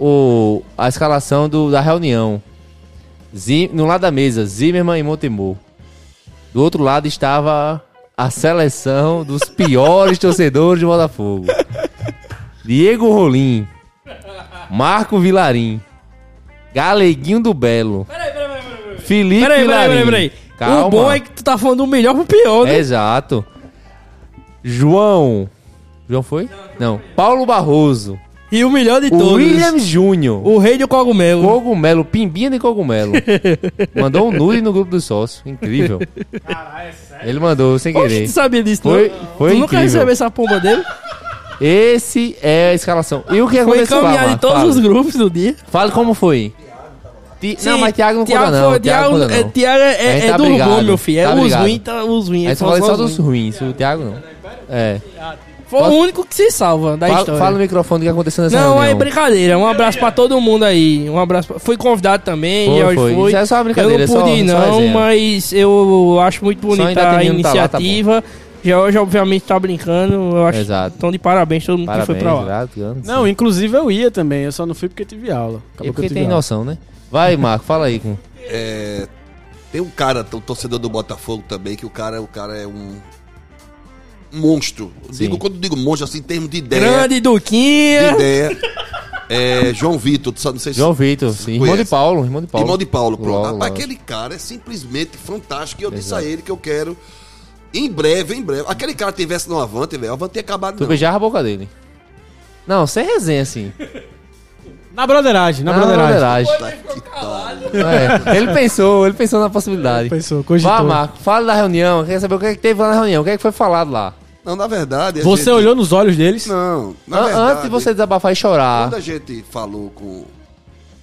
o, a escalação do- da reunião. Zi- no lado da mesa, Zimmermann e Montemor. Do outro lado estava a seleção dos piores torcedores de Botafogo. Diego Rolim, Marco Vilarim, Galeguinho do Belo,
Peraí, peraí, peraí, peraí.
Felipe
Peraí, peraí,
Vilarim.
peraí, peraí.
Calma. É.
O bom é que tu tá falando do melhor pro pior, né?
Exato. João. João foi? Não. Paulo Barroso.
E o melhor de todos.
O William Júnior.
O rei do cogumelo.
Cogumelo, pimbinha de cogumelo. Mandou um nude no grupo dos sócios. Incrível. Ele mandou sem
Oxe,
querer.
tu sabia disso,
Foi-
não?
foi
tu nunca
incrível.
recebeu essa pomba dele?
Esse é a escalação. E o que
Foi
aconteceu lá?
encaminhado em
Marco?
todos
Fala.
os grupos do dia.
Fala como foi. Ti- não,
Sim,
mas Thiago não conta não. Thiago
foi- Thiago
conta
é,
não.
Thiago
A
é,
gente
é
tá
do
brigado,
bom, meu filho. É
tá
os
brigado.
ruins, tá, os ruins.
Aí só
só
falei só
os
dos
ruins.
ruins. O Thiago não. É.
Foi o único que se salva da
Fala,
história.
fala no microfone o que aconteceu nessa
não, é
reunião.
brincadeira. Um abraço pra todo mundo aí. Um abraço. Pra... Fui convidado também.
Foi,
e hoje
foi.
foi.
Isso é só uma brincadeira,
Eu
é
não
só-
pude ir,
só
não,
resenha.
mas eu acho muito
ainda
bonita a
atendendo, tá lá, tá bom.
iniciativa. Já hoje, obviamente, tá brincando. Eu acho
Exato.
Então, de parabéns todo mundo
Parabéns,
que foi pra lá.
grato,
Não, inclusive eu ia também, eu só não fui porque tive aula.
É
Acabou que
porque
eu tive
tem
aula.
noção, né? Vai, Marco, fala aí. Com...
É, tem um cara, um torcedor do Botafogo também, que o cara, o cara é um monstro. Eu
Sim.
Digo, quando eu digo monstro, assim, em termos de ideia.
Grande
De
Duquinha.
ideia. É, João Vitor, tu sabe, não sei se.
João Vitor, sim. Irmão de
Conhece.
Paulo, irmão de Paulo.
Irmão de Paulo, pronto.
Logo,
Rapaz,
logo.
Aquele cara é simplesmente fantástico. E eu disse
Exato.
a ele que eu quero. Em breve, em breve. Aquele cara tivesse no Avante, velho. O Avante tinha acabado.
Tu
não.
beijava a boca dele. Não, sem resenha, assim.
Na
Ah,
broderagem, na
Na
broderagem.
broderagem.
Tá que pariu.
É, ele pensou, ele pensou na possibilidade.
Pensou, cogitou.
Vá, Marco, fala da reunião. Quer saber o que, é que teve lá na reunião? O que, é que foi falado lá?
Não, na verdade. a
Você
gente-
olhou nos olhos deles?
Não, na
An-
verdade.
Ah, antes de você desabafar e chorar.
Quando a gente falou com.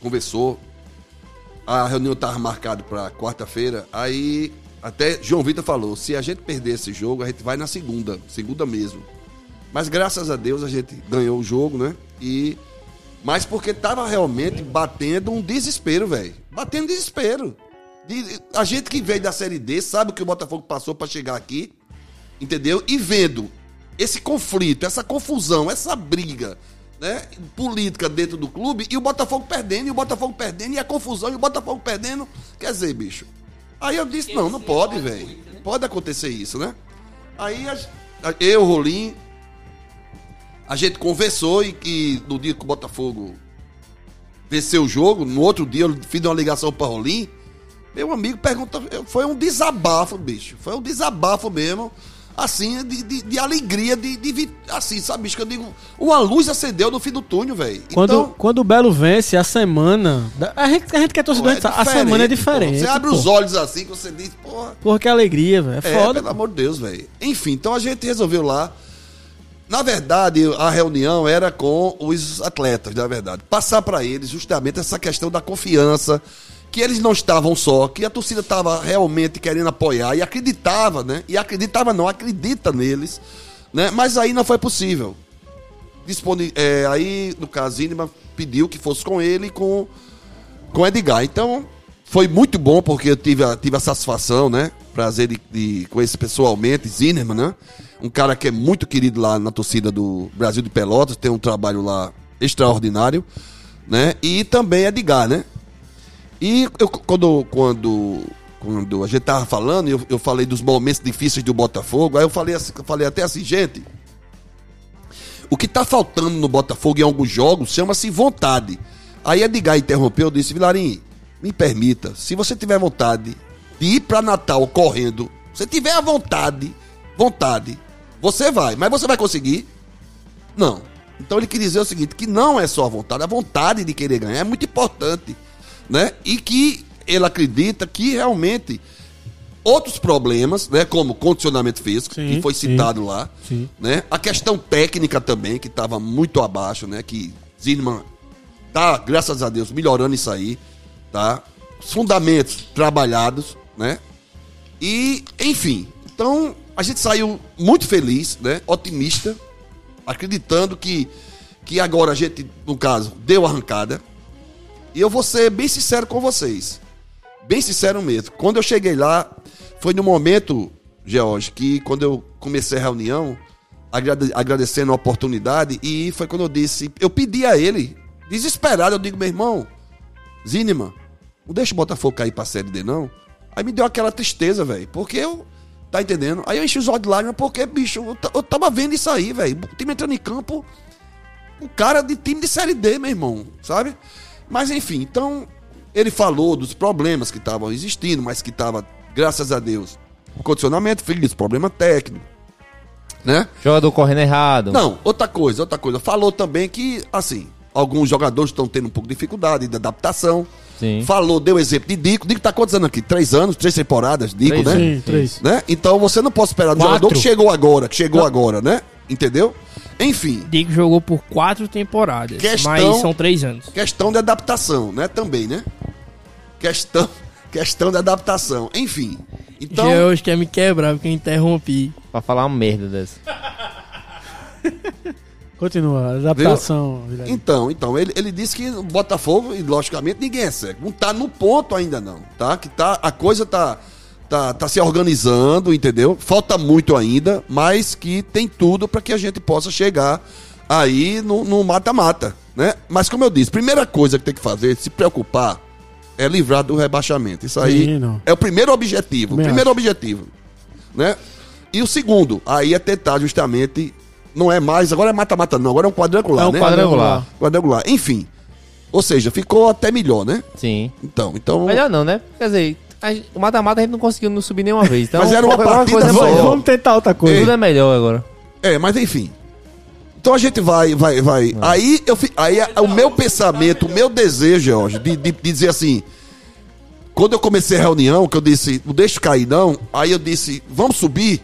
conversou, a reunião estava marcada para quarta-feira, aí até João Vitor falou: se a gente perder esse jogo, a gente vai na segunda, segunda mesmo. Mas graças a Deus a gente ganhou o jogo, né? E. Mas porque tava realmente batendo um desespero, velho. Batendo desespero. De- a gente que veio da Série D sabe o que o Botafogo passou para chegar aqui entendeu? E vendo esse conflito, essa confusão, essa briga, né, política dentro do clube e o Botafogo perdendo, e o Botafogo perdendo, e a confusão, e o Botafogo perdendo, quer dizer, bicho. Aí eu disse, não, não pode, velho. Pode acontecer isso, né? Aí a- a- eu, Rolim, a gente conversou e que no dia que o Botafogo venceu o jogo, no outro dia eu fiz uma ligação para Rolim. Meu amigo pergunta, foi um desabafo, bicho. Foi um desabafo mesmo, assim, de, de, de alegria, de, de vi- assim, sabe, bicho, que eu digo, uma luz acendeu no fim do túnel, velho.
Quando,
Então,
quando o Belo vence, a semana. A gente, a gente que é torcedor, a gente
pô, é
sabe, a semana é
diferente, pô.
diferente.
Você abre
pô.
os olhos assim, que você diz, porra,
Porra, que alegria, velho. É
é,
foda.
pelo amor de Deus, velho. Enfim, então a gente resolveu lá. Na verdade, a reunião era com os atletas, na verdade. Passar para eles justamente essa questão da confiança, que eles não estavam só, que a torcida estava realmente querendo apoiar e acreditava, né? E acreditava não, acredita neles, né? Mas aí não foi possível disponi- é, aí, no caso, Inima pediu que fosse com ele e com, com Edgar. Então, foi muito bom, porque eu tive a, tive a satisfação, né? Prazer de, de conhecer pessoalmente Zinema, né? Um cara que é muito querido lá na torcida do Brasil de Pelotas, tem um trabalho lá extraordinário, né? E também Edgar, né? E eu, quando, quando, quando a gente tava falando, eu, eu falei dos momentos difíceis do Botafogo, aí eu falei, assim- eu falei até assim, gente, o que tá faltando no Botafogo em alguns jogos chama-se vontade. Aí Edgar interrompeu, disse, Vilarim, me permita, se você tiver vontade de ir pra Natal correndo, se tiver a vontade, vontade, você vai, mas você vai conseguir? Não. Então ele quer dizer o seguinte, que não é só a vontade, a vontade de querer ganhar é muito importante, né? E que ele acredita que realmente outros problemas, né, como condicionamento físico,
Sim,
que foi
sim.
citado lá,
Sim.
né? A questão técnica também, que estava muito abaixo, né? Que Zinman tá, graças a Deus, melhorando isso aí, tá? Os fundamentos trabalhados, né? E, enfim, então a gente saiu muito feliz, né? Otimista, acreditando que, que agora a gente, no caso, deu arrancada, E eu vou ser bem sincero com vocês. Bem sincero mesmo. Quando eu cheguei lá, foi no momento, George, que quando eu comecei a reunião, agrade- agradecendo a oportunidade, e foi quando eu disse, eu pedi a ele, desesperado, eu digo, meu irmão, Zineman, não deixa o Botafogo cair pra Série D, não. Aí me deu aquela tristeza, velho, porque eu. Tá entendendo? Aí eu enchi os olhos de lágrimas, porque, bicho, eu, ta- eu tava vendo isso aí, velho. O time entrando em campo, um cara de time de Série D, meu irmão, sabe? Mas enfim, então ele falou dos problemas que estavam existindo, mas que tava, graças a Deus, o condicionamento físico, problema técnico, né?
Jogador correndo errado.
Não, outra coisa, outra coisa. Falou também que, assim, alguns jogadores estão tendo um pouco de dificuldade de adaptação.
Sim.
Falou, deu exemplo de Dico. Dico tá quantos anos aqui? Três anos, três temporadas, Dico,
Três
né?
anos.
Sim, três.
né? Então você não pode esperar do
Quatro.
jogador que chegou agora, que chegou agora, né? Entendeu? Enfim,
Digo jogou por quatro temporadas,
Questão-
mas são três anos.
questão de adaptação, né? Também, né? Questão, questão de adaptação. Enfim. Então,
Então... hoje quer me quebrar porque eu interrompi.
Pra falar uma merda dessa.
Continua, adaptação. Guilherme.
Então, então, ele, ele disse que o Botafogo, e logicamente ninguém é cego. Não tá no ponto ainda, não. Tá? Que tá, a coisa tá, tá, tá se organizando, entendeu? Falta muito ainda, mas que tem tudo para que a gente possa chegar aí no no mata-mata, né? Mas como eu disse, primeira coisa que tem que fazer, se preocupar, é livrar do rebaixamento. Isso aí
Sim, não.
é o primeiro objetivo.
Também
primeiro objetivo, né? E o segundo, aí é tentar justamente, não é mais, agora é mata-mata não, agora é um quadrangular,
É um
né?
quadrangular.
quadrangular. Enfim. Ou seja, ficou até melhor, né?
Sim.
Então, então.
Melhor não, né? Quer dizer, a gente- o mata-mata a gente não conseguiu não subir nenhuma vez. Então,
Mas era um uma
qualquer
partida
coisa é
só.
melhor.
Vamos tentar outra coisa.
Tudo é melhor agora.
É, mas enfim. Então a gente vai, vai,
É.
vai. Aí eu fi- aí a- o meu pensamento, o meu desejo, Jorge, de, de- de dizer assim. Quando eu comecei a reunião, que eu disse, não deixa cair não, aí eu disse, vamos subir,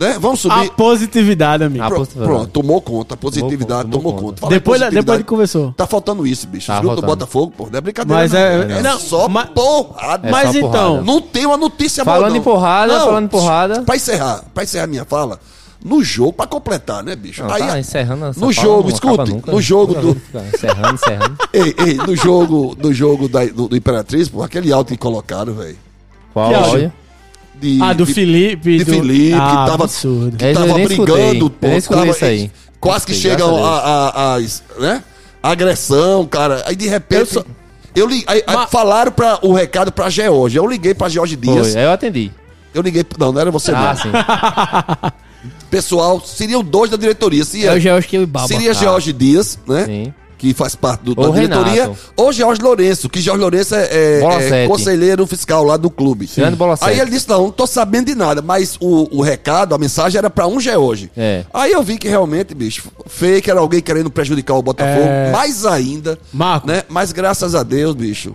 né? Vamos subir.
Ah,
A positividade, amigo.
A
Pro-
positividade.
Pronto, tomou conta, a positividade,
Tomou
tomou,
conta.
conta. Fala em
Depois, da- depois
positividade.
que conversou.
Tá faltando isso, bicho.
Tá
Tá Junto do
faltando.
Botafogo, pô, não é brincadeira.
Mas
não,
é-
velho.
não,
só
mas-
porrada.
É
Mas
só porrada.
então,
Não tem uma notícia
Falando em porrada, falando em porrada.
Pra encerrar, pra encerrar minha fala, no jogo, pra completar, né, bicho?
Não,
Aí,
tá encerrando essa fala,
no jogo,
não acaba
escute,
nunca,
no
né?
jogo
Toda
do-
vez fica Encerrando, encerrando.
ei, ei, no jogo, no jogo da- do, do Imperatriz, pô, aquele alto que colocaram, velho.
Qual
Que áudio?
áudio?
de-
Ah, do
de-
Felipe.
De Felipe,
ah,
que tava,
absurdo.
que
Esse eu
tava
nem escutei.
brigando,
Eu nem
pô,
escutei
tava,
isso aí.
quase que
Escutei,
chegam
graças
a, a, as, né? agressão, cara. Aí de repente. Eu, só- eu li, aí- aí
Mas-
Falaram pra, o recado pra George. Eu liguei pra George Dias.
Foi, aí eu atendi.
Eu liguei. Não, não era você,
Ah,
não.
sim.
Pessoal, seriam dois da diretoria. Se
É o George que eu e baba. tá.
Seria George Dias, né?
Sim.
Que faz parte do, da
Ou
diretoria.
Renato.
Ou George Lourenço, que George Lourenço é, é-
Bola
é
sete.
conselheiro fiscal lá do clube.
Grande bola
Aí
sete.
ele disse: Não, não tô sabendo de nada, mas o, o recado, a mensagem era pra um George.
É.
Aí eu vi que realmente, bicho, fake era alguém querendo prejudicar o Botafogo,
É.
mais ainda.
Marco.
Né? Mas graças a Deus, bicho.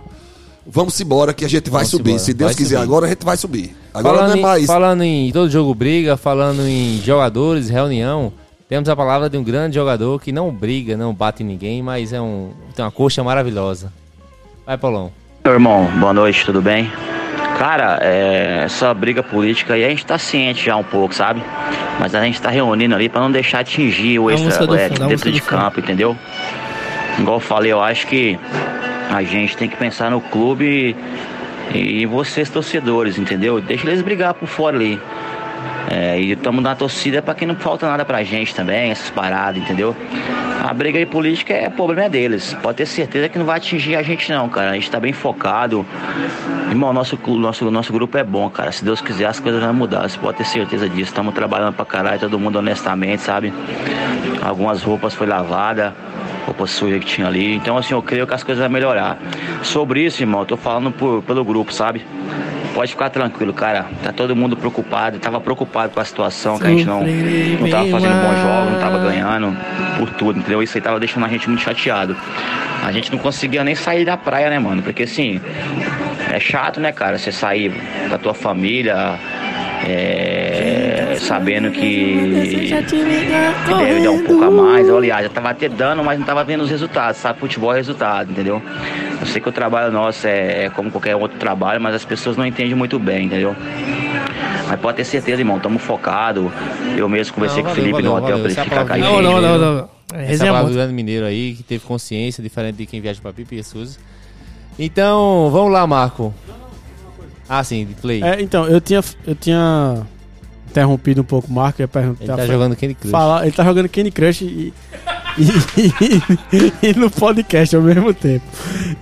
Vamos embora que a gente vai
Vamos
subir.
embora.
Se Deus
Vai
quiser
subir.
agora, a gente vai subir. Agora
Falando,
não é mais.
em, falando em todo jogo briga, falando em jogadores, reunião, temos a palavra de um grande jogador que não briga, não bate em ninguém, mas é um, tem uma coxa maravilhosa. Vai, Paulão.
Meu irmão, boa noite, tudo bem? Cara, é, essa briga política aí a gente tá ciente já um pouco, sabe? Mas a gente tá reunindo ali pra não deixar atingir o
A música do fundo, a
extra-atlético
música
dentro
do
de
fundo.
campo, entendeu? Igual eu falei, eu acho que a gente tem que pensar no clube e, e vocês torcedores, entendeu? Deixa eles brigar por fora ali. É, e estamos na torcida pra que não falta nada pra gente também, essas paradas, entendeu? A briga aí política é problema é deles. Pode ter certeza que não vai atingir a gente não, cara. A gente tá bem focado. Irmão, nosso, clu- nosso, nosso grupo é bom, cara. Se Deus quiser, as coisas vão mudar. Você pode ter certeza disso. Estamos trabalhando pra caralho, todo mundo honestamente, sabe? Algumas roupas foi lavada, roupa suja que tinha ali. Então, assim, eu creio que as coisas vão melhorar. Sobre isso, irmão, eu tô falando por- pelo grupo, sabe? Pode ficar tranquilo, cara. Tá todo mundo preocupado. Tava preocupado com a situação, que a gente não, não tava fazendo bons jogos, não tava ganhando por tudo, entendeu? Isso aí tava deixando a gente muito chateado. A gente não conseguia nem sair da praia, né, mano? Porque assim, é chato, né, cara? Você sair da tua família, é, sabendo que deve
então.
dar um pouco a mais. Eu, aliás, já tava até dando, mas não tava vendo os resultados, sabe? Futebol é resultado, entendeu? Eu sei que o trabalho nosso é, é como qualquer outro trabalho, mas as pessoas não entendem muito bem, entendeu? Mas pode ter certeza, irmão, estamos focados. Eu mesmo conversei
Não,
com o Felipe
valeu,
no
valeu, valeu.
hotel
Essa
pra ele
é
ficar com a
palavra-
gente.
Não, não, não, não. É,
Essa
Resenha
palavra do
muito.
grande mineiro aí, que teve consciência, diferente de quem viaja pra Pipa e Souza. Então, vamos lá, Marco. Ah, sim, de play.
É, então, eu tinha, eu tinha interrompido um pouco o Marco e ia perguntar.
Ele tá jogando Candy Crush.
falar, ele tá jogando Candy Crush e, e, e- e no podcast ao mesmo tempo.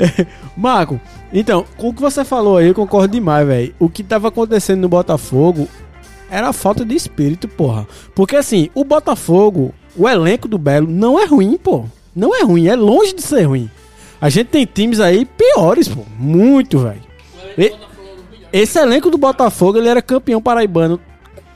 É, Marco, então, com o que você falou aí, eu concordo demais, velho. O que tava acontecendo no Botafogo era a falta de espírito, porra. Porque assim, o Botafogo, o elenco do Belo, não é ruim, pô. Não é ruim, é longe de ser ruim. A gente tem times aí piores, pô. Muito, velho. E- Esse elenco do Botafogo, ele era campeão paraibano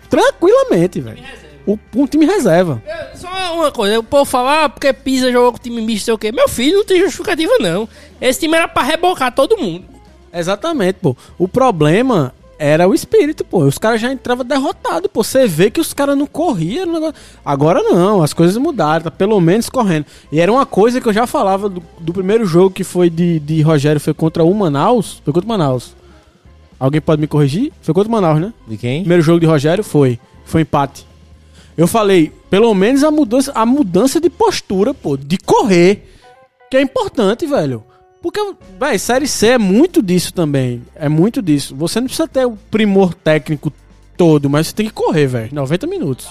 tranquilamente, velho. O- Um time reserva.
É, Só uma coisa, o povo fala, ah, porque Pisa jogou com time misto, sei o quê. Meu filho, não tem justificativa, não. Esse time era pra rebocar todo mundo.
Exatamente, pô. O problema era o espírito, pô. Os caras já entravam derrotados, pô. Você vê que os caras não corriam. não- Agora não, as coisas mudaram, tá pelo menos correndo. E era uma coisa que eu já falava do, do primeiro jogo que foi de, de Rogério, foi contra o Manaus. Foi contra o Manaus. Alguém pode me corrigir? Foi contra o Manaus, né?
De quem?
Primeiro jogo de Rogério foi. Foi empate. Eu falei, pelo menos a mudança, a mudança de postura, pô, de correr. Que é importante, velho. Porque, vai, Série C é muito disso também. É muito disso. Você não precisa ter o primor técnico todo, mas você tem que correr, velho. 90 minutos.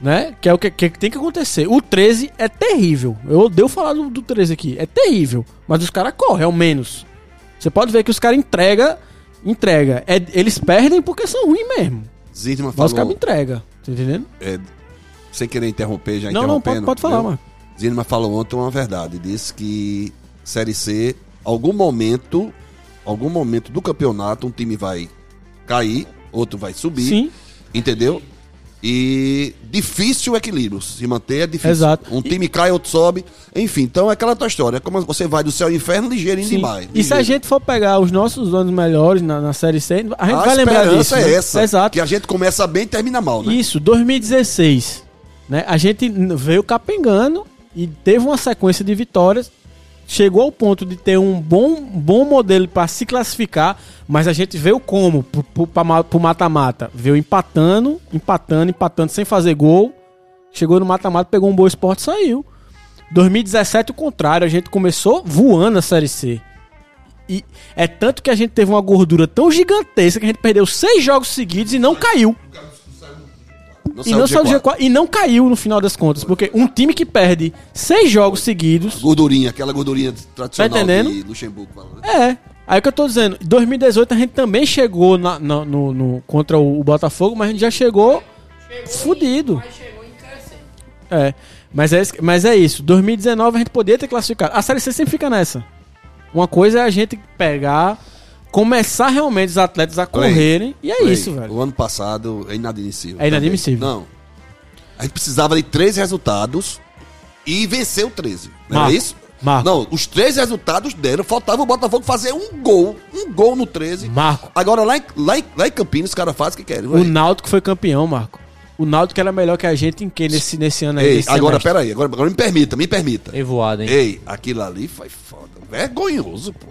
Né? Que é o que, que tem que acontecer. O 13 é terrível. Eu odeio falar do, do 13 aqui. É terrível. Mas os caras correm, ao menos. Você pode ver que os caras entrega, entrega. É, eles perdem porque são ruins mesmo.
Zirma
Mas os caras
falou,
entregam. Tá entendendo?
é, sem querer interromper, já
Não, não,
interrompendo. né?
pode, pode falar,
eu-
mano.
Zinema falou ontem uma verdade. Disse que Série C, algum momento, algum momento do campeonato, um time vai cair, outro vai subir.
Sim.
Entendeu? E difícil o equilíbrio. Se manter é difícil.
Exato.
Um time cai, outro sobe. Enfim, então é aquela tua história. É Como você vai do céu ao inferno ligeirinho
Sim.
demais.
E se a
ligeiro.
gente for pegar os nossos anos melhores na, na Série C, a gente vai lembrar
esperança
disso. né?
é essa.
Exato.
Que a gente começa bem e termina mal, né?
Isso, 2016. Né? A gente n- veio capengando e teve uma sequência de vitórias. Chegou ao ponto de ter um bom, bom modelo para se classificar, mas a gente veio como? Pro- pro- pra ma- Pro mata-mata. Veio empatando, empatando, empatando, sem fazer gol. Chegou no mata-mata, pegou um bom esporte e saiu. 2017, o contrário, a gente começou voando a Série C. E é tanto que a gente teve uma gordura tão gigantesca que a gente perdeu seis jogos seguidos e não caiu. E
saiu
não
do
saiu do
G4.
G4 e não caiu no final das contas, porque um time que perde seis jogos seguidos.
Gordurinha, aquela gordurinha tradicional
Tá entendendo?
de Luxemburgo. fala, né?
É. Aí que eu tô dizendo, em 2018 a gente também chegou na- na- no, no- contra o, o Botafogo, mas a gente já chegou, fudido. É. Mas é, isso- mas é isso. 2019 a gente poderia ter classificado. A Série C sempre fica nessa. Uma coisa é a gente pegar, começar realmente os atletas a
Play.
correrem, e é
Play,
isso, velho.
O ano passado é inadmissível.
É inadmissível.
também. Não. A gente precisava de três resultados e venceu 13. Não
Marco,
é isso?
Marco.
Não, os três resultados deram. Faltava o Botafogo fazer um gol. Um gol no 13.
Marco.
Agora lá em, lá em, lá em Campinas os caras fazem o que querem.
O
velho.
Náutico foi campeão, Marco. O Náutico era melhor que a gente em que nesse, nesse ano aí?
Ei,
nesse
agora,
semestre?
peraí. Agora, agora me permita, me permita.
É voado, hein?
Ei, aquilo ali foi foda. Vergonhoso, pô.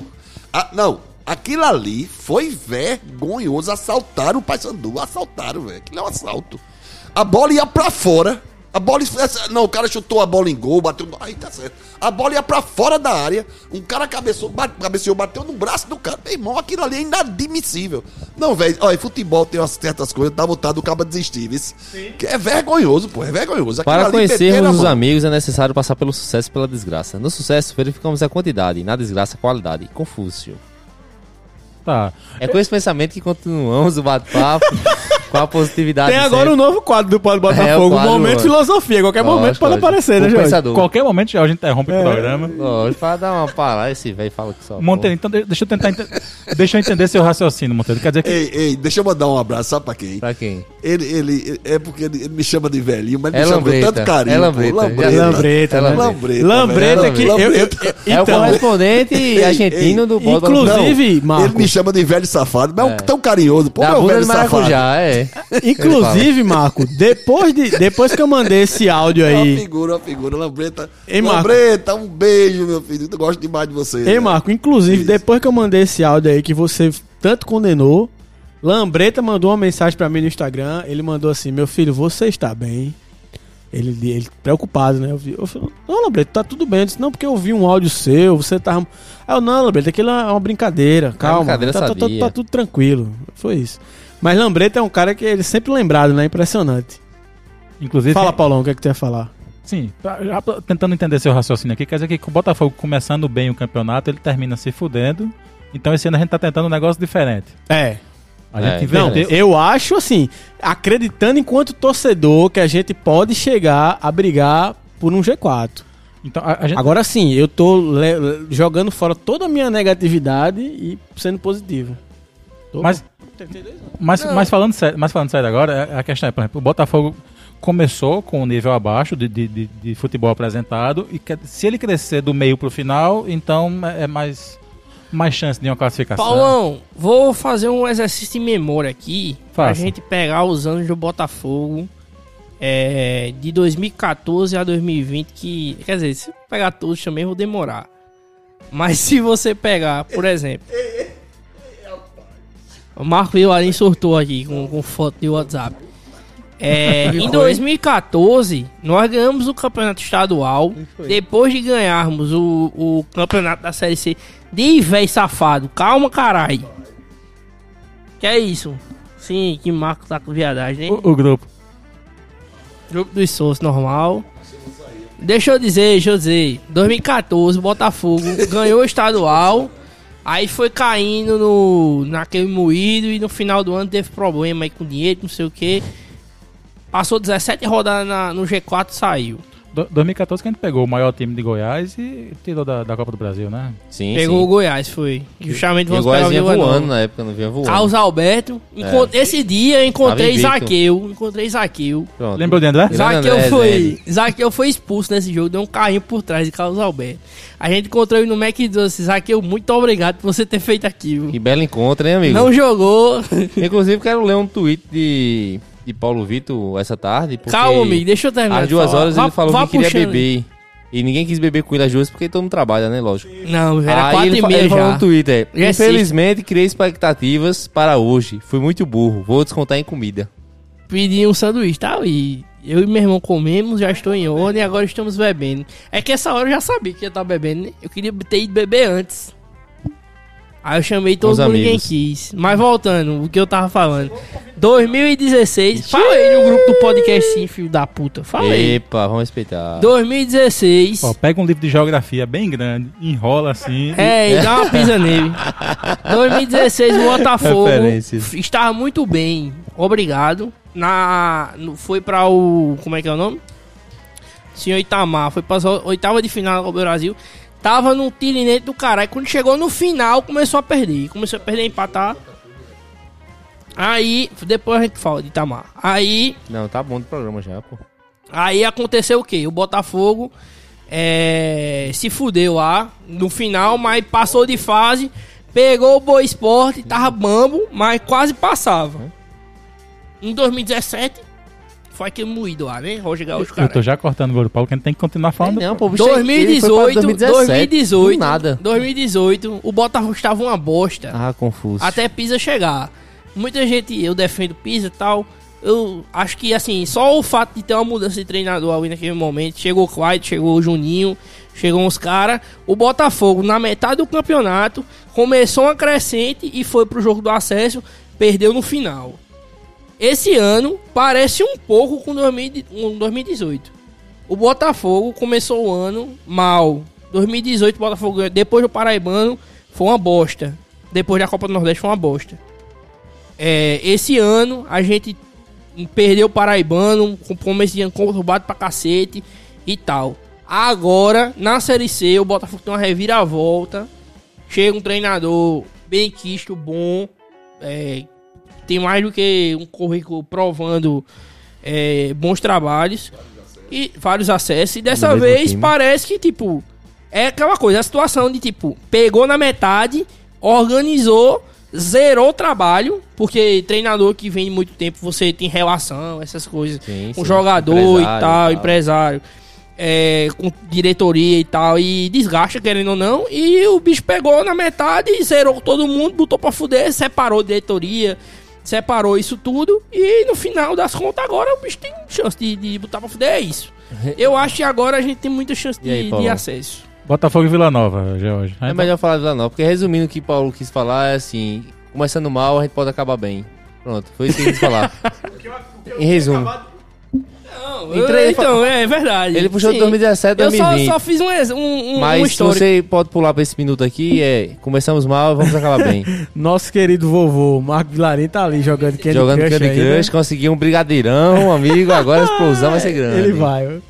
Ah, não, aquilo ali foi vergonhoso. Assaltaram o Paysandu, assaltaram, velho. Aquilo é um assalto. A bola ia pra fora. A bola. Não, o cara chutou a bola em gol, bateu. no- Aí tá certo. A bola ia pra fora da área. Um cara cabeçou, bate, cabeceou, bateu no braço do cara. Meu irmão, aquilo ali é inadmissível. Não, velho. Olha, futebol tem umas certas coisas, dá vontade do cabo desistir, viu? Que é vergonhoso, pô. É vergonhoso. Aquilo
Para
ali meteram a
conhecermos os
mão.
amigos é necessário passar pelo sucesso e pela desgraça. No sucesso verificamos a quantidade, na desgraça a qualidade. Confúcio.
Tá.
É com esse pensamento que continuamos o bate-papo com a positividade.
Tem agora
sempre.
um novo quadro do Pode
Tá É,
Botafogo.
o
o
quadro,
momento
mano.
filosofia. Qualquer É momento
Lógico,
pode
lógico.
aparecer, né,
O
Jorge?
pensador.
Qualquer momento já a gente interrompe o programa.
Lógico, para dar uma parada, esse velho fala
Tá
que só.
Monteiro, então de- deixa eu tentar ente- deixa eu entender seu raciocínio, Monteiro. Quer dizer que
Ei, ei, deixa eu mandar um abraço, sabe pra quem?
Pra quem?
Ele, ele, é porque ele, ele me chama de velhinho, mas ele
É
me chama
lambreta,
com tanto carinho.
é
pô.
lambreta,
lambreta.
já-
Lambreta,
É
né?
lambreta.
Lambreta,
Lambreta
velho.
que eu, eu,
Lambreta.
é
eu-
o
então,
correspondente argentino do Bola
inclusive,
Ele me
Marco,
chama de velho safado, mas é um tão carinhoso. Pô,
da
meu
bunda
velho
de
safado.
maracujá, é.
inclusive, Marco, depois, de, depois que eu mandei esse áudio
É uma
aí,
figura, uma figura. Lambreta.
Ei, Marco.
lambreta, um beijo, meu filho. Eu gosto demais de você.
é.
Ei, Marco, inclusive, depois que eu mandei esse áudio aí que você tanto condenou, Lambreta mandou uma mensagem pra mim no Instagram. Ele mandou assim: Meu filho, você está bem? Ele, ele preocupado, né? Eu, vi, eu falei, não, Lambreto, tá tudo bem. Eu disse, não, porque eu vi um áudio seu, você tava. Aí eu, não, Lambreto, aquilo é uma brincadeira, calma.
brincadeira,
tá, tá- tá-
sabia."
tá tudo tranquilo. Foi isso. Mas Lambreto é um cara que ele é sempre lembrado, né? Impressionante.
Inclusive,
Fala, Paulão, o que é que tu ia falar?
Sim, pra- já pra- tentando entender seu raciocínio aqui, quer dizer que com o Botafogo começando bem o campeonato, ele termina se fudendo. Então esse ano a gente tá tentando um negócio diferente.
É,
A
É,
gente
Não,
inverteu.
eu acho assim, acreditando enquanto torcedor que a gente pode chegar a brigar por um G4.
Então a, a gente
Agora sim, eu tô le- le- jogando fora toda a minha negatividade e sendo positivo. Tô-
Mas, mas, mas, falando sério, mas falando sério agora, a- a questão é, por exemplo, o Botafogo começou com um nível abaixo de, de, de- de futebol apresentado e que- se ele crescer do meio pro final, então é é mais, mais chance de uma classificação.
Paulão, vou fazer um exercício de memória aqui. Pra
Faça.
gente pegar os anos do Botafogo é, de 2014 a 2020. Que, quer dizer, se eu pegar todos também vou demorar. Mas se você pegar, por exemplo. O Marco Vilarim sortou aqui com, com foto de WhatsApp. É, em 2014, nós ganhamos o campeonato estadual. Depois de ganharmos o, o campeonato da Série C. De véi safado, calma, caralho. Que é isso? Sim, que Marco tá com viadagem, hein?
O, o grupo.
Grupo dos Souls, normal. Deixa eu dizer, deixa eu dizer. 2014, o Botafogo ganhou o estadual. Aí foi caindo no, naquele moído e no final do ano teve problema aí com dinheiro, não sei o que. Passou 17 rodadas na- no G4 saiu.
Do- 2014 que a gente pegou o maior time de Goiás e tirou da, da Copa do Brasil, né?
Sim,
Pegou o
sim.
Goiás, foi.
E
Justamente
o
vamos
Goiás
pegar
vinha
Vila Nova.
voando né? na época, não vinha voando.
Carlos Alberto. encon- Esse dia eu encontrei
Tava invicto.
Zaqueu. Encontrei Zaqueu.
Pronto.
Lembrou de André?
Grande
Zaqueu
André,
foi,
Zé.
Zaqueu foi expulso nesse jogo, deu um carrinho por trás de Carlos Alberto. A gente encontrou ele no McDonald's. Zaqueu, muito obrigado por você ter feito aquilo.
Que belo encontro, hein, amigo?
Não jogou.
Inclusive, quero ler um tweet de, de Paulo Vitor essa tarde. Porque
Calma, amigo, deixa eu terminar.
Às
de
duas
falar.
horas
Vá-
ele falou
vá
que queria
puxando.
beber. E ninguém quis beber com ele às duas porque todo mundo trabalha, né? Lógico.
Não, era
Aí
quatro
ele,
e
fa-
meia
ele falou
já.
no Twitter:
Já é
Infelizmente, criei expectativas para hoje. Fui muito burro. Vou descontar em comida.
Pedi um sanduíche, tá? E eu e meu irmão comemos, já estou
Tá
em ordem, agora estamos bebendo. É que essa hora eu já sabia que ia estar bebendo, né? Eu queria ter ido beber antes. Aí eu chamei todo
Os
mundo, ninguém
amigos.
quis. Mas voltando, o que eu tava falando. 2016, falei no grupo do podcast sim, filho da puta. Falei.
Epa, vamos respeitar. é
2016.
Ó, pega um livro de geografia bem grande, enrola assim. e-
É, e dá uma pisa nele. 2016, o Botafogo
Referências.
f- estava muito bem, obrigado. Na, no- foi para o. Como é que é o nome? Senhor Itamar, foi para oitava de final da Copa do Brasil. Tava num tirinete do caralho. Quando chegou no final, começou a perder. Começou a perder, empatar. Aí, depois a gente fala de Itamar. Aí,
Não, tá bom do programa já, pô.
Aí aconteceu o quê? O Botafogo é, se fudeu lá no final, mas passou de fase, pegou o Boa Esporte, tava bambo, mas quase passava. Em 2017, foi aquele moído lá, né? Roger Gaúcho,
Eu tô
cara.
já cortando o gol do Paulo, que a gente tem que continuar falando.
Não, pô, o bicho- ele foi pra
2018, 2018,
do nada.
2018, o Botafogo estava uma bosta
Ah, confuso.
até Pisa chegar. Muita gente, eu defendo Pisa e tal. Eu acho que, assim, só o fato de ter uma mudança de treinador ali naquele momento, chegou o Clyde, chegou o Juninho, chegou uns caras. O Botafogo, na metade do campeonato, começou uma crescente e foi pro jogo do acesso, perdeu no final. Esse ano parece um pouco com 2000 com 2018. O Botafogo começou o ano mal. 2018, o Botafogo, ganhou- depois do Paraibano, foi uma bosta. Depois da Copa do Nordeste, foi uma bosta. É, esse ano, a gente perdeu o Paraibano, com o começo de ano conturbado pra cacete e tal. Agora, na Série C, o Botafogo tem uma reviravolta. Chega um treinador bem quisto, bom. é, tem mais do que um currículo provando é, bons trabalhos e vários acessos. E dessa
No mesmo
vez
time.
parece que, tipo, é aquela coisa, a situação de tipo, pegou na metade, organizou, zerou o trabalho, porque treinador que vem de muito tempo, você tem relação, essas coisas,
Sim,
com
sim,
jogador e
empresário e
tal,
tal.
empresário. é, com diretoria e tal, e desgasta, querendo ou não, e o bicho pegou na metade, zerou todo mundo, botou pra fuder, separou diretoria, separou isso tudo e no final das contas agora o bicho tem chance de, de botar pra fuder. É isso. Eu acho que agora a gente tem muita chance de,
E aí,
de
Paulão?
acesso.
Botafogo e Vila Nova, George.
Então-
É melhor falar do Vila Nova, porque resumindo o que Paulo quis falar é assim: começando mal, a gente pode acabar bem. Pronto, foi isso que ele quis falar. em resumo,
Não,
Em três-
então, é verdade.
ele puxou
Sim.
2017,
Eu só,
2020.
só fiz um, ex- um, um, um
mas
histórico.
você pode pular pra esse minuto aqui, é começamos mal, vamos acabar bem.
Nosso querido vovô, Marco Vilarim, tá ali jogando Candy
Jogando
Crush né?
Candy
ainda.
Crush, conseguiu um brigadeirão, um amigo, agora a explosão vai ser grande.
Ele vai. ó.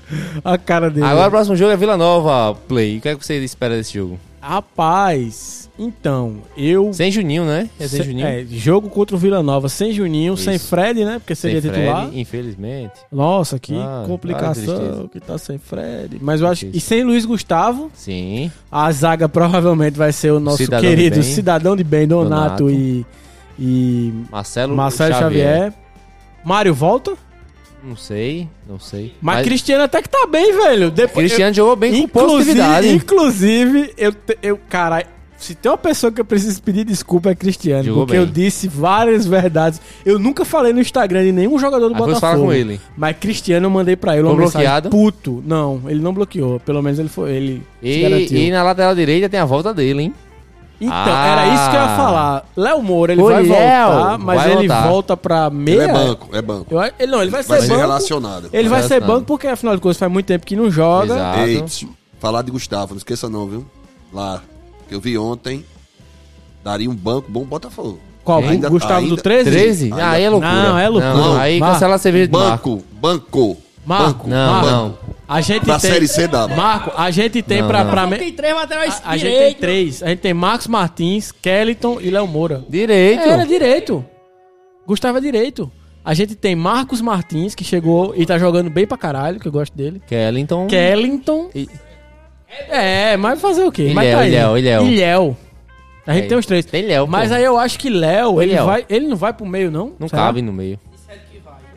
A cara dele.
Agora o próximo jogo é Vila Nova Play. O que é que você espera desse jogo?
Rapaz, então, eu.
Sem Juninho, né? É sem
se-
Juninho.
é, jogo contra o Vila Nova sem Juninho, sem
Isso.
Fred, né? Porque seria
Sem Fred,
titular.
infelizmente.
Nossa, que
Ah, ah,
complicação
tristeza.
que tá sem Fred. Mas eu acho.
Triste.
E sem Luiz Gustavo,
Sim.
a zaga provavelmente vai ser o nosso
Cidadão de
querido
bem.
cidadão de bem, Donato,
Donato.
e. E.
Marcelo,
Marcelo Xavier. Mário volta.
Não sei, não sei.
Mas, Cristiano até que tá bem, velho. Depois,
Cristiano jogou bem com positividade.
Inclusive, eu, te- eu caralho, se tem uma pessoa que eu preciso pedir desculpa é Cristiano,
Jogou
porque
bem.
eu disse várias verdades. Eu nunca falei no Instagram de nenhum jogador do
Aí
Botafogo.
foi falar com ele.
Mas Cristiano eu mandei pra ele uma
Foi
mensagem
bloqueado?
puto. Não, ele não bloqueou, pelo menos ele foi, ele se
E,
garantiu.
e na lateral direita tem a volta dele, hein?
Então,
Ah.
era isso que eu ia falar. Léo Moura, ele
Ô,
vai
Léo,
voltar, mas
vai
ele
voltar.
volta pra
Ele
meia.
é banco, é banco.
Eu acho- ele, não, ele vai ser
Vai ser
banco.
relacionado.
Ele vai ser
Relacionado.
banco porque, afinal de contas, faz muito tempo que não joga.
Exato.
Ei, tch, falar de Gustavo, não esqueça não, viu? Lá, que eu vi ontem, daria um banco bom pro Botafogo.
Qual?
Ainda- tá
Gustavo
ainda-
do 13?
13? Ah, aí é loucura.
Não, é loucura.
aí
Marco.
cancela a cerveja de Marco.
Banco, banco,
Marco,
banco.
Não,
Marco.
não.
A gente
Da
tem.
Série C dava.
Marco, a gente tem
Não,
pra.
não.
pra
Então
me-
tem três laterais
A, a gente tem
direitos.
três. A gente tem Marcos Martins, Kellyton e Léo Moura.
Direito.
É, Era direito. Gustavo é direito. A gente tem Marcos Martins, que chegou e tá jogando bem pra caralho, que eu gosto dele.
Kellington.
Kellington.
E-
É, mas fazer o quê?
E
mas
Léo, e Léo, e Léo.
E Léo. A gente
um. É,
tem os três.
tem Léo,
Mas
pô.
aí eu acho que Léo,
E
ele,
Léo?
vai, ele não vai pro meio, não?
Não
Será?
cabe no meio.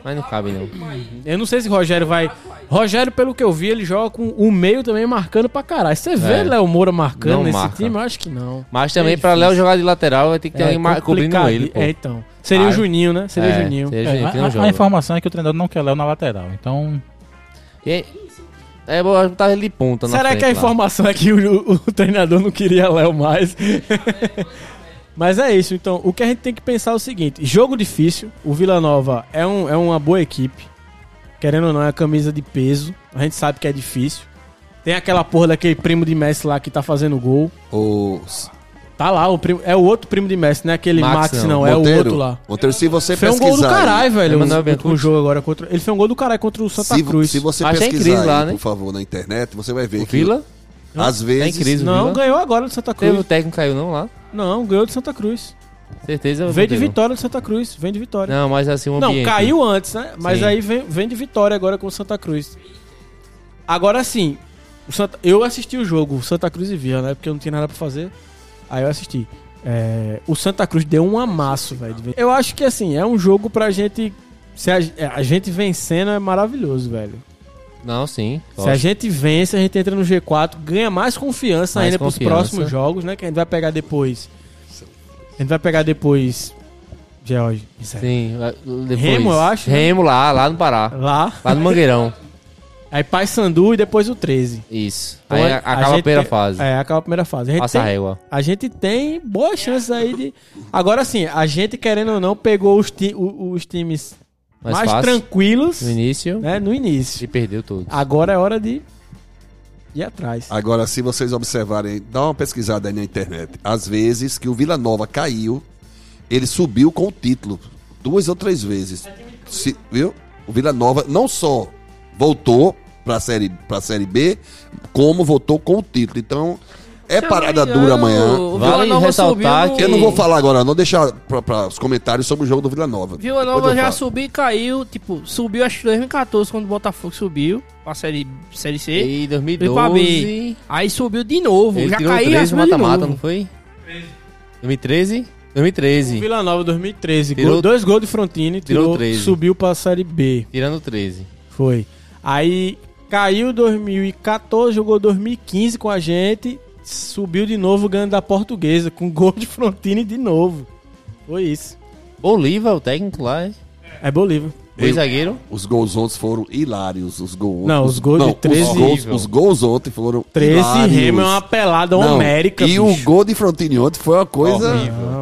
Mas não cabe, não.
Eu não sei se Rogério vai. Rogério, pelo que eu vi, ele joga com o meio também marcando pra caralho. Você vê
É.
Léo Moura marcando
Não
nesse
marca.
time? Eu acho que não.
Mas também
É
pra
difícil.
Léo jogar de lateral vai ter que ter alguém ma- cobrindo
É complicado.
ele, pô.
É, então. Seria o
Ah,
Juninho, né? Seria o Juninho.
Seria
É,
Juninho, que
a-
não
a- a,
joga.
informação é que o treinador não quer Léo na lateral. Então,
E- É, bom, botar ele de ponta na
Será
frente
que a
lá.
informação é que o, o- o treinador não queria Léo mais? Mas é isso, então. O que a gente tem que pensar é o seguinte: jogo difícil. O Vila Nova é, um, é uma boa equipe. Querendo ou não, é uma camisa de peso. A gente sabe que é difícil. Tem aquela porra daquele primo de Messi lá que tá fazendo gol.
O
Tá lá, o primo, é o outro primo de Messi, não é aquele Max,
Max,
não,
não.
é o
Monteiro,
outro lá.
Monteiro, se você
Fez um
pesquisar...
gol do caralho, velho.
Emanuel
O último
Biancucci.
jogo agora contra. Ele fez um gol do caralho contra o Santa
se, vo-
Cruz.
se você
Mas tá em
pesquisar,
crise lá,
aí,
né?
por favor, na internet, você vai ver
O
que,
Vila? é
às vezes,
em crise.
Não,
Vila?
ganhou agora do Santa Cruz.
Teve o técnico caiu não lá?
Não, ganhou do Santa Cruz.
Certeza.
Veio de
Monteiro.
vitória do Santa Cruz. Vem de vitória.
Não, mas assim, o
Não,
ambiente.
caiu antes, né? Mas
Sim.
aí vem, vem de vitória agora com o Santa Cruz. Agora sim, o Santa- eu assisti o jogo, Santa Cruz e Vila, né? Porque eu não tinha nada pra fazer. Aí eu assisti. É, o Santa Cruz deu um amasso, velho. de ven- Eu acho que assim, é um jogo pra gente. Se a, é, a gente vencendo é maravilhoso, velho.
Não, sim.
Se a
lógico.
gente vence, a gente entra no G4, ganha mais confiança
Mais
ainda pros
confiança.
próximos jogos, né? Que a gente vai pegar depois. A gente vai pegar depois. George. isso aí.
Sim. lá- Depois.
é? Remo, eu acho, né?
Remo lá, lá no Pará.
Lá.
Lá no Mangueirão.
Aí Paysandu e depois o 13.
Isso.
Então,
Aí a- acaba a
gente
primeira
tem-
fase.
É, acaba a primeira fase. A gente,
Passa a
tem,
régua.
a gente tem boas chances aí de. Agora sim, a gente, querendo ou não, pegou os, ti- o- os times
Mais
mais,
fácil.
tranquilos
No início.
né, no
E
início.
perdeu todos.
Agora é hora de ir atrás.
Agora, se vocês observarem, dá uma pesquisada aí na internet. Às vezes que o Vila Nova caiu, ele subiu com o título duas ou três vezes. Se- viu? O Vila Nova não só voltou para série para série B, como voltou com o título. Então,
Se
é
eu não me
parada
engano,
dura amanhã.
o
Vale
Vila Nova
ressaltar
subiu no-
que-
Eu não vou falar agora, não deixar para os comentários sobre o jogo do Vila Nova.
Vila
Depois
Nova
eu
já
falo.
subiu e caiu. Tipo, subiu acho que em 2014 quando o Botafogo subiu pra série, série C.
E
Foi pra
2012.
B. Aí subiu de novo.
Ele
já
tirou
caiu e já
13
subiu de
mata-mata, não
novo.
foi? 2013? 2013.
Vila Nova 2013,
Tirou-
gol- dois gols de Frontini,
Tirou
tirou,
treze.
subiu pra Série B.
Tirando 13.
Foi. Aí caiu 2014, jogou 2015 com a gente, subiu de novo ganhando da Portuguesa, com gol de Frontini de novo. Foi isso.
Bolívar, o técnico lá, é.
É Bolívar.
Dois zagueiro.
Os gols ontem foram hilários. Os gols
Não, os gols de 13
Os gols, os gols ontem foram
13
hilários.
Remo é uma pelada
Não,
homérica.
E o
bicho.
gol de Frontini ontem foi uma coisa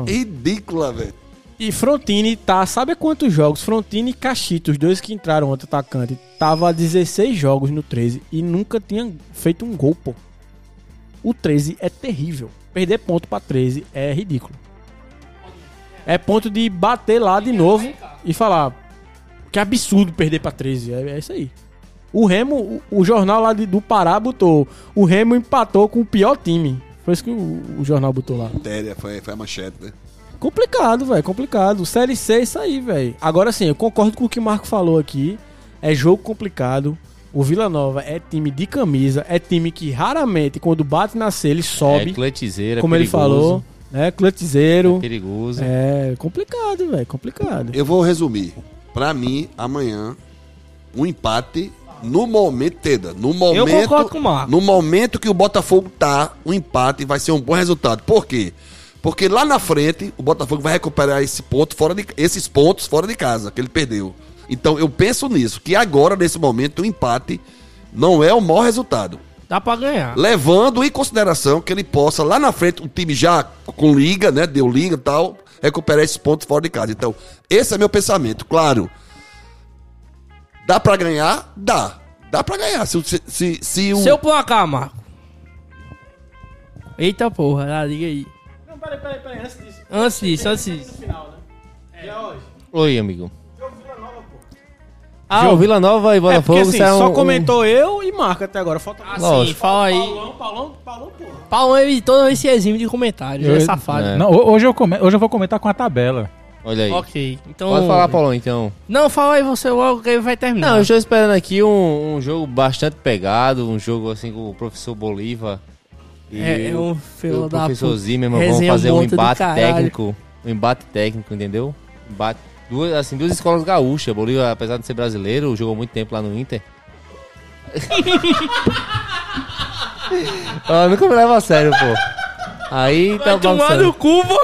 ridícula, velho.
E Frontini tá, sabe quantos jogos? Frontini e Cachito, os dois que entraram ontem, atacante, tava a 16 jogos no 13 e nunca tinha feito um gol, pô. O 13 é terrível. Perder ponto pra 13 é ridículo. É ponto de bater lá de novo e falar que absurdo perder pra 13. É, é isso aí. O Remo, o, o jornal lá de- do Pará botou. O Remo empatou com o pior time. Foi isso que o- o jornal botou lá.
Matéria, foi, foi a manchete, né?
Complicado, velho, complicado. Série C é isso aí, velho. Agora sim, eu concordo com o que o Marco falou aqui. É jogo complicado. O Vila Nova é time de camisa, é time que raramente, quando bate na C, ele sobe,
É, cletizeira,
como ele
perigoso,
falou, né? Clutizeiro.
Perigoso.
É, complicado, velho, complicado.
Eu vou resumir. Pra mim, amanhã, um empate no momento, Teda. No momento,
concordo com o Marco.
No momento que o Botafogo tá, um empate vai ser um bom resultado. Por quê? Porque lá na frente, o Botafogo vai recuperar esse ponto fora de, esses pontos fora de casa que ele perdeu. Então eu penso nisso, que agora, nesse momento, o empate não é o mau resultado
Dá pra ganhar.
levando em consideração que ele possa lá na frente, o time já com liga, né, deu liga e tal, recuperar esses pontos fora de casa. Então, esse é meu pensamento, claro. Dá pra ganhar? Dá. Dá pra ganhar. Se, o- se, se, se o...
Seu placar, Marco. Eita porra, ah, liga aí.
Não, peraí, peraí, peraí, antes disso.
Antes disso, antes disso.
Final, né? Já hoje.
Oi, amigo.
Ah,
Ah, o Vila Nova e
É porque
Botafogo
assim,
saiu
só
um-
comentou eu e Marco até agora. Falta
Ah, sim,
Lógico.
fala aí.
Paulão, Paulão, Paulão, porra.
Paulão, ele toda vez se exime de comentários,
Eu-
é safado.
É.
Não, ho- hoje, eu come- hoje eu vou comentar com a tabela.
Olha aí.
Ok, então...
Pode falar, Paulão, então.
Não, fala aí você logo que ele vai terminar.
Não, eu estou esperando aqui um, um jogo bastante pegado, um jogo assim com o professor Bolívar. E
É, é um
o-
filho
o
da
professor
puta.
Zimmer, vamos
Resenha
fazer um
monta do
embate
caralho.
técnico. Um embate técnico, entendeu? Embate, duas, assim, duas escolas gaúchas. Bolívar, apesar de ser brasileiro, jogou muito tempo lá no Inter. Ah, nunca me leva a sério, pô. Aí tá
Vai tomar
bagunçando.
no cu, boy.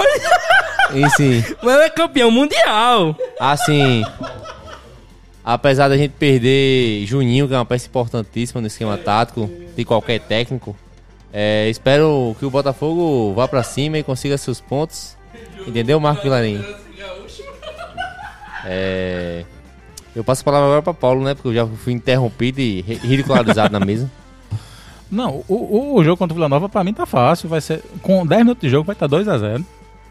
E sim.
Mas é campeão mundial.
Assim, apesar da gente perder Juninho, que é uma peça importantíssima no esquema tático de qualquer técnico, é, espero que o Botafogo vá pra cima e consiga seus pontos. Entendeu, Marco Vilarim? É, eu passo a palavra agora pra Paulo, né? Porque eu já fui interrompido e ri- ridicularizado na mesa.
Não, o- o, o jogo contra o Vila Nova pra mim tá fácil. Vai ser, com 10 minutos de jogo vai tá estar 2x0.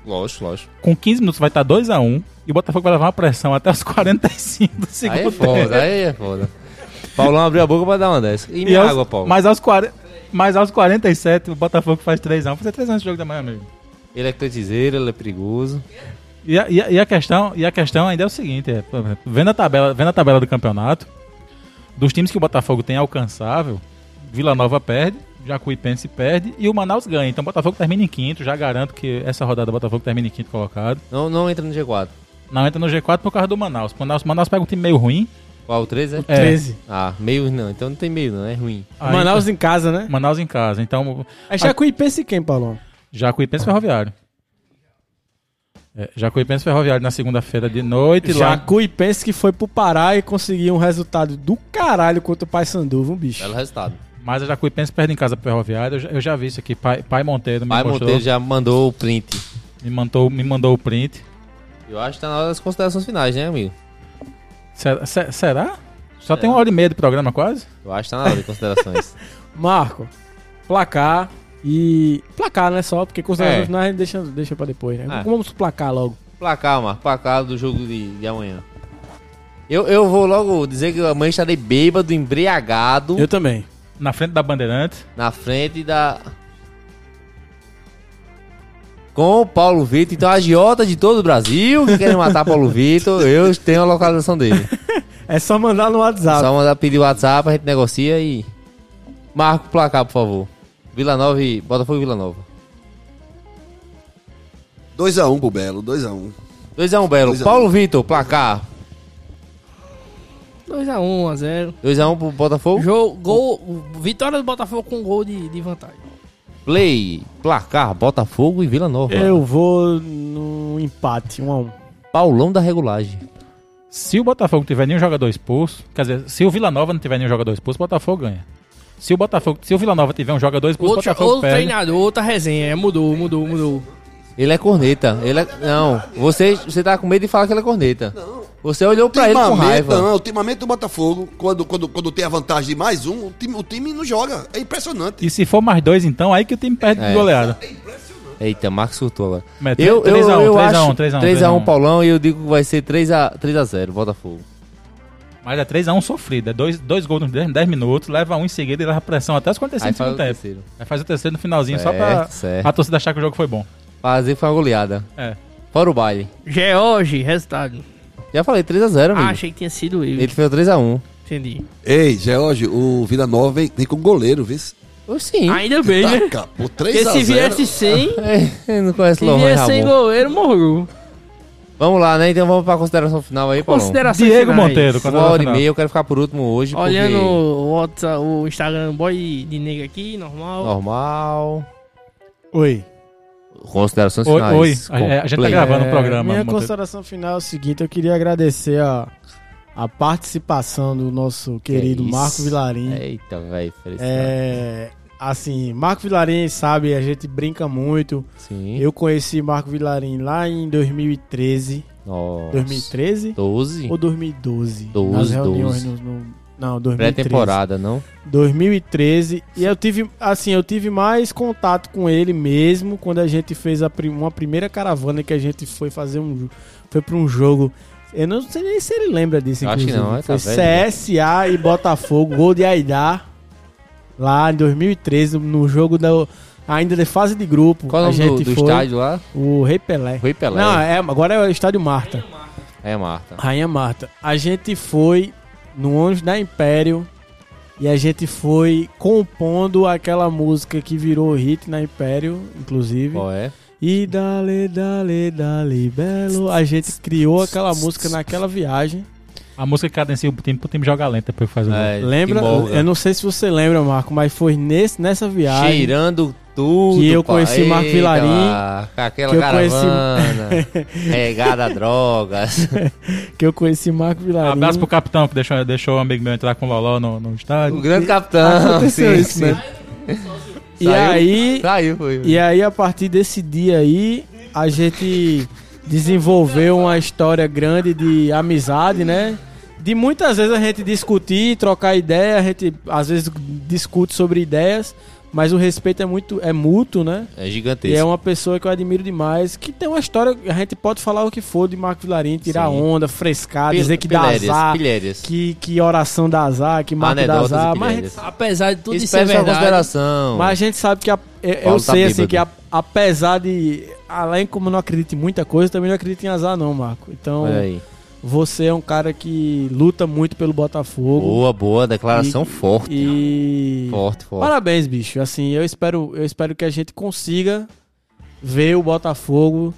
Lógico, lógico.
Com 15 minutos vai tá estar 2x1. E o Botafogo vai levar uma pressão até os 45 do
Aí é
segundo tempo.
foda, aí é foda. Paulão abriu a boca pra dar uma dessa. E
E
minha
aos-
água, Paulo.
Mas aos, 40, mas aos 47 o Botafogo faz 3x1. Fazer 3 anos de jogo da manhã, amigo.
Ele é cretizeiro, ele é perigoso.
E a, e a- e a questão, e a questão ainda é o seguinte: é, por exemplo, vendo, a tabela, vendo a tabela do campeonato, dos times que o Botafogo tem alcançável, Vila Nova perde, Jacuipense perde e o Manaus ganha. Então o Botafogo termina em quinto. Já garanto que essa rodada o Botafogo termina em quinto colocado.
Não, não entra no G4.
Não entra no G4 por causa do Manaus. O Manaus, Manaus pega um time meio ruim.
Qual? 13, é?
É,
13.
Ah, meio não. Então não tem meio não, é ruim.
aí-
Manaus em casa, né?
Manaus em casa. Então
É Jacuipense quem, Paulão?
Jacuipense Ferroviário. É, Jacuipense Ferroviário na segunda-feira de noite. lá-
Jacuipense que foi pro Pará e conseguiu um resultado do caralho contra o Paysandu, viu, bicho?
Belo resultado.
Mas a Jacuipense perde em casa pro Ferroviário. Eu já, eu já vi isso aqui. Pai, pai Monteiro me
Pai
mostrou.
Monteiro já mandou o print.
Me, mandou, me mandou o print.
Eu acho que tá na hora das considerações finais, né, amigo?
Será? se- será? Só tem uma hora e meia de programa quase?
Eu acho que tá na hora de considerações.
Marco, placar e. Placar, né? Só, porque considerações
É.
finais a gente deixa, deixa pra depois, né?
Ah.
Vamos pro placar logo.
placar, Marco. Placar do jogo de, de amanhã. Eu, eu vou logo dizer que amanhã estarei bêbado, embriagado,
também.
Na frente da Bandeirante.
na frente da... Com o Paulo Vitor. Então, agiota de todo o Brasil que querem matar Paulo Vitor, eu tenho a localização dele.
É só mandar no WhatsApp.
Só mandar pedir o WhatsApp, a gente negocia e. Marca o placar, por favor. Vila Nova e. Botafogo e Vila Nova.
2x1 pro Belo, 2x1.
2x1 Belo.
Dois a um.
Paulo Vitor, placar.
2x1, 1x0.
2x1 pro Botafogo.
Jogo, gol, vitória do Botafogo com gol de, de vantagem.
Play. Placar, Botafogo e Vila Nova.
Eu vou no empate, um a um.
Paulão da regulagem.
Se o Botafogo tiver nenhum jogador expulso, quer dizer, se o Vila Nova não tiver nenhum jogador expulso, o Botafogo ganha. Se o Botafogo, se o Vila Nova tiver um jogador expulso, o
Outro,
Botafogo né?
outro
perde.
treinador, outra resenha. É, Mudou, mudou, mudou.
Ele é corneta. Ele é... Não, você, você tá com medo de falar que ele é corneta. Você olhou pra ele com raiva.
não, ultimamente o Botafogo, quando, quando, quando tem a vantagem de mais um, o time, o time não joga. É impressionante.
E se for mais dois, então, aí que o time perde
É.
de goleada.
Eita, Marcos surtou agora.
Mas é
Eu, eu,
3 a 1,
eu
3 a 1,
acho
3 a 1,
3 a 1
3 a 1.
Paulão e eu digo que vai ser 3x0 Botafogo.
Mas é 3x1 sofrido. É dois, dois gols nos 10, minutos, leva um em seguida e leva pressão até os 45
Aí
do
faz
segundo
o
tempo.
terceiro.
Aí faz o terceiro no finalzinho, só
Certo,
pra
certo.
a torcida achar que o jogo foi bom.
Fazer foi uma goleada.
É.
Fora o baile.
George, resultado.
Já falei 3x0,
Ah,
amigo.
achei que tinha sido eu.
Ele fez 3x1.
Entendi.
Ei, George, o Vila Nova vem, vem com goleiro, viu?
Eu sim.
Ainda bem, né?
tá.
Taca, pô,
Porque
3 a
se
0.
viesse sem,
É, não conhece
se
Lohan
viesse sem
Ramon.
goleiro, morreu.
Vamos lá, né? Então vamos pra consideração final aí, Paulão.
Consideração
Diego
é
Monteiro, quando
Uma hora e meia, eu quero ficar por último hoje. porque-
Olhando o, WhatsApp, o Instagram boy de nega aqui, normal.
Normal.
Oi.
Considerações
Oi,
finais.
oi. A- a gente tá
Play.
gravando. Tá no programa,
É, Minha
Monteiro.
consideração final é o seguinte: eu queria agradecer a, a participação do nosso querido
isso.
Marco Vilarim.
Eita, velho. felicidade.
É, assim, Marco Vilarim, sabe, a gente brinca muito.
Sim.
É, Eu conheci Marco Vilarim lá em 2013.
Nossa.
2013
12?
ou 2012?
12,
nas reuniões
12.
no- no- não, 2013.
Pré-temporada, não?
2013. E eu tive, assim, eu tive mais contato com ele mesmo quando a gente fez a prim- uma primeira caravana que a gente foi fazer um jo- foi para um jogo. Eu não sei nem se ele lembra disso,
Acho que
inclusive.
não, é, tá
foi
velho,
CSA e Botafogo, gol de Aidar lá em 2013 no jogo da ainda de fase de grupo.
Qual é
a
o nome
gente
do, do
foi
estádio lá?
o Rei Pelé.
Rui Pelé.
Não, é, agora é o estádio Marta.
É, Marta.
Rainha Marta, a gente foi no ônibus da Império e a gente foi compondo aquela música que virou hit na Império, inclusive.
Qual é?
E dale, dale, dale, belo. A gente criou aquela música naquela viagem.
A música cadencia o time pro time jogar lento depois que né? faz o gol.
É,
Lembra?
que molga.
Eu não sei se você lembra, Marco, mas foi nesse, nessa viagem.
Cheirando tudo.
Que eu
pá.
conheci Marco
Eita,
Vilarim,
lá, Com aquela
que eu conheci-
caravana. Regada a drogas.
Que eu conheci Marco Vilarinho.
Um Abraço pro capitão que deixou, deixou o amigo meu entrar com o Loló no, no
O
estádio.
grande capitão.
Aconteceu
sim,
isso
sim.
mesmo. E
Saiu-
aí,
Saiu, foi.
E aí, a partir desse dia aí, a gente desenvolveu uma história grande de amizade, né? De muitas vezes a gente discutir, trocar ideia, a gente às vezes discute sobre ideias, mas o respeito é muito é mútuo, né?
É
E é
gigantesco.
uma pessoa que eu admiro demais, que tem uma história, a gente pode falar o que for de Marco Vilarim, tirar
Sim.
onda, frescar,
Pil-
dizer que dá
pilhérias,
azar,
pilhérias.
que, que oração dá azar, que marca dá
Anedotas
azar,
e
mas a gente
pilhérias.
Apesar de tudo isso ser
Espero sua
verdade.
é consideração.
mas a gente sabe que a- eu- eu
Paulo tá
sei assim
bêbado.
que a- apesar de além como eu não acredito em muita coisa, eu também não acredito em azar não, Marco. Então,
Olha aí.
você é um cara que luta muito pelo Botafogo
Boa, boa. Declaração forte.
e
Forte, forte.
parabéns, bicho. Assim, eu espero, eu espero que a gente consiga ver o Botafogo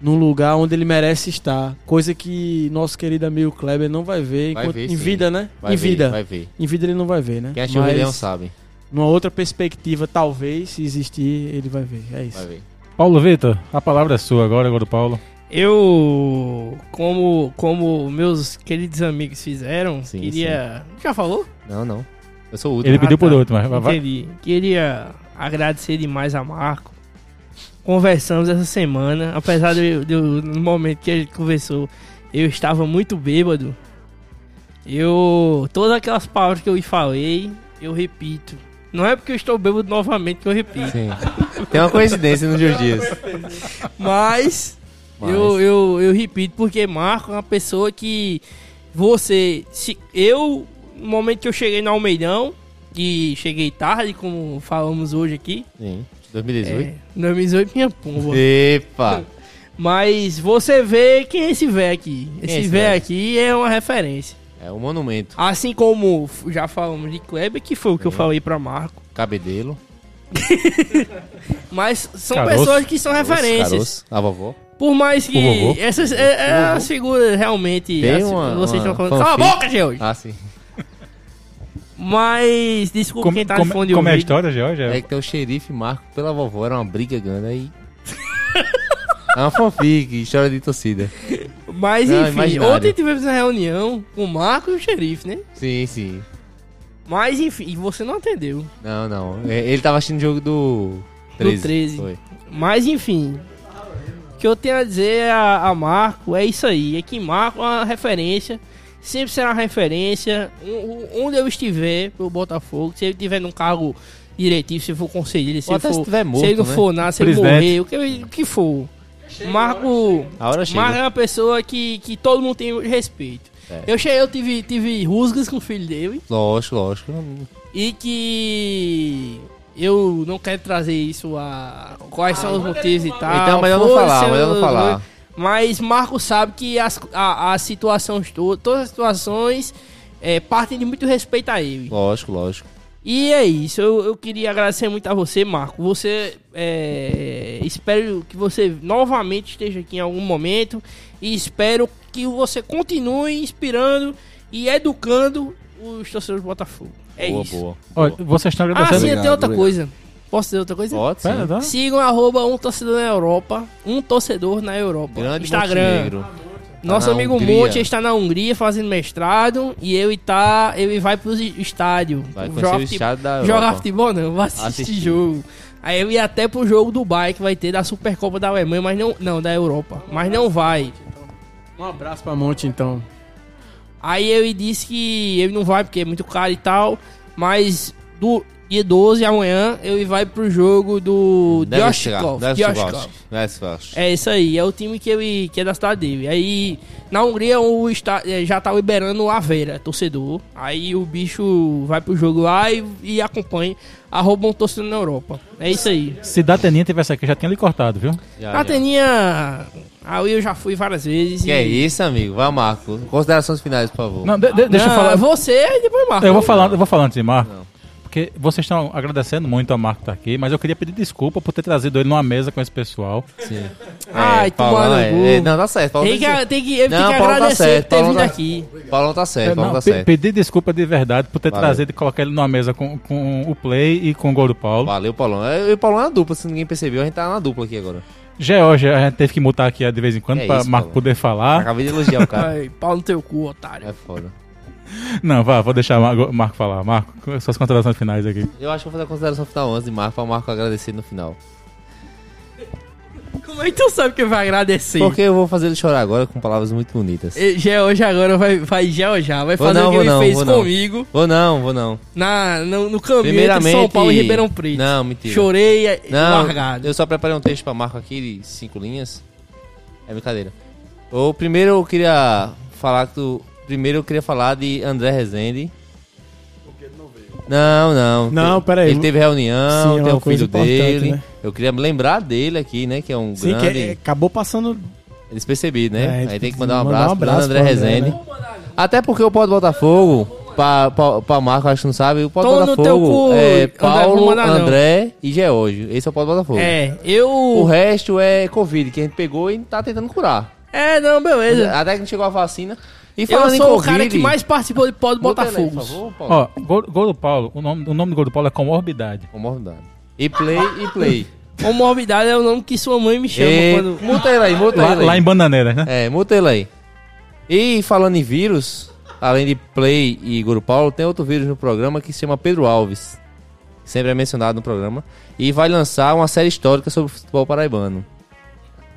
num lugar onde ele merece estar, coisa que nosso querido amigo Kleber não vai ver,
Vai
enquanto-
ver,
em
sim.
vida, né?
Vai
em
ver,
vida.
Vai ver.
Em vida ele não vai ver, né?
Quem achou o
Mas-
Leão sabe.
numa outra perspectiva, talvez, se existir, ele vai ver. É isso.
Vai ver.
Paulo Vitor, a palavra é sua agora, agora do Paulo.
Eu, como, como meus queridos amigos fizeram,
Sim,
queria. Já falou?
Não, não. Eu sou o último.
Ele pediu por
tá.
último, mas vai- vai.
Entendi. Queria agradecer demais a Marco. Conversamos essa semana, apesar do, do- no momento que a gente conversou, eu estava muito bêbado. Eu. Todas aquelas palavras que eu falei, eu repito. Não é porque eu estou bêbado novamente que eu repito.
Sim. Tem uma coincidência nos meus dias.
Mas,
Mas.
Eu, eu, eu repito, porque Marco é uma pessoa que você. Se, eu, no momento que eu cheguei no Almeidão, que cheguei tarde, como falamos hoje aqui,
Sim.
é,
2018.
2018 minha
É.
pomba.
Epa!
Mas você vê quem é esse véio aqui. Esse,
é esse
véio
véio?
aqui é uma referência.
É um monumento.
Assim como f- já falamos de Kleber, que foi o
É.
que eu falei pra Marco.
Cabedelo.
Mas são
Caroço.
pessoas que são referências.
caroço, A vovó.
Por mais
O
que
vovô.
essas é, é as figuras realmente.
Tem
as-
uma-
vocês
uma
estão falando. Cala a
fanfic.
boca, George!
Ah, sim.
Mas, desculpa
Como,
quem tá
como-
no fundo de
como é a
ouvido.
história, George?
É que tem o xerife Marco pela vovó. Era uma briga grande aí. É uma fanfic, história de torcida.
Mas
Não,
enfim,
imaginário.
ontem tivemos uma reunião com o Marco e o xerife, né?
Sim, sim.
Mas enfim, e você não atendeu.
Não, não. É, Ele tava assistindo o jogo do 13.
13.
Foi.
Mas enfim, o que eu tenho a dizer a, a Marco é isso aí. É que Marco é uma referência, sempre será uma referência. O- o- Onde eu estiver pro Botafogo, se ele tiver num cargo diretivo, se for conselheiro, se,
Ou até
for,
se tiver morto,
se ele não
né?
for nada, se ele
Presidente.
morrer, o que, o que for. Marco,
A hora chega.
Marco é uma pessoa que, que todo mundo tem respeito.
É.
Eu cheguei, eu tive, tive rusgas com o filho dele
Lógico, lógico.
e que eu não quero trazer isso a quais são os motivos e tal.
então, melhor não
Foda-se,
falar,
eu-
melhor não falar.
Mas Marco sabe que as, a, as situações todas, todas as situações é, partem de muito respeito a ele.
Lógico, lógico.
E é isso, eu, eu queria agradecer muito a você, Marco. Você é, espero que você novamente esteja aqui em algum momento e espero que você continue inspirando e educando os torcedores do Botafogo. É
boa,
isso.
boa, boa.
Olha, vocês estão
Tá
Ah, sim,
agradecendo.
Obrigado,
tem outra
obrigado.
coisa. Posso dizer outra coisa?
Pode sim.
Pera, tá?
Sigam arroba um torcedor na Europa, um torcedor na Europa.
Grande
Instagram.
Montenegro.
Nosso
Tá na
amigo
Hungria.
Monte está na Hungria fazendo mestrado e ele tá, ele vai pro estádio.
Vai
Joga
conhecer o
fute-
estado da
Jogar
Europa.
futebol não, vai assistir
Assistir.
jogo. Aí eu ia até pro jogo do Bayern que vai ter da Supercopa da Alemanha, mas não, não da Europa, mas não vai.
Um abraço pra Monte, então.
Aí ele disse que ele não vai porque é muito caro e tal, mas do dia 12 amanhã ele vai pro jogo do Dioshkov. Dioshkov.
Dioshkov.
É isso aí, é o time que ele que é da cidade dele. Aí na Hungria o está, eh, já tá liberando o Aveira, torcedor. Aí o bicho vai pro jogo lá e, e acompanha arroba um torcedor na Europa. É isso aí.
Se da Teninha tivesse aqui, já tinha lhe cortado, viu?
A Teninha, aí eu já fui várias vezes.
Que é isso, amigo? Vai, Marco. Considerações finais, por favor.
Não, de- de- deixa eu falar.
Você e depois Marco.
Eu vou falar, eu vou falar antes de Marco. Porque vocês estão agradecendo muito a Marco estar aqui, mas eu queria pedir desculpa por ter trazido ele numa mesa com esse pessoal.
Sim.
Ai,
É,
tu mano.
Paulão, é, é, não, tá certo. Paulão
Tem que, tem que, eu
Não,
tenho que
Paulo tá
agradecer
certo,
por ter
Paulo
vindo
tá-
aqui.
Paulão tá certo,
É,
Paulão
não,
tá
pe-
certo.
pedir desculpa de verdade por ter
Valeu.
trazido e colocar ele numa mesa com, com o Play e com o Gol do Paulo.
Valeu, Paulão. Eu e o Paulão é uma dupla, se ninguém percebeu, a gente tá na dupla aqui agora.
Georgia, a gente teve que mutar aqui de vez em quando
É
pra
isso,
Marco
Paulo.
poder
Ah.
falar.
Acabei de elogiar o cara.
Ai, pau no teu cu, otário.
É foda.
Não, vá, vou deixar o Mar- Marco falar. Marco, suas contratações finais aqui.
Eu acho que vou fazer a consideração final 11 de Marco, pra Marco agradecer no final.
Como é que tu sabe que vai agradecer?
Porque eu vou fazer ele chorar agora com palavras muito bonitas.
Eh, George agora vai, vai Georgia, vai
Vou
fazer
não,
o que
vou
ele
não,
fez
vou não.
comigo.
Vou não, vou não.
Na, no, no caminho entre
Primeiramente-
São Paulo e Ribeirão Preto.
Não, mentira.
Chorei e
Não,
largado.
eu só preparei um texto pra Marco aqui de cinco linhas. É brincadeira. O primeiro eu queria falar que tu, primeiro eu queria falar de André Rezende. Não, não.
Não,
Te-
peraí.
Ele teve reunião,
Sim, é
tem
uma
o filho
coisa importante,
dele.
né?
Eu queria me lembrar dele aqui, né? Que é um
Sim, que
grande.
é- acabou passando.
Eles perceberam, né?
É, eles
Aí tem que mandar um abraço,
mandar um
pro
abraço
André
pro André,
Rezende.
né?
Até porque o Pó do Botafogo, pra, pra, pra Marco, acho que não sabe, o Pó do
Tô no teu
Botafogo
cu,
é
André, vou
Paulo,
mandar não.
André e Geórgio. Esse é o Pó do Botafogo.
É,
O
eu.
resto é Covid, que a gente pegou e tá tentando curar.
É, não, beleza.
Até que não chegou a vacina. Ah, E
Eu
falando em
sou o
Covid,
cara que mais participou de pó do
Muta ele aí,
Botafogo.
por favor, Paulo.
Ó, gol, Gol do Paulo, o nome, o nome do Gol do Paulo é Comorbidade.
Comorbidade. E play, e play.
Comorbidade é o nome que sua mãe me chama
e...
quando.
Muta ele aí, muta
Lá,
ele Tá aí.
lá em Bananeiras, né?
É, muta ele aí. E falando em vírus, além de Play e Guru Paulo, tem outro vírus no programa que se chama Pedro Alves. que Sempre é mencionado no programa. E vai lançar uma série histórica sobre o futebol paraibano.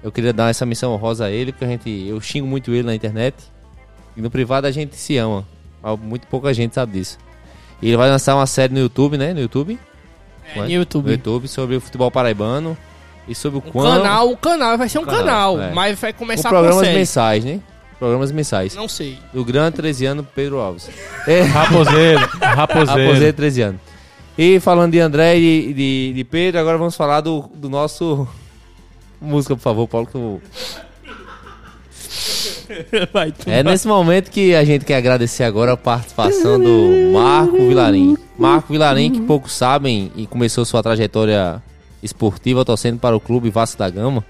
Eu queria dar essa missão honrosa a ele, porque a gente, eu xingo muito ele na internet. E no privado a gente se ama. Mas muito pouca gente sabe disso. E ele vai lançar uma série no YouTube, né? No YouTube?
É, no YouTube.
No YouTube, sobre o futebol paraibano. E sobre o
O
quão-
Um canal, o canal, vai ser um canal,
Canal, é.
mas vai
Com
começar com
programas
série.
mensais, né? Programas mensais.
Não sei.
do grande 13 ano Pedro Alves. É,
Raposeiro, raposeiro.
aposentado 13 anos. E falando de André e de, de- de Pedro, agora vamos falar do, do nosso. Música, por favor, Paulo. Que eu...
Vai, tu.
É nesse momento que a gente quer agradecer agora a participação do Marco Vilarim. Marco Vilarim, que poucos sabem, e começou sua trajetória esportiva torcendo para o clube Vasco da Gama.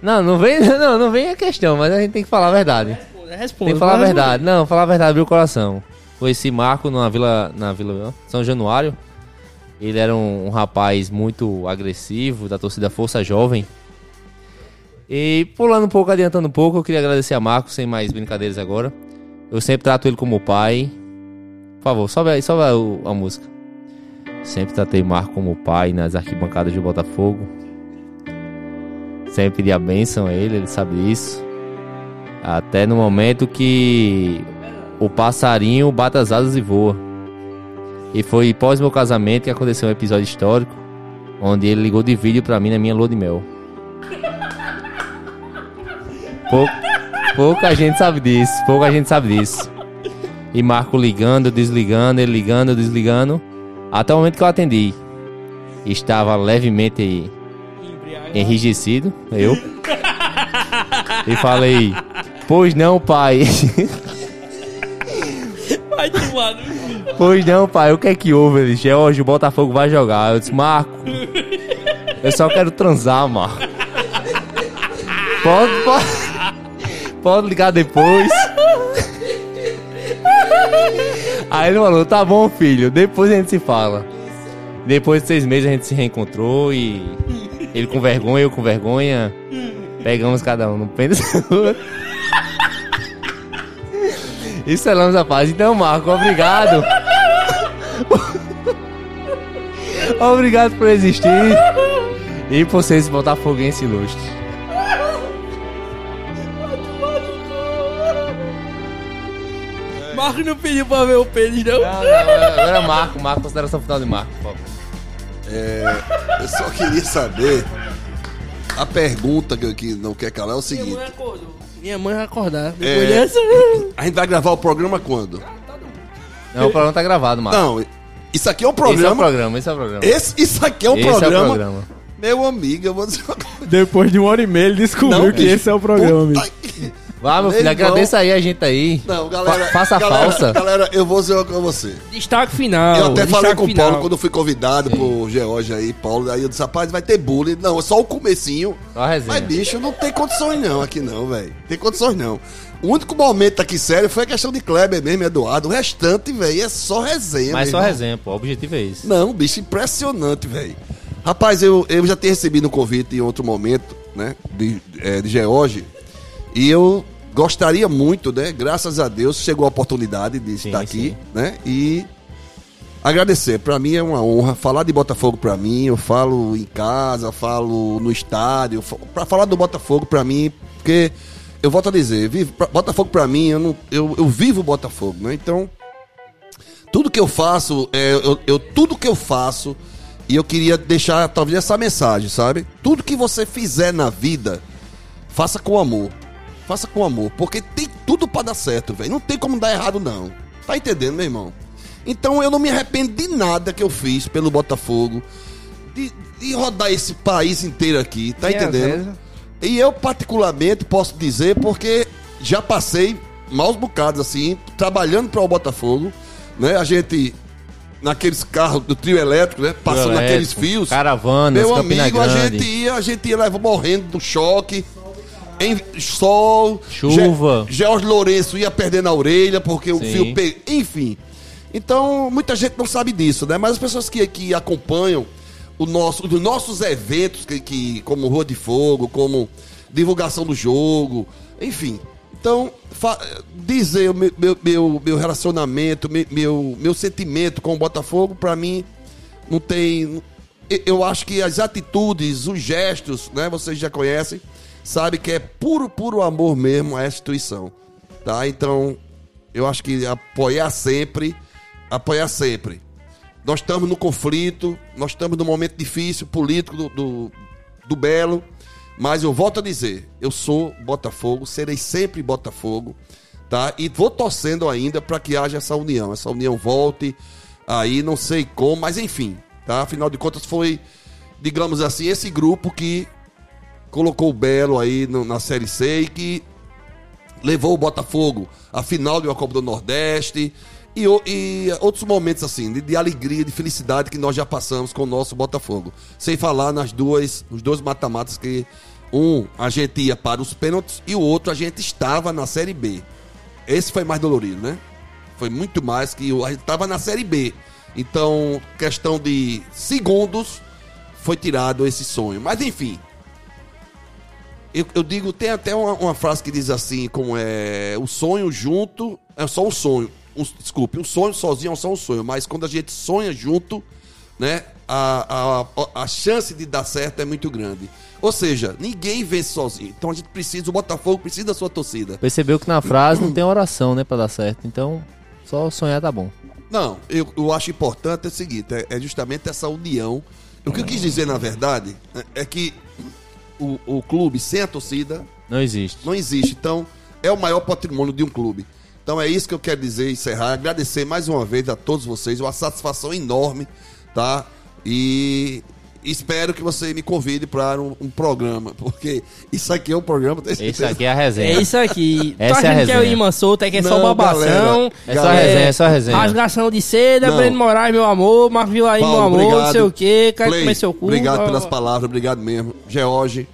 Não, não vem, não, não vem a questão, mas a gente tem que falar a verdade.
Responda,
Tem que falar a
vai.
verdade. Não, falar a verdade, abriu o coração. Conheci Marco na Vila, na Vila São Januário. Ele era um, um rapaz muito agressivo, da torcida Força Jovem. E pulando um pouco, adiantando um pouco, eu queria agradecer a Marcos, sem mais brincadeiras agora. Eu sempre trato ele como pai. Por favor, sobe, aí, sobe a, o- a música. Sempre tratei Marco como pai nas arquibancadas do Botafogo. Sempre pedi a bênção a ele, ele sabe disso. Até no momento que o passarinho bate as asas e voa. E foi pós meu casamento que aconteceu um episódio histórico, onde ele ligou de vídeo pra mim na minha lua de mel. Pou- pouca gente sabe disso, pouca gente sabe disso. E Marco ligando, desligando, ele ligando, desligando, até o momento que eu atendi. Estava levemente enrijecido, eu. E falei, pois não, pai.
Vai de lado.
Pois não, pai, o que é que houve? Ele disse, hoje o Botafogo vai jogar. Eu disse, Marco, eu só quero transar, Marco. Pode, pode, pode ligar depois. Aí ele falou, tá bom, filho, depois a gente se fala. Depois de seis meses a gente se reencontrou e ele com vergonha, eu com vergonha. Pegamos cada um no pênis. E selamos a paz. Então, Marco, obrigado. obrigado por existir. E por ser esse botafoguense ilustre.
Marco não pediu pra ver o pênis,
Não,
não.
não, agora Marco, Marco, consideração final de Marco, por favor.
É, Eu só queria saber. A pergunta que, que não quer calar é o
Minha mãe
seguinte:
acordou. Minha mãe vai acordar.
É.
Depois dessa.
a gente vai gravar o programa quando?
Não, o programa tá gravado, Marco.
Não, isso aqui é
esse é
um
o
programa.
programa, esse é o programa.
Esse, isso aqui é um
Esse
programa.
é o programa.
Meu amigo, eu vou dizer uma coisa.
Depois de uma hora e meia, ele descobriu que
bicho.
esse é o programa,
Puta
bicho.
que-
Vá, Ah, meu filho,
Eles vão-
Então,
agradeça aí a gente aí.
Não, galera.
Fa- faça a
galera,
falsa.
Galera, eu vou dizer uma coisa a você.
Destaque final.
Eu até falei
destaque
com o
final.
Paulo quando eu fui convidado pro George aí, Paulo. Aí eu disse, rapaz, vai ter bullying. Não, é só o comecinho.
Só a resenha.
Mas, bicho, não tem condições não aqui não, velho. Tem condições não. O único momento aqui sério foi a questão de Kleber mesmo, Eduardo. O restante, velho, é só resenha.
Mas
meu
só
irmão.
resenha, pô. O objetivo é esse.
Não, bicho, impressionante, velho. Rapaz, eu, eu já tinha recebido um convite em outro momento, né? De, é, de George. E eu gostaria muito, né? Graças a Deus chegou a oportunidade de estar aqui,
sim.
né? E agradecer. Pra mim é uma honra. Falar de Botafogo pra mim, eu falo em casa, falo no estádio. fa- Pra falar do Botafogo pra mim, porque eu volto a dizer, vivo, pra- Botafogo pra mim, eu, não, eu, eu vivo o Botafogo, né? Então tudo que eu faço, é, eu, eu- tudo que eu faço, e eu queria deixar talvez essa mensagem, sabe? Tudo que você fizer na vida, faça com amor. Faça com amor, porque tem tudo pra dar certo, velho. Não tem como dar errado não. Tá entendendo, meu irmão? Então eu não me arrependo de nada que eu fiz pelo Botafogo, de, de rodar esse país inteiro aqui, tá entendendo? E eu, particularmente, posso dizer porque já passei maus bocados, assim, trabalhando para o Botafogo, né? A gente, naqueles carros do trio elétrico, né? Passando
Elétrico,
aqueles fios.
Caravanas,
Meu
Campina
amigo, a
Grande.
gente ia, a gente ia leva- morrendo do choque. Em, sol,
Chuva.
Ge- George Lourenço ia perdendo a orelha porque o
Sim.
fio pe... Enfim. Então, muita gente não sabe disso, né? Mas as pessoas que, que acompanham o nosso, os nossos eventos, que, que, como Rua de Fogo, como divulgação do jogo, enfim. Então, fa- dizer o meu, meu, meu, meu relacionamento, meu, meu, meu sentimento com o Botafogo, pra mim, não tem. eu- Eu acho que as atitudes, os gestos, né? Vocês já conhecem, sabe que é puro, puro amor mesmo à instituição. Tá? Então, eu acho que apoiar sempre, apoiar sempre. Nós estamos no conflito, nós estamos num momento difícil político do, do, do Belo, mas eu volto a dizer, eu sou Botafogo, serei sempre Botafogo, tá? E vou torcendo ainda para que haja essa união, essa união volte aí, não sei como, mas enfim, tá? Afinal de contas foi, digamos assim, esse grupo que colocou o Belo aí no- na Série C e que levou o Botafogo à final de uma Copa do Nordeste e, o- e outros momentos assim de, de alegria, de felicidade que nós já passamos com o nosso Botafogo. Sem falar nas duas, nos dois mata-matas que um a gente ia para os pênaltis e o outro a gente estava na Série B. Esse foi mais dolorido, né? Foi muito mais que o- a gente estava na Série B. Então, questão de segundos foi tirado esse sonho. Mas enfim, Eu, eu digo, tem até uma, uma frase que diz assim, como é. O sonho junto é só um sonho. Um, desculpe, um sonho sozinho é só um sonho. Mas quando a gente sonha junto, né? A, a, a chance de dar certo é muito grande. Ou seja, ninguém vence sozinho. Então a gente precisa, o Botafogo precisa da sua torcida.
Percebeu que na frase não tem oração, né, pra dar certo. Então, só sonhar tá bom.
Não, eu, eu acho importante é o seguinte, é, é justamente essa união. O que eu quis dizer, na verdade, é, é que o, o clube sem a torcida
Não existe.
não existe. Então, é o maior patrimônio de um clube. Então é isso que eu quero dizer, encerrar. Agradecer mais uma vez a todos vocês, uma satisfação enorme, tá? E espero que você me convide para um, um programa, porque isso aqui é um programa.
Isso aqui é a
É
resenha.
isso aqui.
Essa
tu
é a
achando que é o
resenha.
imã solto, é que é só
Não,
babação.
galera,
É só resenha, é só resenha.
Rasgação de seda,
Não.
Breno Moraes, meu amor, Marco Vilaim, meu amor, não sei o quê, quer
Play,
comer seu cu.
Obrigado
blá,
pelas
blá.
palavras, obrigado mesmo. George.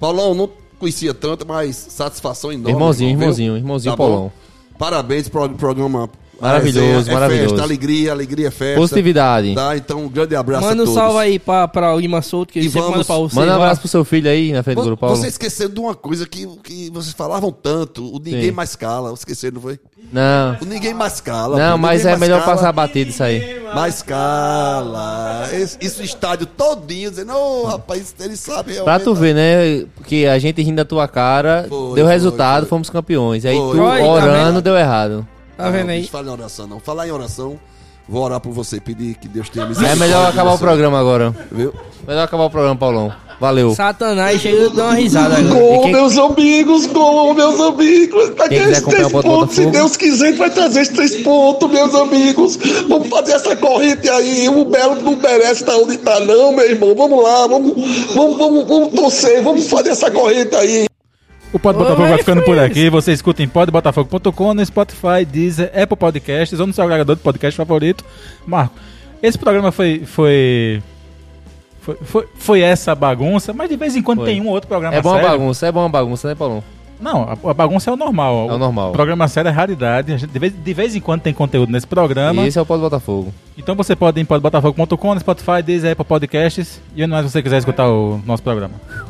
Paulão, não conhecia tanto, mas satisfação enorme.
Irmãozinho,
irmão,
irmãozinho,
viu?
irmãozinho
Tá bom?
Paulão.
Parabéns pro programa.
Maravilhoso,
Resenha, é festa,
maravilhoso.
alegria, alegria é festa.
Positividade.
Tá, então um grande abraço
Manda
a
um
todos.
salve aí pra, pra o imã solto, que
E
ele sempre manda
vamos-
pra você.
Manda um
vai.
abraço pro seu filho aí na frente do
Vo-
grupo Paulo.
Você esqueceu de uma coisa que, que vocês falavam tanto, o ninguém
Sim.
mais cala. Esqueceram, não foi?
Não.
O ninguém mais cala. pô,
Não, mas
ninguém
é
mais
melhor
cala,
passar batido isso aí.
Mais cala. Esse- Isso, estádio todinho, dizendo, ô rapaz, ele sabe
Pra
realmente.
tu ver, né? Porque a gente rindo da tua cara,
Foi,
deu
foi,
resultado,
foi.
fomos campeões. Aí
Foi.
tu
Foi, tá
orando,
vendo?
deu errado.
Tá vendo
Não,
aí?
bicho, fala em oração, não. Falar em oração, vou orar por você, pedir que Deus tenha
É
misericórdia.
melhor
de
acabar o
você,
programa agora.
Viu?
Melhor acabar o programa, Paulão. Valeu.
Satanás chega e dá uma risada agora.
Gol,
E quem-
meus amigos, gol, meus amigos. Tá
Quem
ganhando
quiser acompanhar o Botafogo?
pontos. Se Deus quiser, ele vai trazer esses três pontos, meus amigos. Vamos fazer essa corrente aí. O Belo não merece estar onde tá, não, meu irmão. Vamos lá, vamos, vamos, vamos, vamos torcer, vamos fazer essa corrente aí.
O Pod
Oi,
Botafogo vai ficando por
Fritz.
aqui. Você escuta em podbotafogo.com, no Spotify, Deezer, Apple Podcasts ou no seu agregador de podcast favorito. Marco, esse programa foi... foi... Foi, foi, foi essa bagunça, mas de vez em quando
Foi.
tem um outro programa
É bom a
sério.
bagunça, é bom a bagunça, né, Paulão?
Não, a, a bagunça é o normal.
É o normal.
programa sério é raridade. A gente, de, vez, de vez em quando tem conteúdo nesse programa.
E esse é o Pó do Botafogo.
Então você pode ir em podbotafogo.com, no Spotify, Deezer, Apple Podcasts e onde mais você quiser escutar o nosso programa.